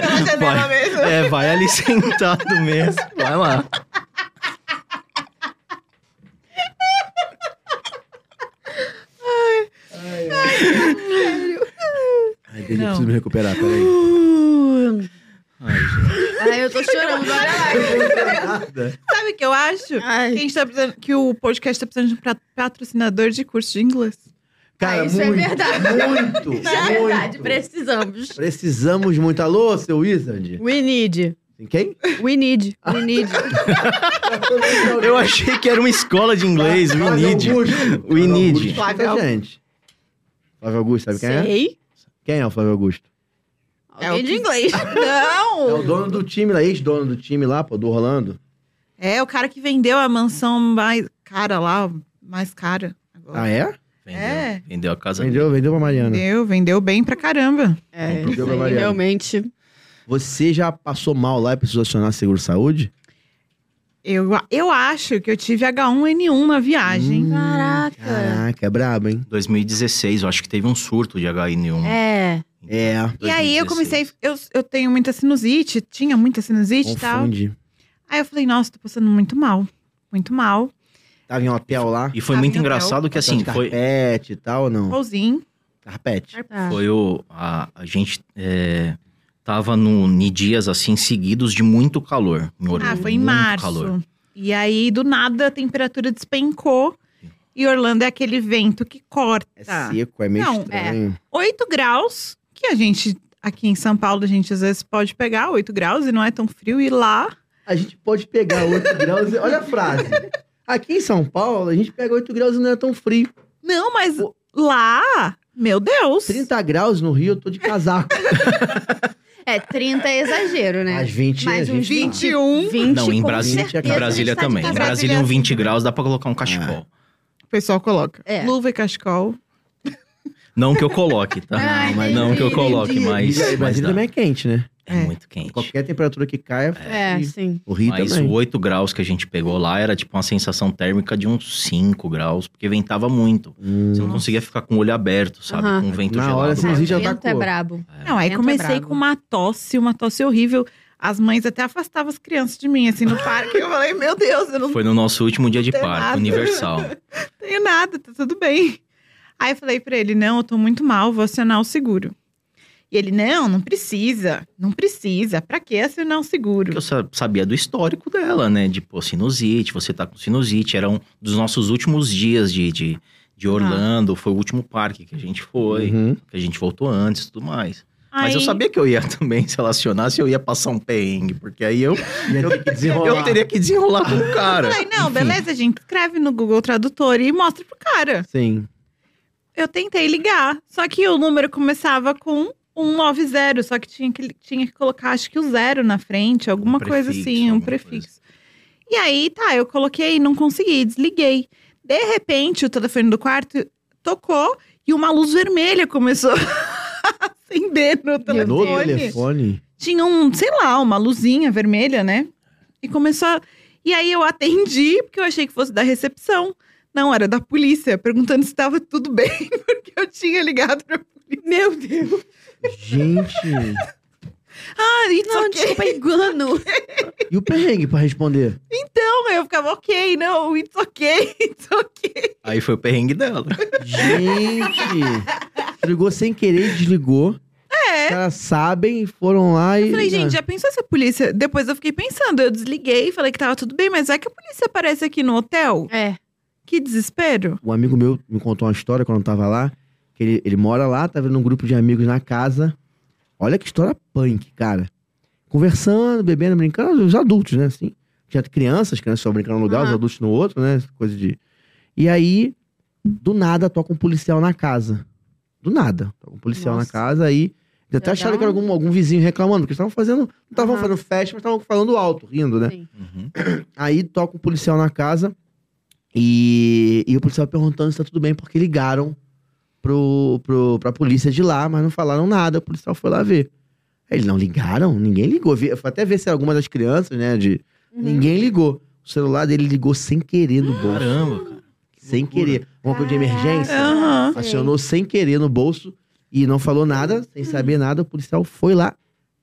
[SPEAKER 4] Pela janela
[SPEAKER 3] Vai.
[SPEAKER 4] é mesmo.
[SPEAKER 3] É, vai ali sentado mesmo. Vai lá.
[SPEAKER 2] preciso me recuperar, peraí.
[SPEAKER 1] Uh,
[SPEAKER 3] Ai, gente.
[SPEAKER 1] Ai, eu tô chorando, olha lá.
[SPEAKER 2] Nada.
[SPEAKER 4] Sabe o que eu acho?
[SPEAKER 1] Ai.
[SPEAKER 4] Que, a gente tá precisando- que o podcast tá precisando de um pra- patrocinador de curso de inglês.
[SPEAKER 2] Cara,
[SPEAKER 1] Ah, isso é
[SPEAKER 2] muito,
[SPEAKER 1] verdade.
[SPEAKER 2] Muito,
[SPEAKER 1] Isso é verdade,
[SPEAKER 2] muito.
[SPEAKER 1] precisamos.
[SPEAKER 2] Precisamos muito. Alô, seu Wizard?
[SPEAKER 1] We need.
[SPEAKER 2] Quem?
[SPEAKER 1] We need. We need.
[SPEAKER 3] Eu achei que era uma escola de inglês, o
[SPEAKER 4] um
[SPEAKER 2] Flávio
[SPEAKER 3] Inid.
[SPEAKER 2] Augusto.
[SPEAKER 3] We need.
[SPEAKER 2] Flávio Augusto. Gente. Flávio Augusto, sabe quem é?
[SPEAKER 1] Sei.
[SPEAKER 2] Quem é o Flávio Augusto?
[SPEAKER 4] É o
[SPEAKER 1] Alguém de
[SPEAKER 4] que-
[SPEAKER 1] inglês.
[SPEAKER 2] É o
[SPEAKER 4] Não!
[SPEAKER 2] dono do time lá, ex-dono do time lá, pô, do Rolando.
[SPEAKER 4] É o cara que vendeu a mansão mais cara lá, mais cara. Agora.
[SPEAKER 2] Ah, é?
[SPEAKER 3] Vendeu,
[SPEAKER 4] É.
[SPEAKER 3] vendeu a casa
[SPEAKER 2] Vendeu, vendeu pra Mariana.
[SPEAKER 4] Vendeu, vendeu bem pra caramba.
[SPEAKER 1] É,
[SPEAKER 2] Jogo
[SPEAKER 1] isso aí,
[SPEAKER 2] avaliado.
[SPEAKER 1] realmente.
[SPEAKER 2] Você já passou mal lá e precisou acionar seguro-saúde?
[SPEAKER 4] Eu, eu acho que eu tive H1N1 na viagem.
[SPEAKER 2] Hum,
[SPEAKER 1] Caraca.
[SPEAKER 2] Caraca, é brabo, hein?
[SPEAKER 3] 2016, eu acho que teve um surto de
[SPEAKER 2] Ah.
[SPEAKER 3] HN1.
[SPEAKER 1] É.
[SPEAKER 2] É,
[SPEAKER 4] E aí eu comecei, eu, eu tenho muita sinusite, tinha muita sinusite e tal.
[SPEAKER 2] confunde.
[SPEAKER 4] Aí eu falei, nossa, tô passando muito mal, muito mal.
[SPEAKER 2] Tava em hotel lá?
[SPEAKER 3] E foi
[SPEAKER 4] Ah,
[SPEAKER 3] muito
[SPEAKER 4] meu
[SPEAKER 3] engraçado que assim,
[SPEAKER 2] Hotel de
[SPEAKER 3] foi,
[SPEAKER 2] Carpete e tal, ou não?
[SPEAKER 4] Pousinho.
[SPEAKER 2] Carpete.
[SPEAKER 1] Tá.
[SPEAKER 3] foi o. A, a gente é, tava no, em dias assim seguidos de muito calor. Em Orlando,
[SPEAKER 4] Ah, foi em
[SPEAKER 3] muito
[SPEAKER 4] março.
[SPEAKER 3] Calor.
[SPEAKER 4] E aí, do nada, a temperatura despencou. E Orlando é aquele vento que corta.
[SPEAKER 2] É seco, é meio
[SPEAKER 4] Tá. Não,
[SPEAKER 2] estranho.
[SPEAKER 4] 8 graus, que a gente, aqui em São Paulo, a gente às vezes pode pegar 8 graus e não é tão frio. E lá,
[SPEAKER 2] A gente pode pegar 8 graus. e- Olha a frase. Aqui em São Paulo, a gente pega 8 graus e não é tão frio.
[SPEAKER 4] não, mas
[SPEAKER 2] Pô.
[SPEAKER 4] lá, meu Deus.
[SPEAKER 2] 30 graus no Rio, eu tô de casaco.
[SPEAKER 1] É, 30 é exagero, né?
[SPEAKER 2] Mas 20,
[SPEAKER 1] Mais
[SPEAKER 2] a
[SPEAKER 1] um
[SPEAKER 2] gente
[SPEAKER 1] 20.
[SPEAKER 4] 21.
[SPEAKER 1] 20
[SPEAKER 3] Não, em
[SPEAKER 1] com
[SPEAKER 3] Brasília,
[SPEAKER 1] certeza
[SPEAKER 2] Em
[SPEAKER 3] Em Brasília
[SPEAKER 1] está tá de
[SPEAKER 3] também. Em
[SPEAKER 1] casaco.
[SPEAKER 3] Brasília,
[SPEAKER 4] Brasília
[SPEAKER 3] um
[SPEAKER 4] assim.
[SPEAKER 3] 20 graus dá pra colocar um cachecol.
[SPEAKER 2] É.
[SPEAKER 4] O pessoal coloca
[SPEAKER 1] É.
[SPEAKER 4] luva e cachecol.
[SPEAKER 3] Não que eu coloque, tá?
[SPEAKER 1] Ai,
[SPEAKER 3] Não, mas não
[SPEAKER 1] entendi,
[SPEAKER 3] que eu coloque,
[SPEAKER 1] entendi.
[SPEAKER 3] mas.
[SPEAKER 2] Mas,
[SPEAKER 3] mas
[SPEAKER 2] Brasília
[SPEAKER 3] dá.
[SPEAKER 2] também é quente, né?
[SPEAKER 3] É muito quente.
[SPEAKER 2] Qualquer temperatura que caia,
[SPEAKER 1] É,
[SPEAKER 2] frio.
[SPEAKER 1] sim.
[SPEAKER 2] o Rio
[SPEAKER 3] Mas
[SPEAKER 2] também.
[SPEAKER 3] o 8 graus que a gente pegou lá era tipo uma sensação térmica de uns 5 graus, porque ventava muito.
[SPEAKER 2] Hum.
[SPEAKER 4] Uhum.
[SPEAKER 3] Você não conseguia ficar com o olho aberto, sabe?
[SPEAKER 1] Aham.
[SPEAKER 3] Com o vento
[SPEAKER 2] Na
[SPEAKER 3] gelado.
[SPEAKER 2] hora, assim,
[SPEAKER 1] É,
[SPEAKER 2] Mas
[SPEAKER 1] o
[SPEAKER 2] a gente já
[SPEAKER 1] vento
[SPEAKER 2] atacou.
[SPEAKER 1] é brabo.
[SPEAKER 4] Não, aí
[SPEAKER 1] Vento é
[SPEAKER 4] comecei
[SPEAKER 1] brabo.
[SPEAKER 4] com uma tosse, uma tosse horrível. As mães até afastavam as crianças de mim, assim, no parque. Eu falei, meu Deus, eu não
[SPEAKER 3] Foi no nosso último dia de
[SPEAKER 4] Tem
[SPEAKER 3] parque,
[SPEAKER 4] nada.
[SPEAKER 3] universal.
[SPEAKER 4] tenho nada, tá tudo bem. Aí eu falei pra ele, não, eu tô muito mal, vou acionar o seguro. E ele, não, não precisa, não precisa, pra que acionar o seguro?
[SPEAKER 3] Porque eu sa- sabia do histórico dela, né? De, pô, sinusite, você tá com sinusite. Era um dos nossos últimos dias de, de,
[SPEAKER 4] Tá.
[SPEAKER 3] de Orlando, foi o último parque que a gente foi,
[SPEAKER 2] Uhum.
[SPEAKER 3] que a gente voltou antes e tudo mais. Mas eu
[SPEAKER 4] Aí-
[SPEAKER 3] sabia que eu ia também se relacionar, se eu ia passar um perrengue, porque aí eu,
[SPEAKER 2] Ia ter que desenrolar.
[SPEAKER 3] eu teria que desenrolar com o cara.
[SPEAKER 4] Eu falei, não,
[SPEAKER 3] Enfim.
[SPEAKER 4] beleza, gente, escreve no Google Tradutor e mostra pro cara.
[SPEAKER 2] Sim.
[SPEAKER 4] Eu tentei ligar, só que o número começava com 190, só que tinha que, tinha que colocar, acho que o zero na frente, alguma coisa
[SPEAKER 3] Um prefixo,
[SPEAKER 4] assim, um
[SPEAKER 3] alguma
[SPEAKER 4] prefixo. E aí, tá, eu coloquei, não consegui, desliguei. De repente, o telefone do quarto tocou e uma luz vermelha começou a acender no telefone.
[SPEAKER 2] No telefone.
[SPEAKER 4] Tinha um, sei lá, uma luzinha vermelha, né? E começou a... E aí eu atendi, porque eu achei que fosse da recepção. Não, era da polícia, perguntando se estava tudo bem, porque eu tinha ligado pra polícia. Meu Deus!
[SPEAKER 2] Gente.
[SPEAKER 4] Ah, it's
[SPEAKER 1] Não,
[SPEAKER 4] okay.
[SPEAKER 1] desculpa, engano.
[SPEAKER 2] E o perrengue pra responder?
[SPEAKER 4] Não, eu ficava ok, não, it's ok, it's ok.
[SPEAKER 3] Aí foi o perrengue dela.
[SPEAKER 2] Gente. Ligou sem querer, desligou. Os caras sabem, foram lá e.
[SPEAKER 4] É. Eu falei, gente,
[SPEAKER 2] Ah,
[SPEAKER 4] já pensou se a polícia. Depois eu fiquei pensando, eu desliguei, falei que tava tudo bem, mas vai que a polícia aparece aqui no hotel?
[SPEAKER 1] É.
[SPEAKER 4] Que desespero.
[SPEAKER 2] Um amigo meu me contou uma história quando eu tava lá. Que ele, ele mora lá, tá vendo um grupo de amigos na casa. Olha que história punk, cara. Conversando, bebendo, brincando, os adultos, né? Assim. Tinha crianças, as crianças só brincando num lugar, os
[SPEAKER 1] Aham.
[SPEAKER 2] adultos no outro, né? Coisa de. E aí, do nada, toca um policial na casa. Do nada. Toca um policial
[SPEAKER 1] Nossa.
[SPEAKER 2] na casa, aí. Eles até
[SPEAKER 1] Já
[SPEAKER 2] acharam
[SPEAKER 1] dá
[SPEAKER 2] que era
[SPEAKER 1] um-
[SPEAKER 2] algum, algum vizinho reclamando, porque eles estavam fazendo. Não estavam
[SPEAKER 1] Aham.
[SPEAKER 2] fazendo festa, mas estavam falando alto, rindo, né?
[SPEAKER 1] Sim.
[SPEAKER 3] Uhum.
[SPEAKER 2] Aí toca um policial na casa e, e o policial perguntando se tá tudo bem, porque ligaram pro, pro, pra polícia de lá, mas não falaram nada. O policial foi lá ver. Aí Eles não ligaram? Ninguém ligou. Vi- Foi até ver se era alguma das crianças, né? De,
[SPEAKER 1] Uhum.
[SPEAKER 2] Ninguém ligou. O celular dele ligou sem querer no bolso.
[SPEAKER 3] Caramba, cara.
[SPEAKER 2] sem
[SPEAKER 3] loucura.
[SPEAKER 2] querer. Uma coisa de emergência.
[SPEAKER 4] Aham.
[SPEAKER 1] Sei.
[SPEAKER 2] Acionou sem querer no bolso e não falou nada, sem saber nada. O policial foi lá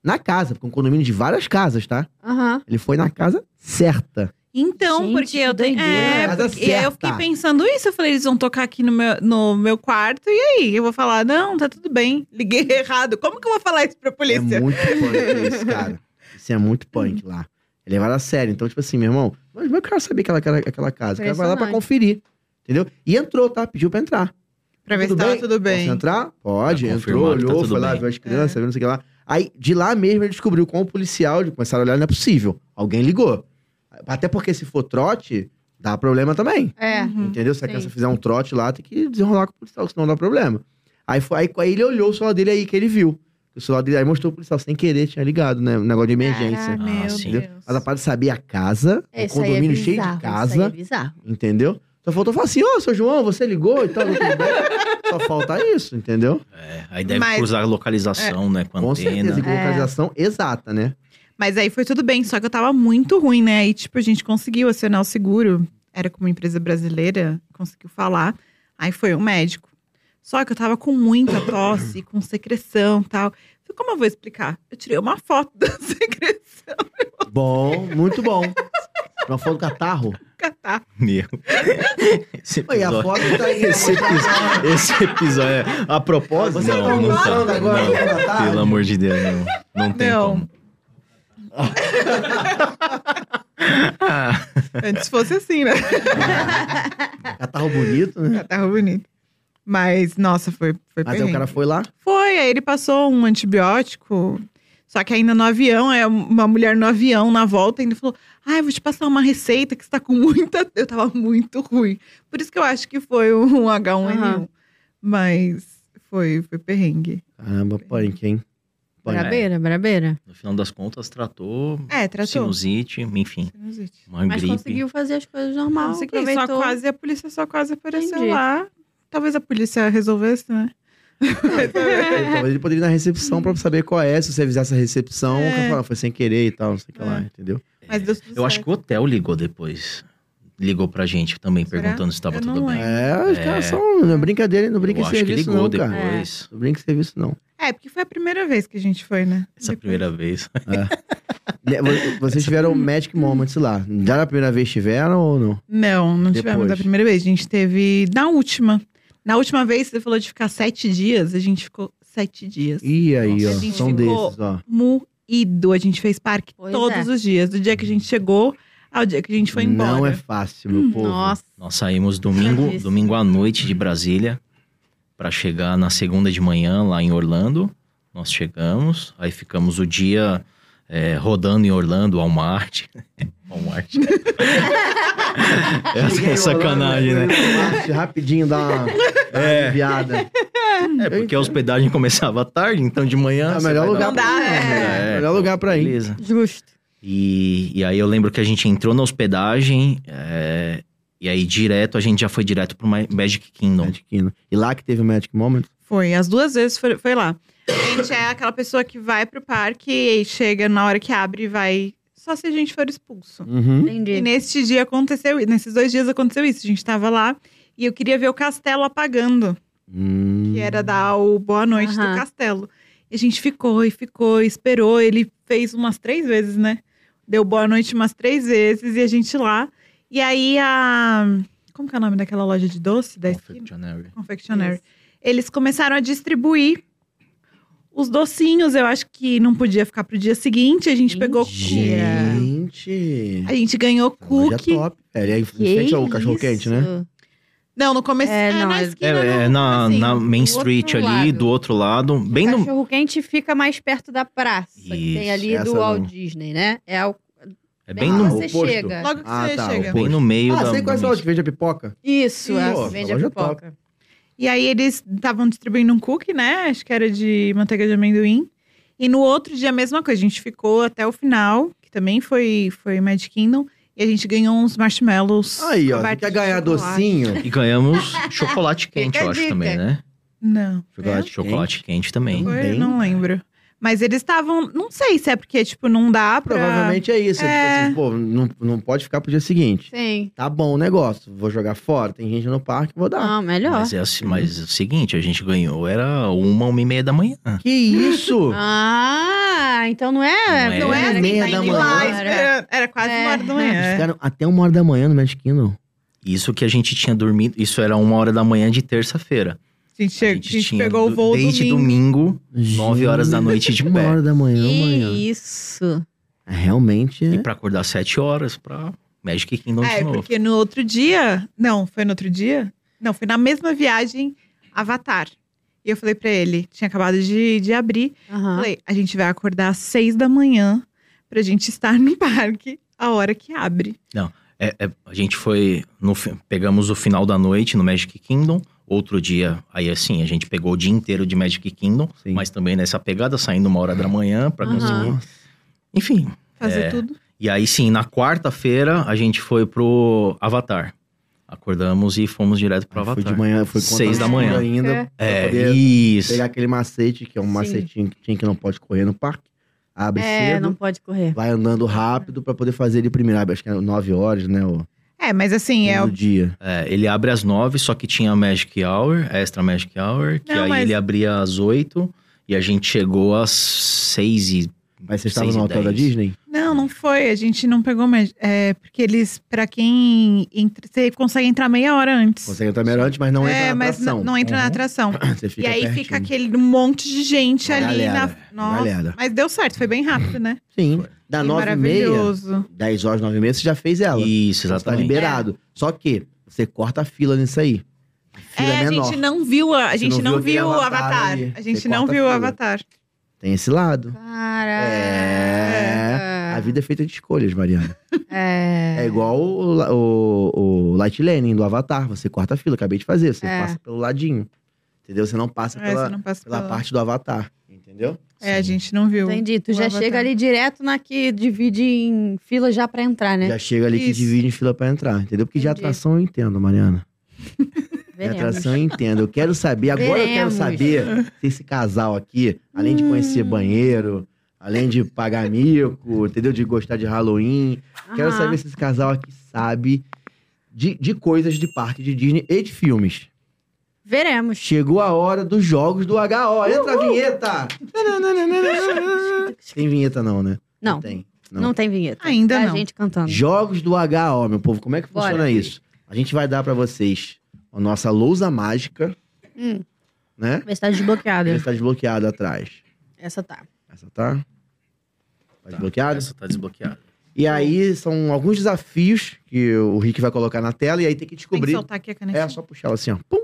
[SPEAKER 2] na casa, porque é um condomínio de várias casas, tá?
[SPEAKER 1] Aham.
[SPEAKER 2] Ele foi na casa certa.
[SPEAKER 4] Então,
[SPEAKER 1] Gente,
[SPEAKER 4] porque
[SPEAKER 1] que
[SPEAKER 4] eu tenho. É,
[SPEAKER 1] doideira.
[SPEAKER 2] Casa
[SPEAKER 4] porque- e aí eu fiquei
[SPEAKER 2] certa.
[SPEAKER 4] pensando isso. Eu falei, eles vão tocar aqui no meu, no meu quarto, e aí? Eu vou falar, não, tá tudo bem. Liguei errado. Como que eu vou falar isso pra
[SPEAKER 2] É
[SPEAKER 4] polícia?
[SPEAKER 2] muito punk isso, cara. Isso é muito punk lá. É levado a sério. Então, tipo assim, meu irmão, mas como é que o cara sabia aquela, aquela, aquela casa? O cara vai lá pra
[SPEAKER 1] Impressionante.
[SPEAKER 2] conferir. Entendeu? E entrou, tá? Pediu pra entrar.
[SPEAKER 4] pra ver se
[SPEAKER 2] tudo
[SPEAKER 4] tava
[SPEAKER 2] bem?
[SPEAKER 4] tudo bem.
[SPEAKER 2] Posso entrar? Pode,
[SPEAKER 3] Tá
[SPEAKER 2] entrou,
[SPEAKER 3] confirmado, tá
[SPEAKER 2] olhou,
[SPEAKER 3] tudo
[SPEAKER 2] foi lá,
[SPEAKER 3] bem.
[SPEAKER 2] viu as crianças, viu não sei o que lá. Aí, de lá mesmo, ele descobriu com o policial, eles começaram a olhar, não é possível. Alguém ligou. Até porque se for trote, dá problema também.
[SPEAKER 1] É.
[SPEAKER 4] Uhum.
[SPEAKER 2] Entendeu? Se a
[SPEAKER 1] Sim.
[SPEAKER 2] criança fizer um trote lá, tem que desenrolar com o policial, senão dá problema. Aí, foi, aí, aí ele olhou o celular dele aí, que ele viu. O celular dele aí mostrou o policial sem querer, tinha ligado, né? Um negócio de
[SPEAKER 4] Ah,
[SPEAKER 2] emergência.
[SPEAKER 4] meu
[SPEAKER 3] Ah, sim.
[SPEAKER 2] entendeu?
[SPEAKER 4] Deus.
[SPEAKER 2] Mas a parte de saber a casa, o
[SPEAKER 1] Esse aí é
[SPEAKER 2] condomínio
[SPEAKER 1] bizarro.
[SPEAKER 2] cheio de
[SPEAKER 1] Isso aí é
[SPEAKER 2] casa,
[SPEAKER 1] bizarro.
[SPEAKER 2] entendeu? Só faltou falar assim, ô, seu João, você ligou e tal. não tudo bem?" Só falta isso, entendeu?
[SPEAKER 3] É, aí deve
[SPEAKER 4] Mas- é.
[SPEAKER 3] cruzar a localização, né? Com, a
[SPEAKER 2] Com certeza, e
[SPEAKER 3] antena.
[SPEAKER 2] com
[SPEAKER 1] É.
[SPEAKER 2] localização exata, né?
[SPEAKER 4] Mas aí foi tudo bem, só que eu tava muito ruim, né? Aí, tipo, a gente conseguiu acionar o seguro. Era com uma empresa brasileira, conseguiu falar. Aí foi um médico. Só que eu tava com muita tosse, com secreção e tal. Falei, como eu vou explicar? Eu tirei uma foto da secreção do
[SPEAKER 2] Bom, muito bom. Uma foto do catarro.
[SPEAKER 4] catarro.
[SPEAKER 3] Meu. Esse
[SPEAKER 2] E a
[SPEAKER 3] episódio,
[SPEAKER 2] foto tá aí.
[SPEAKER 3] esse episódio, esse episódio é a propósito.
[SPEAKER 2] Você tá
[SPEAKER 3] não, não
[SPEAKER 2] almoçando
[SPEAKER 3] tá.
[SPEAKER 2] agora,
[SPEAKER 3] não,
[SPEAKER 2] da tarde?
[SPEAKER 3] pelo amor de Deus, não. Não tem
[SPEAKER 4] Não.
[SPEAKER 3] como. Ah,
[SPEAKER 4] Antes fosse assim, né?
[SPEAKER 2] Catarro bonito, né?
[SPEAKER 4] Catarro bonito. Mas, nossa, foi, foi
[SPEAKER 2] Mas aí o
[SPEAKER 4] perrengue.
[SPEAKER 2] cara foi lá,
[SPEAKER 4] Foi, aí ele passou um antibiótico. Só que ainda no avião, é uma mulher no avião, na volta, ainda falou: Ah, eu vou te passar uma receita que você tá com muita. Eu tava muito ruim. Por isso que eu acho que foi um H1N1.
[SPEAKER 1] Aham.
[SPEAKER 4] Mas foi, foi perrengue.
[SPEAKER 2] Caramba, punk, hein? Punk.
[SPEAKER 3] Brabo.
[SPEAKER 1] Brabeira, brabeira.
[SPEAKER 3] no final das contas, tratou,
[SPEAKER 4] É, tratou.
[SPEAKER 3] sinusite, enfim,
[SPEAKER 4] Sinusite.
[SPEAKER 3] uma
[SPEAKER 1] Mas
[SPEAKER 3] gripe.
[SPEAKER 1] conseguiu fazer as coisas normal.
[SPEAKER 4] Não sei o quê,
[SPEAKER 1] aproveitou.
[SPEAKER 4] só quase a polícia só quase apareceu
[SPEAKER 1] Entendi.
[SPEAKER 4] lá. Talvez a polícia resolvesse, né?
[SPEAKER 2] Ele- Talvez ele poderia ir na recepção pra saber qual é, se você avisasse a recepção,
[SPEAKER 4] É.
[SPEAKER 2] o cara fala, foi sem querer e tal, não sei o que lá,
[SPEAKER 4] É.
[SPEAKER 2] entendeu?
[SPEAKER 4] Mas deu tudo
[SPEAKER 3] Eu acho que o hotel ligou depois. Ligou pra gente também,
[SPEAKER 4] Será?
[SPEAKER 3] perguntando se tava
[SPEAKER 4] Eu
[SPEAKER 3] tudo
[SPEAKER 4] não
[SPEAKER 3] bem.
[SPEAKER 4] lembro.
[SPEAKER 2] É, os
[SPEAKER 3] É.
[SPEAKER 2] caras são. Não é brincadeira, não brinca
[SPEAKER 3] Eu
[SPEAKER 2] em
[SPEAKER 3] acho que
[SPEAKER 2] serviço,
[SPEAKER 3] ligou
[SPEAKER 2] não, cara.
[SPEAKER 3] depois.
[SPEAKER 2] Não brinca em serviço, não.
[SPEAKER 4] É, porque foi a primeira vez que a gente foi, né?
[SPEAKER 3] Essa
[SPEAKER 4] Depois-
[SPEAKER 3] primeira vez.
[SPEAKER 2] Le- é, vo- Vocês tiveram Magic Moments lá. Já na primeira vez tiveram ou não?
[SPEAKER 4] Não, não tivemos
[SPEAKER 2] Depois.
[SPEAKER 4] da primeira vez. A gente teve na última. Na última vez, você falou de ficar sete dias, a gente ficou sete dias.
[SPEAKER 2] E aí,
[SPEAKER 4] Nossa,
[SPEAKER 2] ó.
[SPEAKER 4] a gente
[SPEAKER 2] São
[SPEAKER 4] ficou-
[SPEAKER 2] desses, ó.
[SPEAKER 4] Moído. A gente fez parque
[SPEAKER 1] Pois
[SPEAKER 4] todos
[SPEAKER 1] é.
[SPEAKER 4] os dias. Do dia que a gente chegou ao dia que a gente foi embora. Hum,
[SPEAKER 2] Não é fácil, meu povo.
[SPEAKER 1] Nossa.
[SPEAKER 3] Nós saímos domingo,
[SPEAKER 1] Delícia.
[SPEAKER 3] domingo à noite de Brasília pra chegar na segunda de manhã lá em Orlando. Nós chegamos, aí ficamos o dia eh, rodando em Orlando, Walmart. Walmart. Essa é sacanagem, né?
[SPEAKER 2] né? Rapidinho dá uma é. aliviada.
[SPEAKER 3] É porque a hospedagem começava tarde, então de manhã.
[SPEAKER 2] né? É o
[SPEAKER 3] você
[SPEAKER 2] melhor
[SPEAKER 3] vai
[SPEAKER 2] lugar
[SPEAKER 3] dar- um
[SPEAKER 4] Não
[SPEAKER 2] pra
[SPEAKER 4] dá,
[SPEAKER 2] ir.
[SPEAKER 4] é.
[SPEAKER 2] É, melhor lugar pra ir.
[SPEAKER 3] Beleza.
[SPEAKER 1] Justo.
[SPEAKER 3] E, e aí eu lembro que a gente entrou na hospedagem, eh, e aí direto, a gente já foi direto pro Ma- Magic Kingdom.
[SPEAKER 2] Magic Kingdom. E lá que teve o Magic Moment,
[SPEAKER 4] Foi, as duas vezes foi, foi lá. A gente é aquela pessoa que vai pro parque e chega na hora que abre e vai. Só se a gente for expulso.
[SPEAKER 2] uhum.
[SPEAKER 4] E
[SPEAKER 1] Entendi.
[SPEAKER 4] neste dia aconteceu, nesses dois dias aconteceu isso. A gente tava lá e eu queria ver o castelo apagando.
[SPEAKER 2] Hum,
[SPEAKER 4] que era dar o boa noite do
[SPEAKER 1] Aham.
[SPEAKER 4] castelo. E a gente ficou e ficou, e esperou. Ele fez umas três vezes, né? Deu boa noite umas três vezes e a gente lá. E aí a. Como que é o nome daquela loja de doce? Da esquina?
[SPEAKER 3] Confectionery.
[SPEAKER 4] Confectionery. Eles começaram a distribuir os docinhos. Eu acho que não podia ficar pro dia seguinte. A gente pegou. cookie.
[SPEAKER 2] Gente.
[SPEAKER 4] A gente ganhou
[SPEAKER 2] Loja
[SPEAKER 4] cookie.
[SPEAKER 2] top. É, e aí, em frente ao cachorro quente, né?
[SPEAKER 4] Não, no começo.
[SPEAKER 1] É,
[SPEAKER 4] É,
[SPEAKER 1] não,
[SPEAKER 4] na
[SPEAKER 1] é-
[SPEAKER 3] É,
[SPEAKER 4] esquina.
[SPEAKER 3] é,
[SPEAKER 4] não.
[SPEAKER 3] na,
[SPEAKER 4] assim,
[SPEAKER 3] na
[SPEAKER 4] do
[SPEAKER 3] Main
[SPEAKER 4] outro
[SPEAKER 3] Street ali,
[SPEAKER 1] lado.
[SPEAKER 3] do outro lado. Bem no.
[SPEAKER 1] Cachorro quente fica mais perto da praça que tem
[SPEAKER 3] Isso,
[SPEAKER 1] ali
[SPEAKER 2] essa é
[SPEAKER 1] do Walt
[SPEAKER 2] não.
[SPEAKER 1] Disney, né? É o...
[SPEAKER 3] É bem
[SPEAKER 1] Bem
[SPEAKER 3] no,
[SPEAKER 1] você
[SPEAKER 2] oposto.
[SPEAKER 1] chega.
[SPEAKER 4] Logo que
[SPEAKER 2] Ah,
[SPEAKER 4] você
[SPEAKER 2] tá,
[SPEAKER 4] chega.
[SPEAKER 2] o
[SPEAKER 3] bem no meio
[SPEAKER 2] Ah,
[SPEAKER 3] da.
[SPEAKER 2] sei qual é essa loja que vende a pipoca?
[SPEAKER 1] Isso,
[SPEAKER 4] Isso.
[SPEAKER 1] é,
[SPEAKER 4] Pô,
[SPEAKER 1] vende a
[SPEAKER 2] loja
[SPEAKER 1] pipoca.
[SPEAKER 4] E aí eles estavam distribuindo um cookie, né? Acho que era de manteiga de amendoim. E no outro dia a mesma coisa, a gente ficou até o final, que também foi foi Magic Kingdom, e a gente ganhou uns marshmallows.
[SPEAKER 2] Aí, ó. Você
[SPEAKER 4] cobertos
[SPEAKER 2] quer
[SPEAKER 4] de
[SPEAKER 2] ganhar
[SPEAKER 4] chocolate.
[SPEAKER 2] docinho?
[SPEAKER 3] E ganhamos chocolate quente,
[SPEAKER 1] Fica
[SPEAKER 3] eu
[SPEAKER 1] a
[SPEAKER 3] acho
[SPEAKER 1] dica.
[SPEAKER 3] também, né?
[SPEAKER 4] Não. É?
[SPEAKER 2] Chocolate.
[SPEAKER 3] Chocolate quente também.
[SPEAKER 4] Foi?
[SPEAKER 2] Também.
[SPEAKER 4] Não lembro. Mas eles estavam, não sei se é porque tipo não dá pra
[SPEAKER 2] Provavelmente é isso. É
[SPEAKER 4] É.
[SPEAKER 2] tipo assim, pô, não, não pode ficar pro dia seguinte.
[SPEAKER 1] Sim.
[SPEAKER 2] Tá bom o negócio, vou jogar fora, tem gente no parque, vou dar.
[SPEAKER 1] Não, Ah, melhor.
[SPEAKER 3] Mas é, assim- mas é Ah. o seguinte, a gente ganhou, era uma, uma e meia da manhã.
[SPEAKER 2] Que isso?
[SPEAKER 1] Ah, Ah, então não é.
[SPEAKER 3] Não
[SPEAKER 4] Não
[SPEAKER 3] é
[SPEAKER 4] é assim,
[SPEAKER 2] meia
[SPEAKER 4] tá
[SPEAKER 2] da
[SPEAKER 4] indo
[SPEAKER 2] manhã.
[SPEAKER 4] lá esperando. Era quase
[SPEAKER 1] É.
[SPEAKER 4] uma hora da
[SPEAKER 2] Eles
[SPEAKER 4] manhã.
[SPEAKER 2] ficaram até uma hora da manhã no Magic Kingdom.
[SPEAKER 3] Isso que a gente tinha dormido, isso era uma hora da manhã de terça-feira.
[SPEAKER 4] A gente, che-
[SPEAKER 3] a
[SPEAKER 4] a
[SPEAKER 3] gente,
[SPEAKER 4] gente
[SPEAKER 3] tinha
[SPEAKER 4] pegou o
[SPEAKER 3] do-
[SPEAKER 4] voo
[SPEAKER 3] desde
[SPEAKER 4] domingo.
[SPEAKER 3] domingo, nove horas da noite de
[SPEAKER 2] é Uma
[SPEAKER 3] pé.
[SPEAKER 2] hora da manhã, manhã. É,
[SPEAKER 1] Que isso.
[SPEAKER 2] Realmente.
[SPEAKER 3] e pra acordar às sete horas pra Magic Kingdom
[SPEAKER 4] É,
[SPEAKER 3] de novo.
[SPEAKER 4] porque no outro dia. Não, foi no outro dia? Não, foi na mesma viagem Avatar. E eu falei pra ele, tinha acabado de, de abrir.
[SPEAKER 1] Aham.
[SPEAKER 4] Falei, a gente vai acordar às seis da manhã pra gente estar no parque a hora que abre.
[SPEAKER 3] É, é, a gente foi. no fi- pegamos o final da noite no Magic Kingdom. Outro dia, aí assim, a gente pegou o dia inteiro de Magic Kingdom,
[SPEAKER 2] Sim.
[SPEAKER 3] mas também nessa pegada, saindo uma hora da manhã pra
[SPEAKER 1] Aham.
[SPEAKER 3] conseguir. Enfim.
[SPEAKER 4] Fazer
[SPEAKER 3] É.
[SPEAKER 4] tudo.
[SPEAKER 3] E aí sim, na quarta-feira a gente foi pro Avatar. Acordamos e fomos direto pro
[SPEAKER 2] Ah, Foi
[SPEAKER 3] Avatar.
[SPEAKER 2] de manhã, foi contra
[SPEAKER 3] Seis da
[SPEAKER 2] tudo
[SPEAKER 3] manhã.
[SPEAKER 2] ainda. pra
[SPEAKER 3] É,
[SPEAKER 2] poder
[SPEAKER 3] isso.
[SPEAKER 2] pegar aquele macete, que é um
[SPEAKER 1] Sim.
[SPEAKER 2] macetinho que tinha que não pode correr no parque. Abre
[SPEAKER 1] É,
[SPEAKER 2] cedo, É.
[SPEAKER 1] não pode correr.
[SPEAKER 2] vai andando rápido pra poder fazer ele primeiro. Abre, acho que é nove horas, né? O,
[SPEAKER 4] É, mas assim, é.
[SPEAKER 2] no dia.
[SPEAKER 3] É, ele abre às nove, só que tinha Magic Hour, Extra Magic Hour, que
[SPEAKER 4] Não,
[SPEAKER 3] aí
[SPEAKER 4] mas-
[SPEAKER 3] ele abria às oito e a gente chegou às seis e
[SPEAKER 2] Mas você estava
[SPEAKER 3] Seis e
[SPEAKER 2] no hotel da
[SPEAKER 3] dez.
[SPEAKER 2] Disney?
[SPEAKER 4] Não, não foi. A gente não pegou mais. É, porque eles, pra quem. entra- você consegue entrar meia hora antes.
[SPEAKER 2] Consegue entrar melhor antes, mas não
[SPEAKER 4] é,
[SPEAKER 2] entra na
[SPEAKER 4] mas
[SPEAKER 2] atração.
[SPEAKER 4] não, não entra na
[SPEAKER 3] Uhum.
[SPEAKER 4] atração.
[SPEAKER 2] Você fica
[SPEAKER 4] e aí
[SPEAKER 2] pertinho.
[SPEAKER 4] fica aquele monte de gente
[SPEAKER 2] Uma
[SPEAKER 4] ali
[SPEAKER 2] galera,
[SPEAKER 4] na. Nossa.
[SPEAKER 2] Galera.
[SPEAKER 4] Mas deu certo, foi bem rápido, né?
[SPEAKER 2] Sim, da
[SPEAKER 4] Foi
[SPEAKER 2] É nove e meia,
[SPEAKER 4] maravilhoso.
[SPEAKER 2] 10 horas, nove e meia, você já fez ela.
[SPEAKER 3] Isso,
[SPEAKER 2] Então, você tá
[SPEAKER 3] exatamente.
[SPEAKER 2] liberado.
[SPEAKER 4] É.
[SPEAKER 2] Só que você corta a fila nisso aí. A fila
[SPEAKER 4] É,
[SPEAKER 2] é
[SPEAKER 4] a
[SPEAKER 2] menor.
[SPEAKER 4] gente não viu a, a
[SPEAKER 2] Você
[SPEAKER 4] gente
[SPEAKER 2] não
[SPEAKER 4] não
[SPEAKER 2] viu
[SPEAKER 4] viu o
[SPEAKER 2] aquele
[SPEAKER 4] Avatar.
[SPEAKER 2] Avatar ali.
[SPEAKER 4] A gente
[SPEAKER 2] Você
[SPEAKER 4] não
[SPEAKER 2] corta a
[SPEAKER 4] viu o
[SPEAKER 2] fila.
[SPEAKER 4] Avatar.
[SPEAKER 2] Tem esse lado.
[SPEAKER 1] Caraca.
[SPEAKER 2] A vida é feita de escolhas, Mariana.
[SPEAKER 1] É.
[SPEAKER 2] É igual o, la- o, o Light Lane do Avatar. Você corta a fila, acabei de fazer. Você
[SPEAKER 1] É.
[SPEAKER 2] passa pelo ladinho. Entendeu? Você não passa
[SPEAKER 4] É,
[SPEAKER 2] pela,
[SPEAKER 4] você não passa
[SPEAKER 2] pela
[SPEAKER 4] pela-
[SPEAKER 2] parte do Avatar. Entendeu?
[SPEAKER 4] É, a gente não viu.
[SPEAKER 1] Entendi. Tu
[SPEAKER 4] o
[SPEAKER 1] já
[SPEAKER 4] Avatar.
[SPEAKER 1] chega ali direto na que divide em fila já pra entrar, né?
[SPEAKER 2] Já chega ali que
[SPEAKER 4] Isso.
[SPEAKER 2] divide em fila pra entrar. Entendeu? Porque de
[SPEAKER 1] Entendi.
[SPEAKER 2] atração eu entendo, Mariana. De
[SPEAKER 1] Veremos.
[SPEAKER 2] atração eu entendo. Eu quero saber, agora eu quero
[SPEAKER 1] Veremos.
[SPEAKER 2] saber se esse casal aqui, além de conhecer banheiro, além de pagar mico, entendeu? De gostar de Halloween, Quero
[SPEAKER 1] Aham.
[SPEAKER 2] saber se esse casal aqui sabe de, de coisas de parque de Disney e de filmes.
[SPEAKER 1] Veremos.
[SPEAKER 2] Chegou a hora dos jogos do HO. Entra a vinheta! Tem vinheta não, né?
[SPEAKER 1] Não,
[SPEAKER 2] Tem.
[SPEAKER 1] não, tem vinheta.
[SPEAKER 4] Ainda
[SPEAKER 1] Tá
[SPEAKER 4] não.
[SPEAKER 1] A gente cantando.
[SPEAKER 2] Jogos do HO, meu povo. Como é que
[SPEAKER 1] Bora.
[SPEAKER 2] funciona isso? A gente vai dar pra vocês a nossa lousa mágica,
[SPEAKER 1] Hum,
[SPEAKER 2] né?
[SPEAKER 1] vai estar
[SPEAKER 2] Ela
[SPEAKER 1] desbloqueada.
[SPEAKER 2] está desbloqueada atrás.
[SPEAKER 1] Essa tá.
[SPEAKER 2] Essa tá? Tá desbloqueada?
[SPEAKER 3] Essa tá desbloqueada.
[SPEAKER 2] E aí são alguns desafios que o Rick vai colocar na tela e aí tem que
[SPEAKER 4] Tem que
[SPEAKER 2] descobrir
[SPEAKER 4] soltar né? aqui a canetinha.
[SPEAKER 2] É, só puxar ela assim, ó. Pum.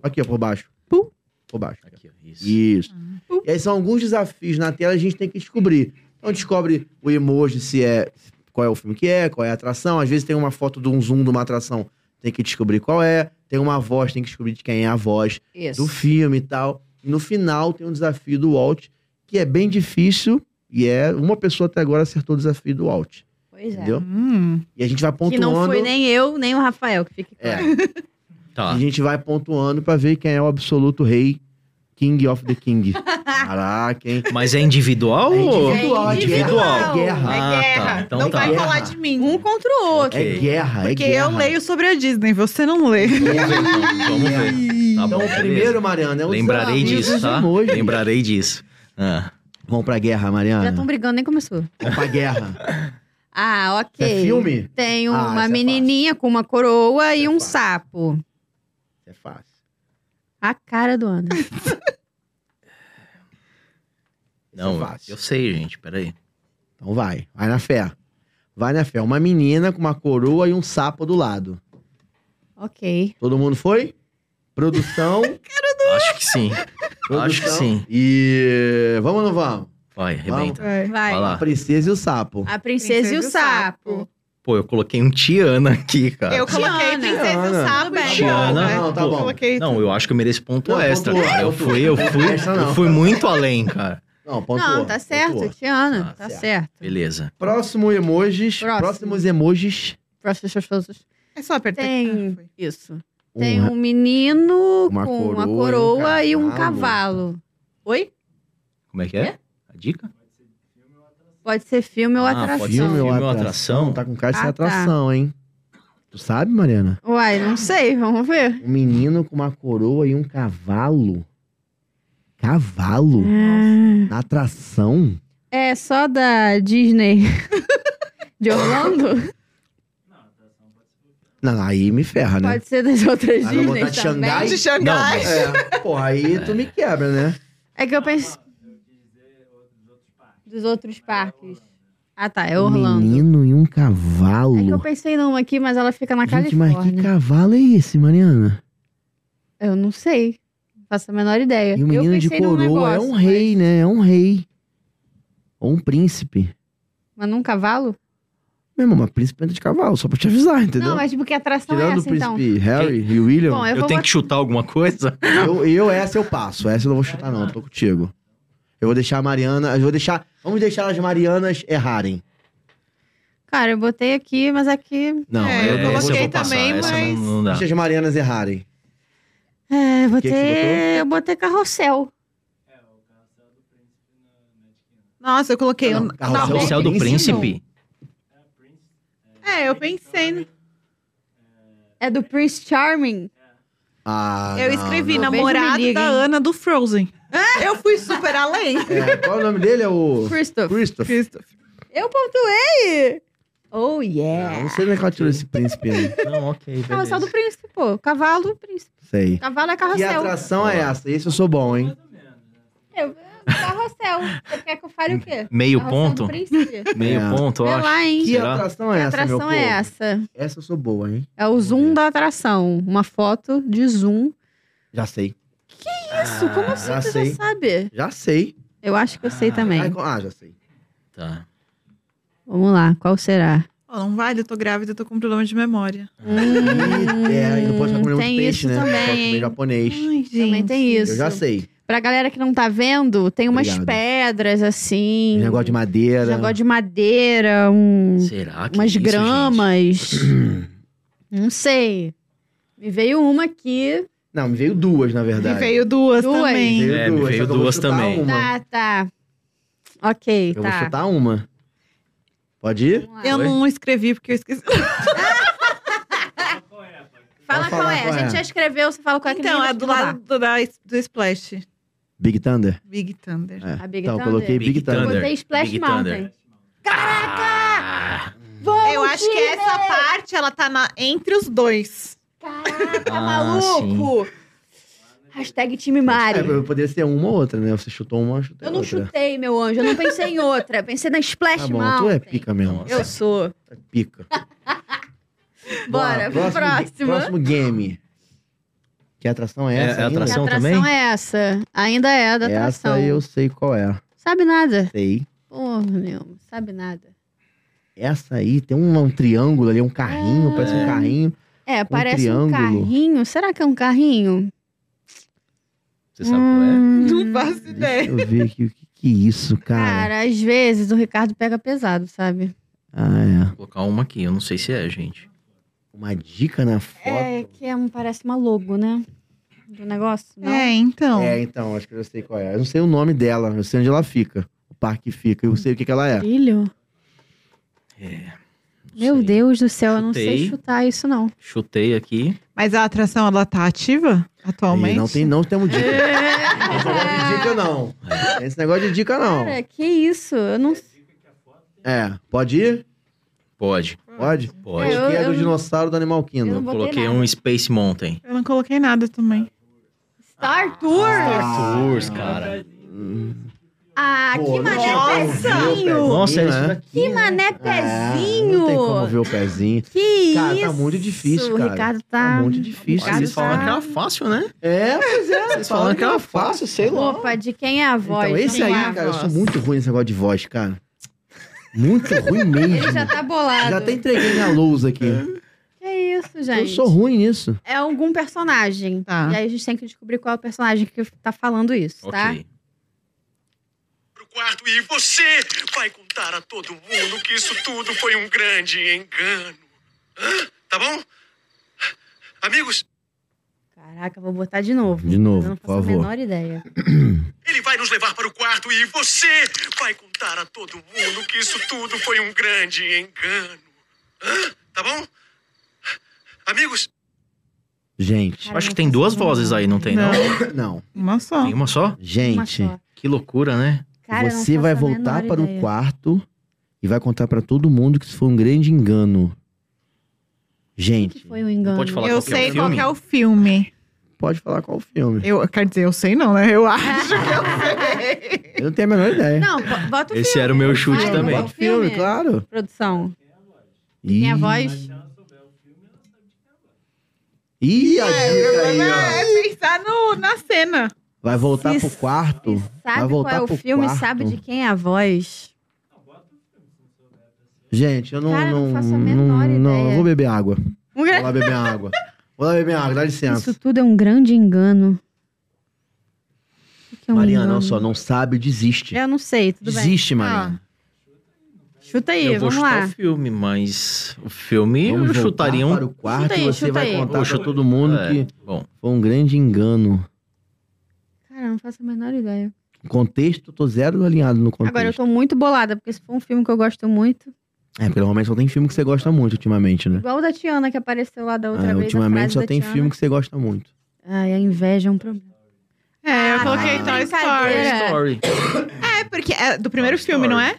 [SPEAKER 2] Aqui, ó, por baixo. Pum. Por baixo.
[SPEAKER 3] Aqui, ó, isso.
[SPEAKER 2] Isso.
[SPEAKER 1] Pum.
[SPEAKER 2] E aí são alguns desafios na tela a gente tem que descobrir. Então descobre o emoji, se é. Qual é o filme que é, qual é a atração. Às vezes tem uma foto de um zoom de uma atração, tem que descobrir qual é. Tem uma voz, tem que descobrir de quem é a voz
[SPEAKER 1] Isso.
[SPEAKER 2] do filme e tal. E no final tem um desafio do Walt, que é bem difícil. E é. Uma pessoa até agora acertou o desafio do Walt.
[SPEAKER 1] Pois é.
[SPEAKER 2] Entendeu?
[SPEAKER 4] Hum.
[SPEAKER 2] E a gente vai pontuando.
[SPEAKER 1] Que não foi nem Ah. eu, nem o Rafael, que fique
[SPEAKER 2] É.
[SPEAKER 1] claro.
[SPEAKER 3] Tá.
[SPEAKER 2] A gente vai pontuando pra ver quem é o absoluto rei King of the King. Caraca, hein?
[SPEAKER 3] Mas é individual?
[SPEAKER 2] É
[SPEAKER 3] ou-
[SPEAKER 2] individual,
[SPEAKER 1] é
[SPEAKER 2] individual.
[SPEAKER 1] individual.
[SPEAKER 2] É guerra.
[SPEAKER 3] Ah,
[SPEAKER 4] é guerra.
[SPEAKER 3] tá. Então
[SPEAKER 4] não
[SPEAKER 3] tá.
[SPEAKER 4] vai
[SPEAKER 2] Guerra.
[SPEAKER 4] falar de mim.
[SPEAKER 1] Um contra o outro.
[SPEAKER 2] É
[SPEAKER 3] Ok.
[SPEAKER 2] guerra, é
[SPEAKER 4] porque
[SPEAKER 2] guerra.
[SPEAKER 4] eu leio sobre a Disney, você não lê.
[SPEAKER 3] Vamos ver,
[SPEAKER 2] é
[SPEAKER 3] então. Vamos ver. Tá
[SPEAKER 2] Então,
[SPEAKER 3] bom,
[SPEAKER 2] o
[SPEAKER 3] beleza.
[SPEAKER 2] primeiro, Mariana, é o
[SPEAKER 3] Lembrarei
[SPEAKER 2] desafio
[SPEAKER 3] disso,
[SPEAKER 2] dos
[SPEAKER 3] tá?
[SPEAKER 2] emojis.
[SPEAKER 3] Lembrarei disso. Ah,
[SPEAKER 2] Vamos pra guerra,
[SPEAKER 1] Já
[SPEAKER 2] Mariana.
[SPEAKER 1] estão brigando, nem começou.
[SPEAKER 2] Vamos pra guerra.
[SPEAKER 1] Ah, ok.
[SPEAKER 2] É filme?
[SPEAKER 1] Tem
[SPEAKER 2] Ah, isso
[SPEAKER 1] uma
[SPEAKER 2] é
[SPEAKER 1] menininha com uma coroa
[SPEAKER 2] Isso
[SPEAKER 1] e
[SPEAKER 2] é
[SPEAKER 1] um
[SPEAKER 2] fácil.
[SPEAKER 1] sapo.
[SPEAKER 2] É fácil.
[SPEAKER 1] A cara do André.
[SPEAKER 2] Isso
[SPEAKER 3] não,
[SPEAKER 2] é fácil.
[SPEAKER 3] eu sei, gente. Peraí.
[SPEAKER 2] Então vai, vai na fé. Vai na fé. Uma menina com uma coroa e um sapo do lado.
[SPEAKER 1] ok.
[SPEAKER 2] Todo mundo foi? Produção.
[SPEAKER 3] Acho que sim.
[SPEAKER 2] produção.
[SPEAKER 3] Acho que sim.
[SPEAKER 2] E vamos ou não vamos?
[SPEAKER 3] Vai, arrebenta.
[SPEAKER 4] Vai.
[SPEAKER 1] Vai.
[SPEAKER 3] Vai lá.
[SPEAKER 2] A princesa e o sapo.
[SPEAKER 1] A princesa, e o sapo.
[SPEAKER 3] Pô, eu coloquei um Tiana aqui, cara.
[SPEAKER 4] Eu coloquei
[SPEAKER 1] Tiana.
[SPEAKER 4] Princesa e o
[SPEAKER 2] É. Tiana.
[SPEAKER 4] Sapo
[SPEAKER 1] Tudo
[SPEAKER 4] e
[SPEAKER 1] bem.
[SPEAKER 4] Tiana.
[SPEAKER 3] Tiana,
[SPEAKER 4] né?
[SPEAKER 2] não, tá bom.
[SPEAKER 4] Eu coloquei
[SPEAKER 3] Não, eu acho que eu mereço ponto
[SPEAKER 2] Não,
[SPEAKER 3] extra,
[SPEAKER 2] pontuou,
[SPEAKER 3] cara. Eu
[SPEAKER 2] pontuou.
[SPEAKER 3] fui, eu fui,
[SPEAKER 2] Extra não.
[SPEAKER 3] eu fui muito além, cara.
[SPEAKER 2] Não, pontuou.
[SPEAKER 1] Não, tá certo,
[SPEAKER 2] pontuou.
[SPEAKER 1] Tiana.
[SPEAKER 3] Ah,
[SPEAKER 1] Tá
[SPEAKER 2] um. certo.
[SPEAKER 1] certo.
[SPEAKER 3] Beleza.
[SPEAKER 2] Próximo emojis.
[SPEAKER 1] Próximo.
[SPEAKER 2] Próximos emojis.
[SPEAKER 4] É só apertar.
[SPEAKER 1] Tem-
[SPEAKER 4] Ah, foi.
[SPEAKER 1] Isso.
[SPEAKER 2] Um
[SPEAKER 1] Tem
[SPEAKER 2] ra-
[SPEAKER 1] um menino
[SPEAKER 2] Uma
[SPEAKER 1] com uma
[SPEAKER 2] coroa e um
[SPEAKER 1] coroa e um
[SPEAKER 2] cavalo.
[SPEAKER 1] cavalo. Oi?
[SPEAKER 3] Como é que é? A dica?
[SPEAKER 1] Pode ser filme ou
[SPEAKER 3] Ah,
[SPEAKER 1] atração.
[SPEAKER 3] pode ser
[SPEAKER 2] Filme ou
[SPEAKER 3] Filme ou
[SPEAKER 2] atração?
[SPEAKER 3] atração?
[SPEAKER 2] Tá com cara de ser
[SPEAKER 1] Ah, tá.
[SPEAKER 2] atração, hein? Tu sabe, Mariana?
[SPEAKER 1] Uai, não sei, vamos ver.
[SPEAKER 2] Um menino com uma coroa e um cavalo. Cavalo? Na atração?
[SPEAKER 1] É É só da Disney de Orlando?
[SPEAKER 2] Não, aí me ferra, né?
[SPEAKER 1] Pode ser das outras
[SPEAKER 2] Ah, não,
[SPEAKER 1] Disney
[SPEAKER 2] botar de
[SPEAKER 1] também?
[SPEAKER 2] Xangai?
[SPEAKER 4] De Xangai.
[SPEAKER 3] mas-
[SPEAKER 2] É, porra, aí tu me quebra, né?
[SPEAKER 1] É que eu penso... Dos outros parques. Ah, tá. É Orlando.
[SPEAKER 2] É, Menino e
[SPEAKER 1] É
[SPEAKER 2] um
[SPEAKER 1] que eu
[SPEAKER 2] cavalo.
[SPEAKER 1] pensei numa aqui, mas ela fica na
[SPEAKER 2] Gente, mas que
[SPEAKER 1] Califórnia.
[SPEAKER 2] cavalo é esse, Mariana?
[SPEAKER 1] Eu não sei. Não faço a menor ideia.
[SPEAKER 2] E o
[SPEAKER 1] Eu
[SPEAKER 2] menino de
[SPEAKER 1] pensei num
[SPEAKER 2] coroa é
[SPEAKER 1] negócio,
[SPEAKER 2] um
[SPEAKER 1] mas-
[SPEAKER 2] rei, né? É um rei. Ou um príncipe.
[SPEAKER 1] Mas num cavalo?
[SPEAKER 2] Meu irmão, mas príncipe anda de cavalo, só pra te avisar, entendeu?
[SPEAKER 1] Não, mas tipo, que atração
[SPEAKER 2] Tirando
[SPEAKER 1] é
[SPEAKER 2] o
[SPEAKER 1] essa,
[SPEAKER 2] príncipe
[SPEAKER 1] então?
[SPEAKER 2] Harry e William,
[SPEAKER 1] Bom, eu
[SPEAKER 3] Eu,
[SPEAKER 1] vou
[SPEAKER 3] tenho
[SPEAKER 1] botar...
[SPEAKER 3] que chutar alguma coisa?
[SPEAKER 2] eu, eu essa eu passo. Essa eu não vou chutar, não. Tô contigo. Eu vou deixar a Mariana. Eu vou deixar. Vamos deixar as Marianas errarem.
[SPEAKER 1] Cara, eu botei aqui, mas aqui...
[SPEAKER 3] Não,
[SPEAKER 4] É,
[SPEAKER 2] eu
[SPEAKER 3] essa
[SPEAKER 2] coloquei
[SPEAKER 3] vou passar,
[SPEAKER 4] também,
[SPEAKER 3] essa não-
[SPEAKER 4] mas-
[SPEAKER 3] não dá.
[SPEAKER 2] Deixa as Marianas errarem.
[SPEAKER 1] É, eu
[SPEAKER 2] que
[SPEAKER 1] botei...
[SPEAKER 2] você botou?
[SPEAKER 1] eu botei carrossel.
[SPEAKER 4] Nossa, eu coloquei.
[SPEAKER 2] Não,
[SPEAKER 4] um-
[SPEAKER 2] carrossel
[SPEAKER 4] não,
[SPEAKER 3] Tá, é O céu do
[SPEAKER 2] Príncipe,
[SPEAKER 3] príncipe?
[SPEAKER 4] É, eu pensei.
[SPEAKER 1] É do Prince Charming.
[SPEAKER 2] Ah,
[SPEAKER 4] Eu
[SPEAKER 2] não,
[SPEAKER 4] escrevi
[SPEAKER 2] não.
[SPEAKER 1] Beijo me
[SPEAKER 4] namorado
[SPEAKER 1] liga,
[SPEAKER 4] da
[SPEAKER 1] hein?
[SPEAKER 4] Ana do Frozen. É, Eu fui super além.
[SPEAKER 2] É, qual é o nome dele? É o.
[SPEAKER 1] Christopher.
[SPEAKER 2] Christopher.
[SPEAKER 1] Eu pontuei! Oh, yeah!
[SPEAKER 2] Ah, Não sei onde é que ela tirou esse príncipe aí.
[SPEAKER 3] Não, ok,
[SPEAKER 1] Carrossel é do
[SPEAKER 3] beleza.
[SPEAKER 1] príncipe, pô. Cavalo, príncipe.
[SPEAKER 2] Sei.
[SPEAKER 1] Cavalo é
[SPEAKER 2] Que
[SPEAKER 1] carrossel.
[SPEAKER 2] atração é essa? Esse eu sou bom, hein?
[SPEAKER 1] Eu, carrossel. Você quer que eu fale É o quê?
[SPEAKER 3] Meio
[SPEAKER 1] Carrossel do
[SPEAKER 3] ponto?
[SPEAKER 1] príncipe.
[SPEAKER 3] Meio
[SPEAKER 2] É.
[SPEAKER 3] ponto, eu
[SPEAKER 1] Vê
[SPEAKER 3] acho.
[SPEAKER 1] lá, hein?
[SPEAKER 2] Que
[SPEAKER 3] Será?
[SPEAKER 2] atração
[SPEAKER 1] Que
[SPEAKER 2] é essa, meu
[SPEAKER 1] atração
[SPEAKER 2] povo?
[SPEAKER 1] é essa?
[SPEAKER 2] Essa eu sou boa, hein?
[SPEAKER 1] É o zoom da atração. Uma foto de zoom.
[SPEAKER 2] Já sei.
[SPEAKER 1] Isso, como assim
[SPEAKER 2] Ah, já
[SPEAKER 1] você
[SPEAKER 2] sei.
[SPEAKER 1] já sabe?
[SPEAKER 2] Já sei.
[SPEAKER 1] Eu acho que eu sei
[SPEAKER 3] Ah,
[SPEAKER 1] também.
[SPEAKER 2] Ai, co- Ah, já sei.
[SPEAKER 3] Tá.
[SPEAKER 1] Vamos lá, qual será?
[SPEAKER 4] Ó, não vale, eu tô grávida, eu tô com problema de memória.
[SPEAKER 1] Hum,
[SPEAKER 2] Ih, é, e não pode ficar comendo
[SPEAKER 1] tem
[SPEAKER 2] muito peixe,
[SPEAKER 1] isso
[SPEAKER 2] né? Só
[SPEAKER 1] também,
[SPEAKER 2] comer
[SPEAKER 1] hein?
[SPEAKER 2] japonês.
[SPEAKER 4] Ai, gente.
[SPEAKER 1] Também tem isso.
[SPEAKER 2] Eu já sei.
[SPEAKER 1] Pra galera que não tá vendo, tem umas
[SPEAKER 2] Obrigado.
[SPEAKER 1] pedras assim.
[SPEAKER 2] Negócio de madeira.
[SPEAKER 1] negócio de madeira, um-
[SPEAKER 3] Será que
[SPEAKER 1] umas
[SPEAKER 3] é isso,
[SPEAKER 1] gramas. não sei. Me veio uma aqui.
[SPEAKER 2] Não, me veio duas, na
[SPEAKER 4] E
[SPEAKER 2] verdade.
[SPEAKER 4] veio duas,
[SPEAKER 1] Duas.
[SPEAKER 2] Me
[SPEAKER 4] também.
[SPEAKER 2] veio
[SPEAKER 3] É, me
[SPEAKER 2] duas,
[SPEAKER 3] veio
[SPEAKER 2] só que eu vou
[SPEAKER 3] duas
[SPEAKER 2] chutar
[SPEAKER 3] também.
[SPEAKER 2] uma.
[SPEAKER 1] Tá, tá. Ok,
[SPEAKER 2] Eu vou
[SPEAKER 1] tá.
[SPEAKER 2] chutar uma. Pode ir?
[SPEAKER 1] Vamos lá.
[SPEAKER 4] Eu
[SPEAKER 3] Oi?
[SPEAKER 4] não escrevi porque eu esqueci.
[SPEAKER 1] Fala
[SPEAKER 2] Pode
[SPEAKER 1] qual
[SPEAKER 2] falar
[SPEAKER 1] é.
[SPEAKER 2] qual
[SPEAKER 1] A gente
[SPEAKER 2] é.
[SPEAKER 1] já escreveu, você fala qual é que
[SPEAKER 4] então,
[SPEAKER 1] ninguém
[SPEAKER 4] é
[SPEAKER 1] vai
[SPEAKER 4] do
[SPEAKER 1] te mandar.
[SPEAKER 4] lado do, da- do Splash.
[SPEAKER 2] Big Thunder?
[SPEAKER 4] Big Thunder.
[SPEAKER 2] É.
[SPEAKER 1] A Big
[SPEAKER 2] então, eu
[SPEAKER 1] Thunder?
[SPEAKER 2] coloquei Big,
[SPEAKER 3] Big
[SPEAKER 2] Thunder.
[SPEAKER 3] Thunder.
[SPEAKER 1] Botei Splash
[SPEAKER 3] Big
[SPEAKER 1] Mountain.
[SPEAKER 3] Thunder.
[SPEAKER 1] Caraca! Vamos,
[SPEAKER 4] Eu acho que é-
[SPEAKER 1] time!
[SPEAKER 4] essa parte, ela tá na- entre os dois.
[SPEAKER 1] Caraca,
[SPEAKER 3] Ah,
[SPEAKER 1] maluco! Hashtag time Mari.
[SPEAKER 2] É, poderia ser uma ou outra, né? Você chutou uma, eu chutei
[SPEAKER 1] Eu não
[SPEAKER 2] outra.
[SPEAKER 1] chutei, meu anjo. Eu não pensei em outra. Eu Pensei na Splash
[SPEAKER 2] Tá bom,
[SPEAKER 1] Mountain.
[SPEAKER 2] tu é pica mesmo.
[SPEAKER 3] Nossa.
[SPEAKER 1] Eu sou.
[SPEAKER 2] É pica.
[SPEAKER 1] Bora,
[SPEAKER 2] Bora,
[SPEAKER 1] pro próximo.
[SPEAKER 2] Próximo game. Que atração é
[SPEAKER 3] É,
[SPEAKER 2] essa?
[SPEAKER 3] é
[SPEAKER 2] ainda?
[SPEAKER 1] Que
[SPEAKER 3] atração
[SPEAKER 1] atração
[SPEAKER 3] também?
[SPEAKER 1] é essa? Ainda é da atração.
[SPEAKER 2] Essa eu sei qual é.
[SPEAKER 1] Sabe nada.
[SPEAKER 2] Sei.
[SPEAKER 1] Porra, meu. Sabe nada.
[SPEAKER 2] Essa aí tem um, um triângulo ali, um carrinho,
[SPEAKER 1] Ah,
[SPEAKER 2] parece um
[SPEAKER 3] É.
[SPEAKER 2] carrinho.
[SPEAKER 1] É, parece um
[SPEAKER 2] triângulo.
[SPEAKER 1] carrinho. Será que é um carrinho?
[SPEAKER 3] Você sabe qual é?
[SPEAKER 1] Hum,
[SPEAKER 4] Não faço
[SPEAKER 2] Deixa
[SPEAKER 4] ideia.
[SPEAKER 2] eu ver aqui o que, que é isso, cara.
[SPEAKER 1] Cara, às vezes o Ricardo pega pesado, sabe?
[SPEAKER 2] Ah, é.
[SPEAKER 3] Vou colocar uma aqui, eu não sei se é, gente.
[SPEAKER 2] Uma dica na foto.
[SPEAKER 1] É, que é um, parece uma logo, né? Do negócio. Não?
[SPEAKER 4] É, então.
[SPEAKER 2] É, então, acho que eu já sei qual é. Eu não sei o nome dela, eu sei onde ela fica. O parque fica, eu sei o que, que ela é.
[SPEAKER 1] Filho?
[SPEAKER 3] Não
[SPEAKER 1] Meu
[SPEAKER 3] sei.
[SPEAKER 1] Deus do céu, eu não sei
[SPEAKER 3] Chutei.
[SPEAKER 1] chutar isso, não.
[SPEAKER 3] Chutei aqui.
[SPEAKER 4] Mas a atração, ela tá ativa
[SPEAKER 2] Aí,
[SPEAKER 4] atualmente?
[SPEAKER 2] não, tem, não temos dica.
[SPEAKER 1] É.
[SPEAKER 2] Esse negócio de dica, não. Tem Esse negócio de dica, não.
[SPEAKER 1] Cara, que isso? Eu não sei.
[SPEAKER 2] É, pode ir?
[SPEAKER 3] Pode,
[SPEAKER 2] Pode?
[SPEAKER 3] pode.
[SPEAKER 1] É, eu-
[SPEAKER 2] que é do
[SPEAKER 1] eu não-
[SPEAKER 2] dinossauro do Animal
[SPEAKER 1] eu
[SPEAKER 2] Kingdom.
[SPEAKER 1] não botei
[SPEAKER 3] Coloquei
[SPEAKER 1] nada.
[SPEAKER 3] um Space Mountain.
[SPEAKER 4] Eu não coloquei nada também.
[SPEAKER 1] Star Tours?
[SPEAKER 3] Tours, cara.
[SPEAKER 1] Ah, que
[SPEAKER 2] Pô, não
[SPEAKER 1] mané
[SPEAKER 2] tinha como ver o
[SPEAKER 1] pezinho!
[SPEAKER 3] Nossa, é
[SPEAKER 2] né?
[SPEAKER 3] isso daqui.
[SPEAKER 1] Que mané
[SPEAKER 2] É, não tem como
[SPEAKER 1] pezinho!
[SPEAKER 2] ver o pezinho.
[SPEAKER 1] Que
[SPEAKER 2] Cara,
[SPEAKER 1] isso?
[SPEAKER 2] tá muito difícil,
[SPEAKER 1] O
[SPEAKER 2] cara.
[SPEAKER 1] Ricardo
[SPEAKER 2] Tá
[SPEAKER 1] tá...
[SPEAKER 2] muito difícil.
[SPEAKER 1] Ricardo
[SPEAKER 3] Vocês falaram
[SPEAKER 1] tá-
[SPEAKER 3] que era fácil, né?
[SPEAKER 2] É, pois é.
[SPEAKER 3] Vocês falaram que era fácil, sei lá.
[SPEAKER 1] Opa, de quem é a voz?
[SPEAKER 2] Então, esse aí,
[SPEAKER 1] Vamos lá.
[SPEAKER 2] cara, eu sou
[SPEAKER 4] voz.
[SPEAKER 2] muito ruim nesse negócio de voz, cara. Muito ruim mesmo.
[SPEAKER 1] Ele já tá bolado.
[SPEAKER 2] Já até entreguei minha lousa aqui.
[SPEAKER 3] É.
[SPEAKER 1] Que isso, gente?
[SPEAKER 2] Eu sou ruim nisso.
[SPEAKER 1] É algum personagem.
[SPEAKER 4] Tá.
[SPEAKER 1] E aí a gente tem que descobrir qual é o personagem que tá falando isso, tá?
[SPEAKER 3] Ok.
[SPEAKER 5] pro quarto e você vai contar a todo mundo que isso tudo foi um grande engano. Hã? Tá bom? Amigos,
[SPEAKER 1] Caraca, vou botar de novo.
[SPEAKER 2] De novo,
[SPEAKER 1] Eu não faço
[SPEAKER 2] por
[SPEAKER 1] a
[SPEAKER 2] favor.
[SPEAKER 1] menor ideia.
[SPEAKER 5] ele vai nos levar para o quarto e você vai contar a todo mundo que isso tudo foi um grande engano. Hã? Tá bom? Amigos,
[SPEAKER 2] Gente.
[SPEAKER 1] Cara,
[SPEAKER 3] Acho
[SPEAKER 1] não
[SPEAKER 3] que tem duas
[SPEAKER 1] consigo.
[SPEAKER 3] vozes aí, não tem, não?
[SPEAKER 4] Não.
[SPEAKER 2] Não.
[SPEAKER 4] Uma só.
[SPEAKER 3] Tem uma só?
[SPEAKER 1] Uma
[SPEAKER 2] Gente.
[SPEAKER 1] só.
[SPEAKER 3] Que loucura, né?
[SPEAKER 1] Cara, eu não
[SPEAKER 2] você
[SPEAKER 1] faço
[SPEAKER 2] vai
[SPEAKER 1] a menor
[SPEAKER 2] voltar para o
[SPEAKER 1] ideia.
[SPEAKER 2] quarto e vai contar pra todo mundo que isso foi um grande engano. Gente,
[SPEAKER 1] Que foi um engano.
[SPEAKER 3] pode falar
[SPEAKER 4] Eu
[SPEAKER 3] qual que é o
[SPEAKER 4] sei qual
[SPEAKER 3] filme?
[SPEAKER 4] que é o filme.
[SPEAKER 2] pode falar qual o filme.
[SPEAKER 4] Eu, quer dizer, eu sei não, né? Eu acho que eu sei.
[SPEAKER 2] Eu não tenho a menor ideia.
[SPEAKER 1] Não, bo- bota o
[SPEAKER 3] Esse
[SPEAKER 1] filme.
[SPEAKER 3] era o meu chute
[SPEAKER 1] Vai,
[SPEAKER 3] também.
[SPEAKER 1] bota o
[SPEAKER 2] filme,
[SPEAKER 1] filme,
[SPEAKER 2] claro.
[SPEAKER 1] Produção.
[SPEAKER 2] Ih,
[SPEAKER 1] Minha voz.
[SPEAKER 2] Ih,
[SPEAKER 3] é
[SPEAKER 2] a dica aí, ó.
[SPEAKER 4] É pensar no, na cena.
[SPEAKER 2] Vai voltar
[SPEAKER 1] Se
[SPEAKER 2] pro quarto.
[SPEAKER 1] E
[SPEAKER 2] vai
[SPEAKER 1] sabe qual
[SPEAKER 2] voltar
[SPEAKER 1] é o
[SPEAKER 2] pro
[SPEAKER 1] filme,
[SPEAKER 2] quarto.
[SPEAKER 1] sabe de quem é a voz.
[SPEAKER 2] Gente, eu não.
[SPEAKER 1] Cara, eu não
[SPEAKER 2] não,
[SPEAKER 1] faço a
[SPEAKER 2] não-
[SPEAKER 1] menor
[SPEAKER 2] não,
[SPEAKER 1] ideia.
[SPEAKER 2] eu vou beber água. Vou lá beber água. Vou lá beber água, dá licença.
[SPEAKER 1] Um Isso tudo é um grande engano. O que é um
[SPEAKER 2] Mariana,
[SPEAKER 1] engano?
[SPEAKER 2] não só não sabe, desiste.
[SPEAKER 1] Eu não sei, tudo Ah.
[SPEAKER 2] Desiste, Mariana.
[SPEAKER 1] bem. Chuta aí,
[SPEAKER 3] Eu vou
[SPEAKER 1] vamos
[SPEAKER 3] chutar
[SPEAKER 1] lá.
[SPEAKER 3] o filme, mas o filme
[SPEAKER 2] Vamos
[SPEAKER 3] eu
[SPEAKER 2] voltar
[SPEAKER 3] chutaria um.
[SPEAKER 2] para o quarto
[SPEAKER 1] Chuta aí,
[SPEAKER 2] e você
[SPEAKER 1] chuta
[SPEAKER 2] vai
[SPEAKER 1] aí.
[SPEAKER 2] contar
[SPEAKER 3] Chuta.
[SPEAKER 2] pra todo mundo
[SPEAKER 3] É,
[SPEAKER 2] que
[SPEAKER 3] Bom,
[SPEAKER 2] foi um grande engano.
[SPEAKER 1] Cara, eu não faço a menor ideia.
[SPEAKER 2] Contexto, tô zero alinhado no contexto.
[SPEAKER 1] Agora eu tô muito bolada, porque se for um filme que eu gosto muito.
[SPEAKER 2] É, porque normalmente só tem filme que você gosta muito ultimamente, né?
[SPEAKER 1] Igual o da Tiana que apareceu lá da outra
[SPEAKER 2] É,
[SPEAKER 1] vez. a
[SPEAKER 2] ultimamente
[SPEAKER 1] frase
[SPEAKER 2] só
[SPEAKER 1] da
[SPEAKER 2] tem
[SPEAKER 1] Tiana.
[SPEAKER 2] filme que você gosta muito.
[SPEAKER 1] Ai, a inveja é um problema.
[SPEAKER 4] É, eu
[SPEAKER 1] Ah,
[SPEAKER 4] coloquei
[SPEAKER 1] tá.
[SPEAKER 4] Toy
[SPEAKER 1] Brincadeira.
[SPEAKER 4] Story.
[SPEAKER 1] É.
[SPEAKER 3] Story.
[SPEAKER 4] É, porque é do primeiro
[SPEAKER 3] Toy
[SPEAKER 4] filme,
[SPEAKER 3] Story.
[SPEAKER 4] não é?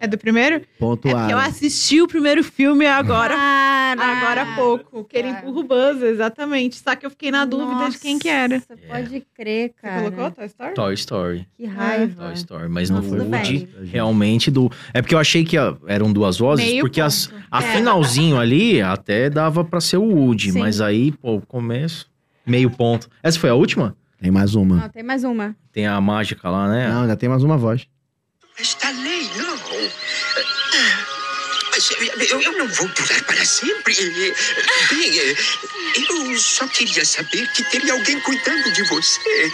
[SPEAKER 4] É do primeiro?
[SPEAKER 2] Ponto
[SPEAKER 4] É
[SPEAKER 2] A.
[SPEAKER 4] porque eu assisti o primeiro filme agora
[SPEAKER 1] Para!
[SPEAKER 4] Ah, Agora há pouco, que ele
[SPEAKER 1] Cara.
[SPEAKER 4] empurra o Buzz, exatamente. Só que eu fiquei na dúvida de quem que era.
[SPEAKER 1] Nossa,
[SPEAKER 2] É.
[SPEAKER 1] pode crer,
[SPEAKER 4] Você
[SPEAKER 1] cara.
[SPEAKER 4] colocou Toy Story?
[SPEAKER 3] Toy Story.
[SPEAKER 1] Que raiva.
[SPEAKER 3] Toy Story. Mas
[SPEAKER 1] É. Não,
[SPEAKER 3] no
[SPEAKER 1] tudo
[SPEAKER 3] Woody,
[SPEAKER 1] bem.
[SPEAKER 3] realmente do. É porque eu achei que ó, eram duas vozes,
[SPEAKER 4] Meio
[SPEAKER 3] porque as,
[SPEAKER 4] ponto.
[SPEAKER 3] a finalzinho ali até dava pra ser o Woody,
[SPEAKER 1] É. Sim.
[SPEAKER 3] mas aí, pô, o começo. Meio ponto. Essa foi a última?
[SPEAKER 2] Tem mais uma.
[SPEAKER 1] Não, tem mais uma.
[SPEAKER 3] Tem a mágica lá,
[SPEAKER 1] É.
[SPEAKER 3] né?
[SPEAKER 2] Não, ainda tem mais uma voz.
[SPEAKER 5] Esta lei, não. Mas eu, eu não vou durar para sempre. Bem, eu só queria saber que teria alguém cuidando de você.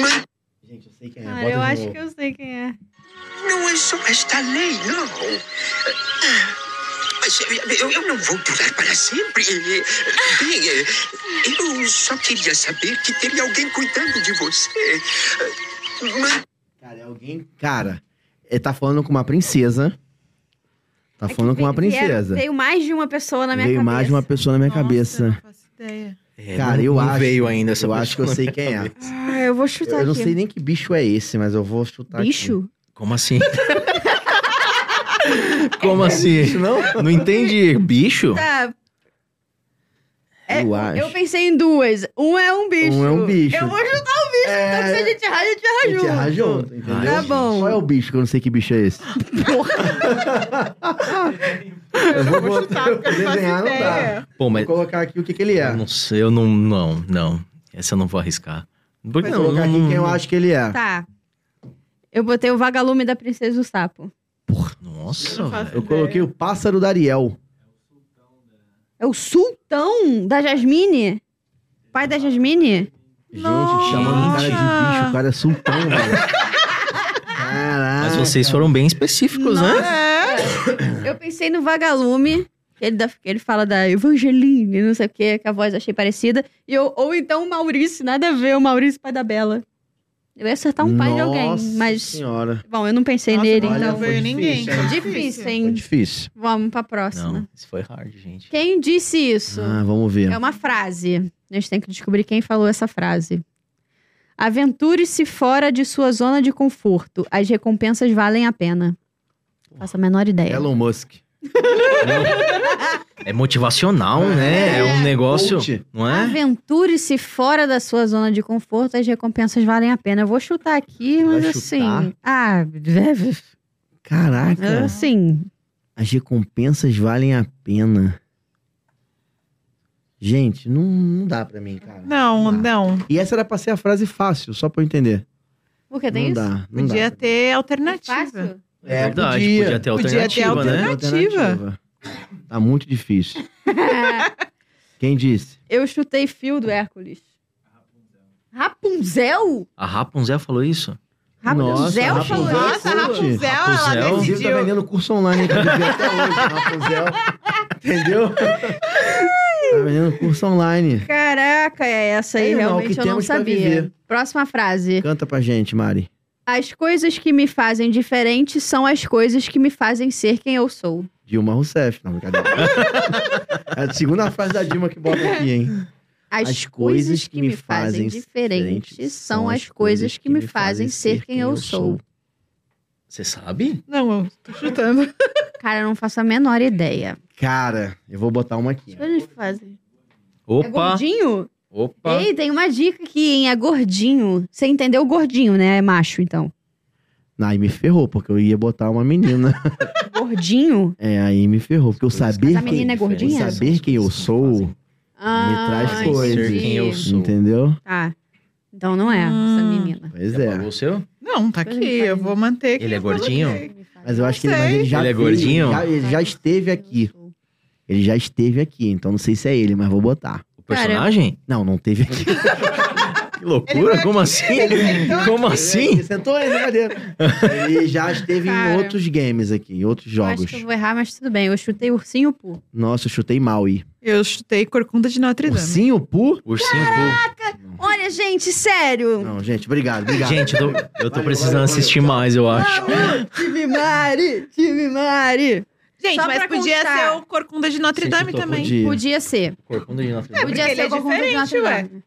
[SPEAKER 5] Mas
[SPEAKER 2] Gente, eu sei
[SPEAKER 3] é.
[SPEAKER 2] quem
[SPEAKER 1] Cara, eu acho que eu sei quem é.
[SPEAKER 2] Tá
[SPEAKER 5] Não é só esta lei, não. Ah, Mas eu, eu não vou durar para sempre. Bem, eu só queria saber que teria alguém cuidando de você. Mas
[SPEAKER 2] Cara, é alguém. Cara, ele tá falando com uma princesa. Tá falando com uma princesa.
[SPEAKER 1] É Veio mais de uma pessoa na minha
[SPEAKER 2] Veio
[SPEAKER 1] cabeça.
[SPEAKER 2] mais de uma pessoa na minha
[SPEAKER 4] Nossa, eu
[SPEAKER 2] cabeça.
[SPEAKER 4] Não faço ideia.
[SPEAKER 3] É,
[SPEAKER 2] Cara,
[SPEAKER 3] não-
[SPEAKER 2] eu
[SPEAKER 3] não
[SPEAKER 2] acho-
[SPEAKER 3] veio ainda essa
[SPEAKER 2] Eu acho que eu
[SPEAKER 3] pessoa.
[SPEAKER 2] sei quem é.
[SPEAKER 1] Ah, eu vou chutar
[SPEAKER 2] Eu, eu não
[SPEAKER 1] aqui.
[SPEAKER 2] sei nem que bicho é esse, mas eu vou chutar aqui.
[SPEAKER 1] Bicho?
[SPEAKER 3] Como assim? Como assim?
[SPEAKER 2] Bicho não?
[SPEAKER 3] Não entendi. Bicho?
[SPEAKER 1] Tá. É,
[SPEAKER 2] Eu acho.
[SPEAKER 1] Eu pensei em duas. Um é um bicho.
[SPEAKER 2] Um é um bicho.
[SPEAKER 1] Eu vou chutar o bicho. Então,
[SPEAKER 2] É,
[SPEAKER 1] se a gente errar, a gente erra
[SPEAKER 2] A gente
[SPEAKER 1] junto.
[SPEAKER 2] erra junto, entendeu?
[SPEAKER 1] Tá bom.
[SPEAKER 2] Qual é o bicho que eu não sei que bicho é esse? vou
[SPEAKER 4] Eu não vou
[SPEAKER 2] botar-
[SPEAKER 4] chutar porque eu não faço
[SPEAKER 2] desenhar não dá.
[SPEAKER 4] ideia.
[SPEAKER 3] Pô, mas.
[SPEAKER 2] Vou colocar aqui o que, que ele é.
[SPEAKER 3] Eu não sei, eu não. Não, não. Essa eu não vou arriscar. Porque
[SPEAKER 2] Vou colocar aqui quem eu acho que ele é.
[SPEAKER 1] Tá. Eu botei o vagalume da princesa e o sapo.
[SPEAKER 3] Nossa,
[SPEAKER 4] Eu faço.
[SPEAKER 3] velho.
[SPEAKER 2] Eu coloquei o pássaro da Ariel.
[SPEAKER 1] É o sultão da Jasmine? Pai da Jasmine?
[SPEAKER 2] Gente, chamando o cara de
[SPEAKER 4] Nossa.
[SPEAKER 2] bicho, o cara é sultão, velho. Caraca.
[SPEAKER 3] Mas vocês foram bem específicos, né?
[SPEAKER 4] É.
[SPEAKER 1] Eu pensei no vagalume. que Ele, dá- que ele fala da Evangeline, não sei o que, que a voz eu achei parecida. E eu, ou então o Maurício, nada a ver, o Maurício, pai da Bela. Eu ia acertar um pai de alguém,
[SPEAKER 2] Nossa
[SPEAKER 1] mas.
[SPEAKER 2] senhora.
[SPEAKER 1] Bom, eu não pensei
[SPEAKER 4] Nossa,
[SPEAKER 1] nele,
[SPEAKER 4] olha,
[SPEAKER 1] então.
[SPEAKER 4] não
[SPEAKER 2] foi
[SPEAKER 4] veio ninguém.
[SPEAKER 2] difícil,
[SPEAKER 1] Foi
[SPEAKER 2] hein?
[SPEAKER 1] difícil,
[SPEAKER 2] Foi
[SPEAKER 1] hein?
[SPEAKER 2] difícil.
[SPEAKER 1] Vamos pra próxima.
[SPEAKER 3] Não, isso foi hard, gente.
[SPEAKER 1] Quem disse isso?
[SPEAKER 2] Ah, vamos ver.
[SPEAKER 1] É uma frase. A gente tem que descobrir quem falou essa frase. Aventure-se fora de sua zona de conforto. As recompensas valem a pena. Faço a menor ideia.
[SPEAKER 2] Elon Musk.
[SPEAKER 3] É motivacional, né? É um negócio,
[SPEAKER 2] Coach.
[SPEAKER 3] não é?
[SPEAKER 1] Aventure-se fora da sua zona de conforto, as recompensas valem a pena. Eu vou chutar aqui,
[SPEAKER 2] Vai
[SPEAKER 1] mas
[SPEAKER 2] chutar?
[SPEAKER 1] assim. Ah,
[SPEAKER 2] Caraca.
[SPEAKER 1] assim.
[SPEAKER 2] As recompensas valem a pena. Gente, não, não dá pra mim, cara.
[SPEAKER 4] Não,
[SPEAKER 2] dá.
[SPEAKER 4] não.
[SPEAKER 2] E essa era pra ser a frase fácil, só pra eu entender.
[SPEAKER 1] Porque tem
[SPEAKER 2] não
[SPEAKER 1] isso?
[SPEAKER 2] dá, não
[SPEAKER 4] É, Podia
[SPEAKER 2] dá.
[SPEAKER 4] ter alternativa.
[SPEAKER 1] É Fácil?
[SPEAKER 3] É verdade, podia, ter
[SPEAKER 4] Podia ter
[SPEAKER 3] alternativa, né?
[SPEAKER 4] alternativa.
[SPEAKER 2] alternativa. Tá muito difícil. Quem disse?
[SPEAKER 1] É, Eu chutei fio do Hércules. Rapunzel?
[SPEAKER 3] A Rapunzel falou isso?
[SPEAKER 1] Rapunzel
[SPEAKER 2] Nossa,
[SPEAKER 1] falou isso?
[SPEAKER 2] Rapunzel
[SPEAKER 4] Nossa, a Rapunzel, ela
[SPEAKER 3] Rapunzel.
[SPEAKER 2] Inclusive, tá
[SPEAKER 4] decidiu.
[SPEAKER 2] vendendo curso online aqui do dia até hoje, Rapunzel. Entendeu? tá vendendo curso online.
[SPEAKER 1] Caraca, é essa aí,
[SPEAKER 2] Aí, não, o
[SPEAKER 1] realmente
[SPEAKER 2] que
[SPEAKER 1] eu não
[SPEAKER 2] temos pra viver.
[SPEAKER 1] sabia. Próxima frase.
[SPEAKER 2] Canta pra gente, Mari.
[SPEAKER 1] As coisas que me fazem diferente são as coisas que me fazem ser quem eu sou.
[SPEAKER 2] Dilma Rousseff. Não, brincadeira. é a segunda frase da Dilma que bota aqui, hein?
[SPEAKER 1] As, coisas que me fazem diferente são as coisas que me fazem ser quem eu sou.
[SPEAKER 3] Você sabe?
[SPEAKER 2] tá
[SPEAKER 4] Não, eu tô chutando.
[SPEAKER 1] Cara, eu não faço a menor ideia.
[SPEAKER 2] Cara, eu vou botar uma aqui.
[SPEAKER 1] O que eles fazem? É
[SPEAKER 3] Opa,
[SPEAKER 1] gordinho?
[SPEAKER 3] opa.
[SPEAKER 1] Ei, tem uma dica aqui, hein? É gordinho. Você entendeu gordinho, né? É macho, então.
[SPEAKER 2] Não, Aí me ferrou, porque eu ia botar uma menina.
[SPEAKER 1] Gordinho?
[SPEAKER 2] é, aí me ferrou. Porque eu
[SPEAKER 1] Mas
[SPEAKER 2] saber
[SPEAKER 1] a menina
[SPEAKER 2] quem,
[SPEAKER 1] é gordinha?
[SPEAKER 2] O saber quem eu
[SPEAKER 3] é
[SPEAKER 2] sou
[SPEAKER 1] Ah,
[SPEAKER 2] traz
[SPEAKER 1] entendi.
[SPEAKER 2] coisas.
[SPEAKER 3] Ser quem eu sou.
[SPEAKER 2] Entendeu?
[SPEAKER 1] Tá. Então não é essa
[SPEAKER 4] Hum.
[SPEAKER 1] menina.
[SPEAKER 2] Pois
[SPEAKER 3] Já
[SPEAKER 2] é.
[SPEAKER 3] pagou o seu?
[SPEAKER 4] Não, tá aqui. Eu vou manter. que
[SPEAKER 3] Ele é
[SPEAKER 4] eu coloquei.
[SPEAKER 3] gordinho?
[SPEAKER 2] Mas eu acho que
[SPEAKER 4] Não
[SPEAKER 2] ele, mas
[SPEAKER 4] sei.
[SPEAKER 2] ele já
[SPEAKER 3] Ele é
[SPEAKER 2] fez,
[SPEAKER 3] gordinho?
[SPEAKER 2] já- ele já esteve aqui. Ele já esteve aqui, então não sei se é ele, mas vou botar.
[SPEAKER 3] O
[SPEAKER 1] Cara,
[SPEAKER 3] personagem?
[SPEAKER 2] Não, não teve aqui.
[SPEAKER 3] Que loucura, como assim? Como assim?
[SPEAKER 2] Ele tá sentou aí na cadeira. Ele já esteve
[SPEAKER 4] Cara.
[SPEAKER 2] em outros games aqui, em outros
[SPEAKER 1] Eu acho
[SPEAKER 2] jogos.
[SPEAKER 1] que eu vou errar, mas tudo bem. Eu chutei ursinho pu.
[SPEAKER 2] Nossa, eu chutei Maui.
[SPEAKER 4] Eu chutei Corcunda de Notre Dame.
[SPEAKER 2] Ursinho Poo?
[SPEAKER 3] Ursinho Poo.
[SPEAKER 1] Olha, gente, sério.
[SPEAKER 2] Não, gente, obrigado, obrigado.
[SPEAKER 3] Gente, eu tô, eu tô
[SPEAKER 2] Valeu,
[SPEAKER 3] precisando
[SPEAKER 2] valeu,
[SPEAKER 3] assistir
[SPEAKER 2] valeu.
[SPEAKER 3] mais, eu acho.
[SPEAKER 1] Time Mari, time Mari.
[SPEAKER 4] Gente,
[SPEAKER 1] Só
[SPEAKER 4] mas
[SPEAKER 1] pra
[SPEAKER 4] podia
[SPEAKER 1] constar.
[SPEAKER 4] ser o Corcunda de Notre
[SPEAKER 3] Você
[SPEAKER 4] Dame
[SPEAKER 3] chutou,
[SPEAKER 4] também.
[SPEAKER 2] podia.
[SPEAKER 1] Podia ser.
[SPEAKER 3] Corcunda de Notre
[SPEAKER 4] É,
[SPEAKER 3] Dame.
[SPEAKER 1] Podia
[SPEAKER 4] porque
[SPEAKER 1] ser
[SPEAKER 4] ele é
[SPEAKER 1] com a conta de
[SPEAKER 4] diferente,
[SPEAKER 1] Notre Dame.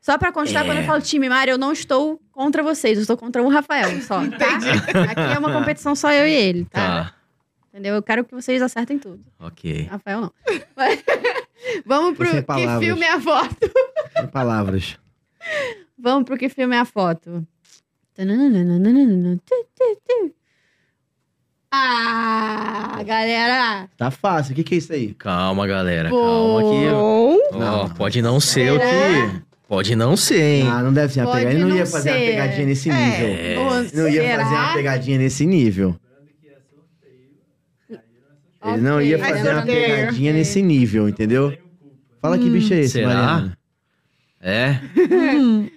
[SPEAKER 1] Só pra constar,
[SPEAKER 3] É.
[SPEAKER 1] quando eu falo time Mari, eu não estou contra vocês. Eu estou contra o Rafael só, tá? Aqui é uma competição só eu e ele, tá?
[SPEAKER 3] Tá,
[SPEAKER 1] Entendeu? Eu quero que vocês acertem tudo.
[SPEAKER 3] ok.
[SPEAKER 1] Rafael não. Mas- Vamos pro
[SPEAKER 2] Sem
[SPEAKER 1] que
[SPEAKER 2] palavras.
[SPEAKER 1] filme é a foto.
[SPEAKER 2] Sem palavras.
[SPEAKER 1] Vamos pro que filme é a foto. Tananana, tu, tu, tu. Ah, galera!
[SPEAKER 2] Tá fácil. O que, que é isso aí?
[SPEAKER 3] Calma, galera. Calma que.
[SPEAKER 1] Bom,
[SPEAKER 3] Ó,
[SPEAKER 2] Não.
[SPEAKER 3] pode não ser o
[SPEAKER 1] Será?
[SPEAKER 3] que. Pode não ser, hein?
[SPEAKER 2] Ah, não deve ser uma
[SPEAKER 1] Pode
[SPEAKER 2] pegadinha. Ele não
[SPEAKER 1] não
[SPEAKER 2] ia fazer uma
[SPEAKER 1] ser.
[SPEAKER 2] pegadinha nesse nível.
[SPEAKER 3] É.
[SPEAKER 1] você
[SPEAKER 2] Não ia
[SPEAKER 1] será?
[SPEAKER 2] fazer uma pegadinha nesse nível. Ele não ia
[SPEAKER 1] Ok,
[SPEAKER 2] fazer
[SPEAKER 1] eu
[SPEAKER 2] uma
[SPEAKER 1] não- Hum.
[SPEAKER 2] pegadinha nesse nível, entendeu? Fala que bicho é esse,
[SPEAKER 3] Será?
[SPEAKER 2] Mariana.
[SPEAKER 3] É.
[SPEAKER 4] Hum.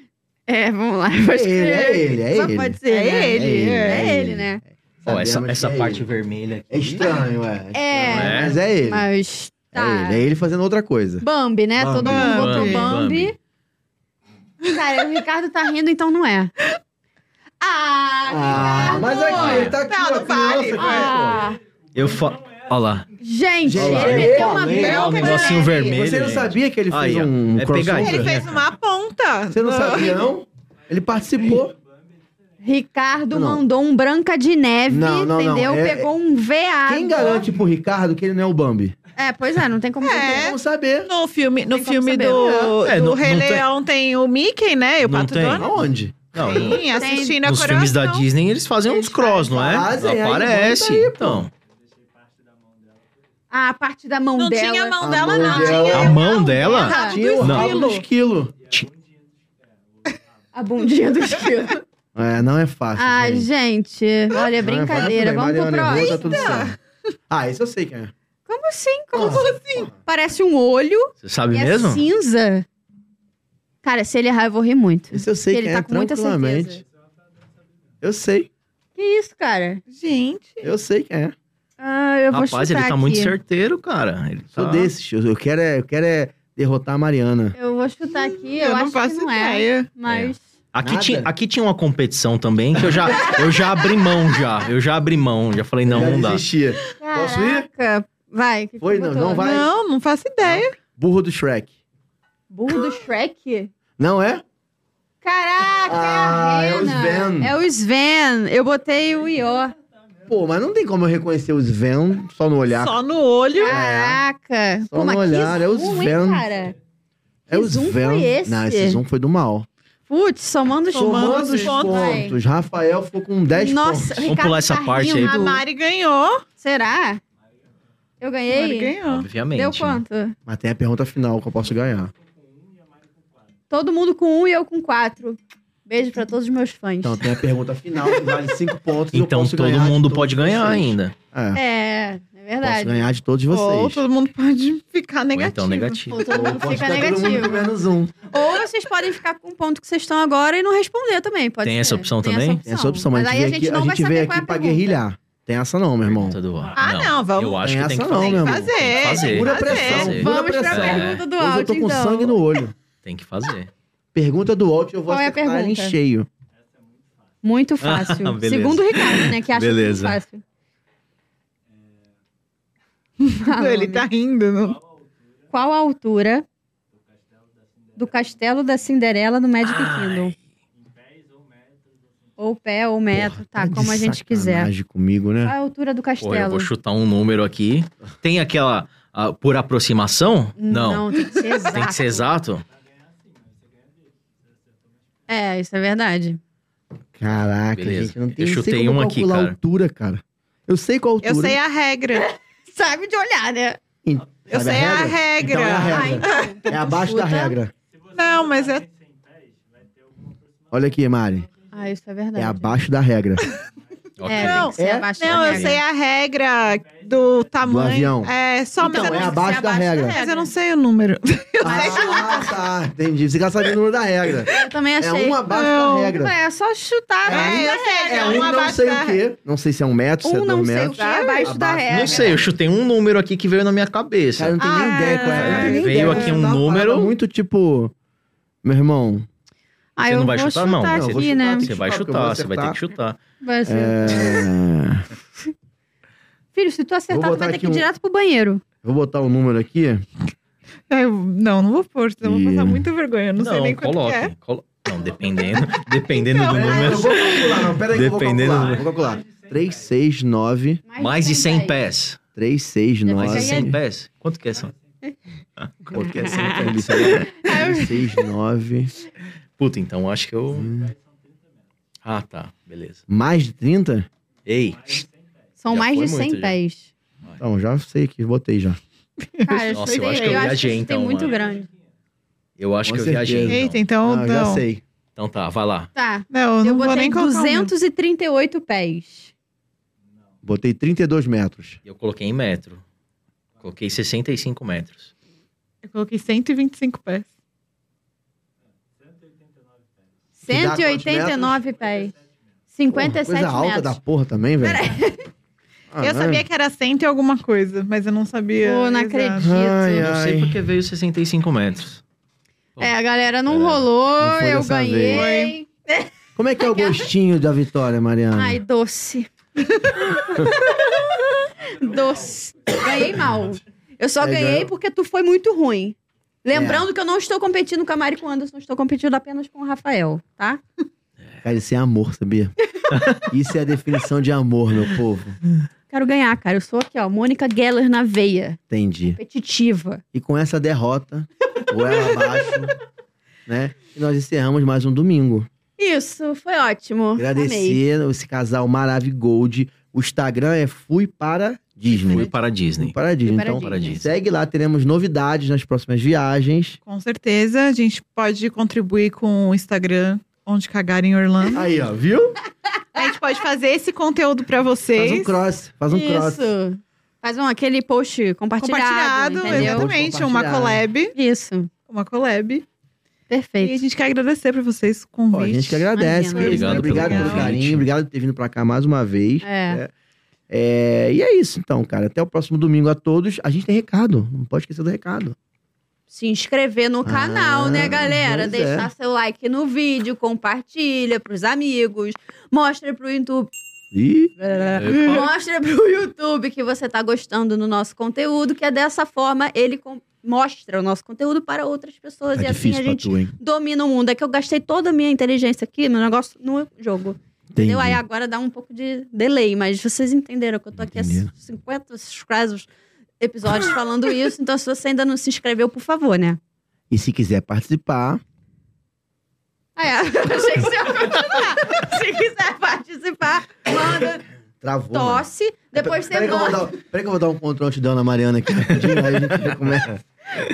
[SPEAKER 1] É, vamos lá. eu acho que-
[SPEAKER 2] ele, é ele, é
[SPEAKER 1] Só
[SPEAKER 2] ele.
[SPEAKER 1] pode ser,
[SPEAKER 4] É
[SPEAKER 1] né?
[SPEAKER 4] ele,
[SPEAKER 1] É
[SPEAKER 2] é
[SPEAKER 1] ele, né?
[SPEAKER 3] Ó, essa,
[SPEAKER 2] Sabemos
[SPEAKER 3] essa
[SPEAKER 2] que é
[SPEAKER 3] parte
[SPEAKER 2] ele.
[SPEAKER 3] vermelha aqui.
[SPEAKER 2] É estranho, é.
[SPEAKER 1] É.
[SPEAKER 2] estranho, Mas é ele.
[SPEAKER 1] Mas
[SPEAKER 2] É
[SPEAKER 1] tá.
[SPEAKER 2] ele. É ele fazendo outra coisa.
[SPEAKER 1] Bambi, né?
[SPEAKER 2] Bambi.
[SPEAKER 1] Todo mundo botou
[SPEAKER 4] Bambi.
[SPEAKER 1] Bambi.
[SPEAKER 3] Bambi.
[SPEAKER 1] Cara, o Ricardo tá rindo, então não é. Ah,
[SPEAKER 2] Ah,
[SPEAKER 1] Tá Ricardo!
[SPEAKER 2] mas aqui, ele tá aqui,
[SPEAKER 4] Não,
[SPEAKER 2] ó,
[SPEAKER 4] não vale,
[SPEAKER 2] criança,
[SPEAKER 4] vai.
[SPEAKER 2] cara,
[SPEAKER 1] Ah,
[SPEAKER 3] Eu falo. Olha lá.
[SPEAKER 1] gente,
[SPEAKER 2] Gente,
[SPEAKER 1] ele
[SPEAKER 2] eu
[SPEAKER 1] meteu uma
[SPEAKER 2] falei,
[SPEAKER 3] Olha lá,
[SPEAKER 1] bela
[SPEAKER 3] o negocinho
[SPEAKER 1] pegadinha.
[SPEAKER 3] vermelho.
[SPEAKER 2] Você não
[SPEAKER 3] gente.
[SPEAKER 2] sabia que é ele fez
[SPEAKER 3] Aí, ó.
[SPEAKER 2] um
[SPEAKER 3] É
[SPEAKER 2] crossover?
[SPEAKER 3] pegadinha.
[SPEAKER 4] Ele fez uma ponta.
[SPEAKER 2] Você não sabia, não? Ele participou.
[SPEAKER 1] Ricardo
[SPEAKER 2] Não.
[SPEAKER 1] mandou um Branca de Neve,
[SPEAKER 2] Não, não, não,
[SPEAKER 1] entendeu?
[SPEAKER 2] é-
[SPEAKER 1] Pegou um VA.
[SPEAKER 2] Quem garante pro Ricardo que ele não é o Bambi?
[SPEAKER 1] É, pois é, não tem como.
[SPEAKER 4] É.
[SPEAKER 2] Vamos saber.
[SPEAKER 4] No filme, no
[SPEAKER 1] Tem como
[SPEAKER 4] filme
[SPEAKER 1] saber,
[SPEAKER 4] do,
[SPEAKER 3] né? É,
[SPEAKER 4] do
[SPEAKER 3] não- não
[SPEAKER 4] Rei
[SPEAKER 3] tem-
[SPEAKER 4] Leão tem o Mickey, né? E o
[SPEAKER 3] Não
[SPEAKER 4] Pato
[SPEAKER 3] tem.
[SPEAKER 4] Donald.
[SPEAKER 2] Aonde?
[SPEAKER 3] Não,
[SPEAKER 2] é
[SPEAKER 3] no-
[SPEAKER 4] Sim, assistindo a
[SPEAKER 3] nos
[SPEAKER 4] coração.
[SPEAKER 3] filmes da Disney eles fazem
[SPEAKER 1] Eles
[SPEAKER 3] uns cross, não é?
[SPEAKER 2] né, fazem, aí,
[SPEAKER 3] Aparece.
[SPEAKER 2] bota aí, pô.
[SPEAKER 3] então,
[SPEAKER 1] Ah, a parte da mão
[SPEAKER 4] Não
[SPEAKER 1] dela.
[SPEAKER 4] tinha a mão
[SPEAKER 2] A
[SPEAKER 4] dela,
[SPEAKER 2] mão
[SPEAKER 4] não.
[SPEAKER 2] dela.
[SPEAKER 4] tinha
[SPEAKER 3] A mão dela?
[SPEAKER 4] dela, do
[SPEAKER 2] Tinha o rabo do
[SPEAKER 4] esquilo.
[SPEAKER 2] esquilo.
[SPEAKER 1] A bundinha do esquilo.
[SPEAKER 2] É, não é fácil.
[SPEAKER 1] Ah, gente, olha,
[SPEAKER 2] Não é fácil,
[SPEAKER 1] brincadeira.
[SPEAKER 2] tudo bem.
[SPEAKER 1] Vamos pro
[SPEAKER 2] Mariana
[SPEAKER 1] próximo.
[SPEAKER 2] errou, tá tudo certo. Ah, esse eu sei quem é.
[SPEAKER 1] Como assim? Como
[SPEAKER 2] Porra.
[SPEAKER 1] assim? Parece um olho
[SPEAKER 3] você sabe
[SPEAKER 1] e
[SPEAKER 3] mesmo?
[SPEAKER 1] é cinza. Cara, se ele errar, eu vou rir muito.
[SPEAKER 2] Esse eu sei
[SPEAKER 1] Ele
[SPEAKER 2] quem
[SPEAKER 1] tá
[SPEAKER 2] é,
[SPEAKER 1] com muita
[SPEAKER 2] tranquilamente. Eu sei,
[SPEAKER 1] Que isso, cara?
[SPEAKER 4] Gente.
[SPEAKER 2] eu sei quem é.
[SPEAKER 1] Ah, eu vou
[SPEAKER 3] Rapaz,
[SPEAKER 1] chutar
[SPEAKER 3] ele tá
[SPEAKER 1] aqui.
[SPEAKER 3] muito certeiro, cara. Ele
[SPEAKER 2] Sou
[SPEAKER 3] tá...
[SPEAKER 2] desses. Eu, eu quero é, eu quero é derrotar a Mariana.
[SPEAKER 1] Eu vou chutar aqui, eu,
[SPEAKER 4] Eu, não
[SPEAKER 1] acho
[SPEAKER 4] faço
[SPEAKER 1] que não é.
[SPEAKER 4] ideia.
[SPEAKER 1] Mas.
[SPEAKER 3] Aqui,
[SPEAKER 2] Nada.
[SPEAKER 3] tinha, aqui tinha uma competição também que eu já, eu já abri mão já. Eu já abri mão, já falei, não,
[SPEAKER 2] Já
[SPEAKER 3] não dá.
[SPEAKER 2] desistia. Posso ir?
[SPEAKER 1] Caraca. Vai. que que
[SPEAKER 2] Foi,
[SPEAKER 1] tu
[SPEAKER 2] não,
[SPEAKER 1] botou?
[SPEAKER 2] não vai.
[SPEAKER 4] Não, não faço ideia.
[SPEAKER 2] Burro do Shrek.
[SPEAKER 1] Burro do Shrek?
[SPEAKER 2] Não é?
[SPEAKER 1] Caraca,
[SPEAKER 2] Ah,
[SPEAKER 1] é
[SPEAKER 2] é
[SPEAKER 1] a
[SPEAKER 2] o
[SPEAKER 1] Rena.
[SPEAKER 2] Sven.
[SPEAKER 1] É o Sven. Eu botei o Ió.
[SPEAKER 2] Pô, mas não tem como eu reconhecer o Sven só no olhar.
[SPEAKER 4] Só no
[SPEAKER 1] É.
[SPEAKER 4] olho.
[SPEAKER 1] Caraca.
[SPEAKER 2] Só no olhar, é o
[SPEAKER 1] zoom, hein,
[SPEAKER 2] Sven.
[SPEAKER 1] cara?
[SPEAKER 2] é o
[SPEAKER 1] que zoom
[SPEAKER 2] Sven.
[SPEAKER 1] foi esse?
[SPEAKER 2] Não, esse zoom foi do mal.
[SPEAKER 1] Putz, somando os
[SPEAKER 2] Somando os
[SPEAKER 4] pontos.
[SPEAKER 2] pontos. Rafael ficou com 10 pontos.
[SPEAKER 1] Nossa,
[SPEAKER 3] Vamos
[SPEAKER 1] Ricardo
[SPEAKER 3] pular essa
[SPEAKER 1] tá
[SPEAKER 3] parte aí.
[SPEAKER 1] rindo.
[SPEAKER 4] A Mari ganhou.
[SPEAKER 1] Será? Eu
[SPEAKER 4] A Mari
[SPEAKER 1] ganhei?
[SPEAKER 4] ganhou.
[SPEAKER 3] Obviamente.
[SPEAKER 1] Deu
[SPEAKER 3] né?
[SPEAKER 1] quanto?
[SPEAKER 2] Mas tem a pergunta final que eu posso ganhar.
[SPEAKER 1] Todo mundo com um e eu com quatro. Beijo pra todos os meus fãs.
[SPEAKER 2] Então tem a pergunta final que vale 5 pontos. e eu
[SPEAKER 3] Então
[SPEAKER 2] posso
[SPEAKER 3] todo
[SPEAKER 2] ganhar de
[SPEAKER 3] mundo
[SPEAKER 2] todos
[SPEAKER 3] pode ganhar
[SPEAKER 2] vocês.
[SPEAKER 3] ainda.
[SPEAKER 2] É,
[SPEAKER 1] É, é
[SPEAKER 2] posso
[SPEAKER 1] verdade.
[SPEAKER 2] ganhar de todos
[SPEAKER 4] Ou
[SPEAKER 2] vocês.
[SPEAKER 4] todo mundo pode ficar
[SPEAKER 3] Ou
[SPEAKER 4] negativo.
[SPEAKER 3] então negativo.
[SPEAKER 1] Ou todo mundo
[SPEAKER 2] Pode
[SPEAKER 1] fica
[SPEAKER 2] ficar todo mundo
[SPEAKER 1] negativo.
[SPEAKER 2] com menos um.
[SPEAKER 1] Ou vocês podem ficar com o ponto que vocês estão agora e não responder também. Pode
[SPEAKER 3] Tem
[SPEAKER 1] ser.
[SPEAKER 3] essa opção também?
[SPEAKER 2] Tem essa opção, mas,
[SPEAKER 1] aí
[SPEAKER 2] a gente veio aqui, a
[SPEAKER 1] não vai
[SPEAKER 2] gente
[SPEAKER 1] saber
[SPEAKER 2] veio
[SPEAKER 1] qual é
[SPEAKER 2] aqui
[SPEAKER 1] a
[SPEAKER 2] pra
[SPEAKER 1] pergunta.
[SPEAKER 2] guerrilhar. Tem essa não, meu irmão.
[SPEAKER 3] Pergunta do ar.
[SPEAKER 4] Ah, não, vamos-
[SPEAKER 3] Eu acho
[SPEAKER 2] Tem
[SPEAKER 3] que tem que
[SPEAKER 2] essa não,
[SPEAKER 3] fazer.
[SPEAKER 2] meu
[SPEAKER 4] Tem
[SPEAKER 2] irmão.
[SPEAKER 4] que
[SPEAKER 1] É,
[SPEAKER 4] fazer.
[SPEAKER 3] Fazer.
[SPEAKER 2] Pura
[SPEAKER 4] Fazer.
[SPEAKER 2] pressão, pura
[SPEAKER 3] Fazer.
[SPEAKER 1] Vamos pra
[SPEAKER 2] pressão.
[SPEAKER 1] pergunta do
[SPEAKER 2] Hoje
[SPEAKER 1] áudio,
[SPEAKER 2] eu tô com
[SPEAKER 1] então.
[SPEAKER 2] sangue no olho.
[SPEAKER 3] Tem que fazer.
[SPEAKER 1] Ah,
[SPEAKER 2] Pergunta do Walt, eu vou
[SPEAKER 1] Qual é a
[SPEAKER 2] acertar ela em
[SPEAKER 1] pergunta?
[SPEAKER 2] cheio.
[SPEAKER 1] Muito fácil.
[SPEAKER 3] Ah, beleza.
[SPEAKER 1] Segundo o Ricardo, né? Que acha
[SPEAKER 3] Beleza.
[SPEAKER 1] muito fácil.
[SPEAKER 4] Ele tá rindo. Não.
[SPEAKER 1] Qual a altura do Castelo da Cinderela no Magic Kingdom. Ou pé ou metro,
[SPEAKER 2] Porra,
[SPEAKER 1] tá,
[SPEAKER 2] de
[SPEAKER 1] como a gente quiser.
[SPEAKER 2] sacanagem comigo,
[SPEAKER 1] Qual é
[SPEAKER 2] né?
[SPEAKER 1] a altura do
[SPEAKER 3] Pô, eu
[SPEAKER 1] castelo?
[SPEAKER 3] vou chutar um número aqui. Tem aquela ah, por aproximação? Não.
[SPEAKER 1] tem que ser exato.
[SPEAKER 3] Tem que ser exato?
[SPEAKER 1] É, isso é verdade.
[SPEAKER 2] Caraca,
[SPEAKER 3] Beleza.
[SPEAKER 2] gente, eu não
[SPEAKER 3] Eu
[SPEAKER 2] tem não sei
[SPEAKER 3] chutei
[SPEAKER 2] como
[SPEAKER 3] um aqui,
[SPEAKER 2] calcular a
[SPEAKER 3] cara.
[SPEAKER 2] altura, cara. Eu sei qual altura.
[SPEAKER 4] Eu sei a regra.
[SPEAKER 1] Sabe de olhar, né?
[SPEAKER 4] Eu
[SPEAKER 2] Sabe
[SPEAKER 4] sei a regra.
[SPEAKER 2] Então é a regra.
[SPEAKER 1] Ah, então,
[SPEAKER 2] É abaixo da
[SPEAKER 1] chuta.
[SPEAKER 2] regra.
[SPEAKER 4] Não, mas é.
[SPEAKER 2] Olha aqui, Mari.
[SPEAKER 1] Ah, isso é verdade.
[SPEAKER 2] É abaixo da regra.
[SPEAKER 3] Ok.
[SPEAKER 1] É, tem que ser
[SPEAKER 2] É?
[SPEAKER 1] abaixo da
[SPEAKER 4] Não, eu
[SPEAKER 1] regra.
[SPEAKER 4] sei a regra do tamanho.
[SPEAKER 2] avião.
[SPEAKER 4] É, só, mas,
[SPEAKER 2] Então,
[SPEAKER 4] eu
[SPEAKER 2] é
[SPEAKER 4] não,
[SPEAKER 2] abaixo da regra.
[SPEAKER 4] mas eu não sei o número.
[SPEAKER 2] Ah, tá. Entendi. Você quer saber o número da regra.
[SPEAKER 1] Eu também
[SPEAKER 2] É
[SPEAKER 1] achei.
[SPEAKER 2] um abaixo
[SPEAKER 4] Não,
[SPEAKER 2] da regra.
[SPEAKER 1] É só chutar.
[SPEAKER 4] É,
[SPEAKER 1] né?
[SPEAKER 4] eu sei.
[SPEAKER 2] É um não
[SPEAKER 4] abaixo
[SPEAKER 2] sei
[SPEAKER 4] da
[SPEAKER 2] o quê. Não sei se é um metro, se é
[SPEAKER 1] Um não
[SPEAKER 2] dois
[SPEAKER 1] sei o
[SPEAKER 2] metros.
[SPEAKER 1] que é abaixo, da
[SPEAKER 2] Abaixo.
[SPEAKER 1] regra.
[SPEAKER 3] Não sei, eu chutei um número aqui que veio na minha
[SPEAKER 2] Cara, eu
[SPEAKER 3] cabeça.
[SPEAKER 2] não tenho nem
[SPEAKER 4] Ah,
[SPEAKER 2] ideia qual é. Eu não tenho nem
[SPEAKER 3] veio
[SPEAKER 2] ideia.
[SPEAKER 3] aqui um
[SPEAKER 2] Dá uma
[SPEAKER 3] número.
[SPEAKER 2] parada Muito tipo... Meu irmão,
[SPEAKER 1] Ah,
[SPEAKER 3] Você
[SPEAKER 1] eu
[SPEAKER 3] não vai
[SPEAKER 1] vou
[SPEAKER 3] chutar, não.
[SPEAKER 1] chutar
[SPEAKER 3] Não, eu
[SPEAKER 1] aqui,
[SPEAKER 3] vou
[SPEAKER 2] chutar
[SPEAKER 1] né?
[SPEAKER 2] aqui.
[SPEAKER 3] Você vai
[SPEAKER 2] Porque eu vou
[SPEAKER 3] chutar, você vai ter que chutar.
[SPEAKER 1] Vai ser.
[SPEAKER 2] é...
[SPEAKER 1] Filho, se tu acertar,
[SPEAKER 2] Vou
[SPEAKER 1] tu vai
[SPEAKER 2] botar
[SPEAKER 1] ter que
[SPEAKER 2] aqui
[SPEAKER 1] ir
[SPEAKER 2] um-
[SPEAKER 1] direto pro banheiro.
[SPEAKER 2] Vou botar um número aqui.
[SPEAKER 4] É, eu- não, não vou pôr, senão eu vou passar
[SPEAKER 2] Ih.
[SPEAKER 4] muita vergonha. Eu não, sei nem quanto que
[SPEAKER 3] coloque.
[SPEAKER 4] é. Então,
[SPEAKER 3] colo- Não, dependendo, dependendo do
[SPEAKER 2] É, eu
[SPEAKER 3] número.
[SPEAKER 2] vou calcular, não. Pera aí que eu vou
[SPEAKER 3] Dependendo
[SPEAKER 2] calcular.
[SPEAKER 3] do-
[SPEAKER 2] Vou calcular. 3, 6, 9,
[SPEAKER 3] Mais de 100
[SPEAKER 1] pés.
[SPEAKER 3] pés.
[SPEAKER 2] 3, 6,
[SPEAKER 1] Depois
[SPEAKER 3] Mais de
[SPEAKER 1] Olha.
[SPEAKER 3] 100
[SPEAKER 2] 9.
[SPEAKER 3] pés? Quanto que é só? Quanto que é 100 pés?
[SPEAKER 2] 3, 6, 9.
[SPEAKER 3] Puta, então acho que eu.
[SPEAKER 4] Hum.
[SPEAKER 3] Ah, tá. Beleza.
[SPEAKER 2] Mais de 30?
[SPEAKER 3] Ei.
[SPEAKER 1] São
[SPEAKER 3] Já
[SPEAKER 1] mais de
[SPEAKER 3] foi
[SPEAKER 1] 100
[SPEAKER 3] muito, já.
[SPEAKER 1] pés.
[SPEAKER 2] Então, já sei que botei já.
[SPEAKER 1] Cara, eu
[SPEAKER 3] Nossa, eu
[SPEAKER 1] chutei-
[SPEAKER 3] acho que eu viajei,
[SPEAKER 1] chutei
[SPEAKER 3] então,
[SPEAKER 1] muito
[SPEAKER 3] mano.
[SPEAKER 1] grande.
[SPEAKER 3] Eu acho
[SPEAKER 2] Com
[SPEAKER 3] que eu
[SPEAKER 2] certeza.
[SPEAKER 3] viajei.
[SPEAKER 4] Eita,
[SPEAKER 3] Então.
[SPEAKER 4] então
[SPEAKER 2] ah, já
[SPEAKER 4] não.
[SPEAKER 2] sei.
[SPEAKER 3] então tá, vai lá.
[SPEAKER 1] Tá.
[SPEAKER 4] Não, eu
[SPEAKER 1] Eu
[SPEAKER 4] não vou
[SPEAKER 1] botei
[SPEAKER 4] nem colocar
[SPEAKER 2] né?
[SPEAKER 4] o número.
[SPEAKER 1] 238 pés.
[SPEAKER 2] Botei 32 metros.
[SPEAKER 3] Eu coloquei em metro. Coloquei 65 metros.
[SPEAKER 4] Eu coloquei 125 pés.
[SPEAKER 2] Que dá quantos
[SPEAKER 1] 189 pés.
[SPEAKER 2] Porra,
[SPEAKER 1] 57
[SPEAKER 2] coisa alta
[SPEAKER 1] metros.
[SPEAKER 2] da porra também, velho. Ah,
[SPEAKER 4] eu sabia que era 100 e alguma coisa, mas eu não sabia.
[SPEAKER 1] Pô, não
[SPEAKER 4] exato.
[SPEAKER 1] acredito.
[SPEAKER 2] Ai,
[SPEAKER 3] Eu não sei
[SPEAKER 2] ai.
[SPEAKER 3] porque veio 65 metros.
[SPEAKER 1] É, a galera não
[SPEAKER 3] Caralho.
[SPEAKER 1] rolou,
[SPEAKER 2] Não foi
[SPEAKER 1] eu
[SPEAKER 2] dessa
[SPEAKER 1] ganhei.
[SPEAKER 2] Como é que é o gostinho da vitória, Mariana?
[SPEAKER 1] Ai, doce. doce. Ganhei mal. Eu só
[SPEAKER 2] É,
[SPEAKER 1] ganhei
[SPEAKER 2] ganhou. É.
[SPEAKER 1] porque tu foi muito ruim. Lembrando que eu não estou competindo com a Mari e com o Anderson, estou competindo apenas com o Rafael, tá?
[SPEAKER 2] Cara, isso é amor, sabia? isso é a definição de amor, meu povo.
[SPEAKER 1] Quero ganhar, cara. Eu sou aqui, ó, Mônica Geller na veia.
[SPEAKER 2] Entendi.
[SPEAKER 1] Competitiva.
[SPEAKER 2] E com essa derrota, ou ela abaixo, né? E nós encerramos mais um domingo.
[SPEAKER 1] Isso, foi ótimo. Amei.
[SPEAKER 2] Agradecer esse casal Maravigold. O Instagram é Fui para
[SPEAKER 3] Fui
[SPEAKER 2] Disney.
[SPEAKER 3] para a Disney.
[SPEAKER 2] Fui para Disney.
[SPEAKER 1] Fui para
[SPEAKER 2] Então,
[SPEAKER 1] Disney.
[SPEAKER 2] segue lá, teremos novidades nas próximas viagens.
[SPEAKER 4] Com certeza, a gente pode contribuir com o Instagram Onde Cagar em Orlando.
[SPEAKER 2] Aí, ó, viu?
[SPEAKER 4] A gente pode fazer esse conteúdo pra
[SPEAKER 2] Faz um
[SPEAKER 4] vocês.
[SPEAKER 2] cross, faz um cross.
[SPEAKER 1] Isso. Faz um, aquele post compartilhado,
[SPEAKER 4] compartilhado,
[SPEAKER 1] entendeu?
[SPEAKER 4] exatamente.
[SPEAKER 2] Compartilhado.
[SPEAKER 4] Uma collab.
[SPEAKER 1] Isso.
[SPEAKER 4] Uma collab. E a
[SPEAKER 1] Perfeito.
[SPEAKER 4] gente quer agradecer pra vocês o
[SPEAKER 2] Ó, a
[SPEAKER 4] convite.
[SPEAKER 2] gente que agradece.
[SPEAKER 1] Imagina.
[SPEAKER 2] querido,
[SPEAKER 3] Obrigado
[SPEAKER 2] né? obrigado
[SPEAKER 4] pelo
[SPEAKER 2] pelo,
[SPEAKER 4] convite.
[SPEAKER 2] carinho, obrigado por ter vindo pra cá mais uma vez.
[SPEAKER 1] É.
[SPEAKER 2] É, e é isso então, cara. Até o próximo domingo a todos. A gente tem recado, não pode esquecer do recado.
[SPEAKER 1] se inscrever no canal,
[SPEAKER 2] Ah,
[SPEAKER 1] né, galera?
[SPEAKER 2] pois
[SPEAKER 1] Deixar
[SPEAKER 2] é.
[SPEAKER 1] seu like no vídeo, compartilha pros amigos, mostra pro YouTube,
[SPEAKER 2] Ih,
[SPEAKER 1] mostra pro YouTube que você tá gostando do nosso conteúdo, que é dessa forma ele com- mostra o nosso conteúdo para outras pessoas
[SPEAKER 2] tá
[SPEAKER 1] e assim a
[SPEAKER 2] difícil pra
[SPEAKER 1] gente
[SPEAKER 2] tu, hein?
[SPEAKER 1] domina o mundo. É que eu gastei toda a minha inteligência aqui no negócio no jogo.
[SPEAKER 2] Entendi.
[SPEAKER 1] Entendeu? Aí agora dá um pouco de delay, mas vocês entenderam que eu tô aqui há
[SPEAKER 2] Entendi.
[SPEAKER 1] 50 casos episódios falando isso, então se você ainda não se inscreveu, por favor, né?
[SPEAKER 2] E se quiser participar,
[SPEAKER 1] Ah, é. Achei que você ia continuar. Se quiser participar, manda
[SPEAKER 2] travou. né? mano.
[SPEAKER 1] tosse, depois você
[SPEAKER 2] É, Peraí que eu vou
[SPEAKER 1] manda,
[SPEAKER 2] dar- Peraí que eu vou dar um control te dando a Mariana aqui rapidinho, aí a gente vê como é.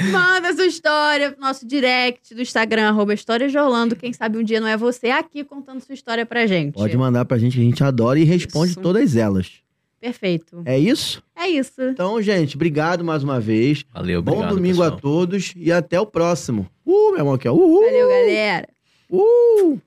[SPEAKER 1] manda sua história pro nosso direct do Instagram, arroba Histórias de Orlando. Quem sabe um dia não é você aqui contando sua história pra gente.
[SPEAKER 2] Pode mandar pra gente que a gente adora e responde
[SPEAKER 1] Isso.
[SPEAKER 2] todas elas.
[SPEAKER 1] Perfeito.
[SPEAKER 2] É isso?
[SPEAKER 1] É isso.
[SPEAKER 2] Então, gente, obrigado mais uma vez.
[SPEAKER 3] Valeu,
[SPEAKER 2] Bom
[SPEAKER 3] obrigado,
[SPEAKER 2] domingo
[SPEAKER 3] pessoal.
[SPEAKER 2] a todos e até o próximo. Uh, meu irmão aqui, ó. Uhul!
[SPEAKER 1] Valeu, galera.
[SPEAKER 2] Uh!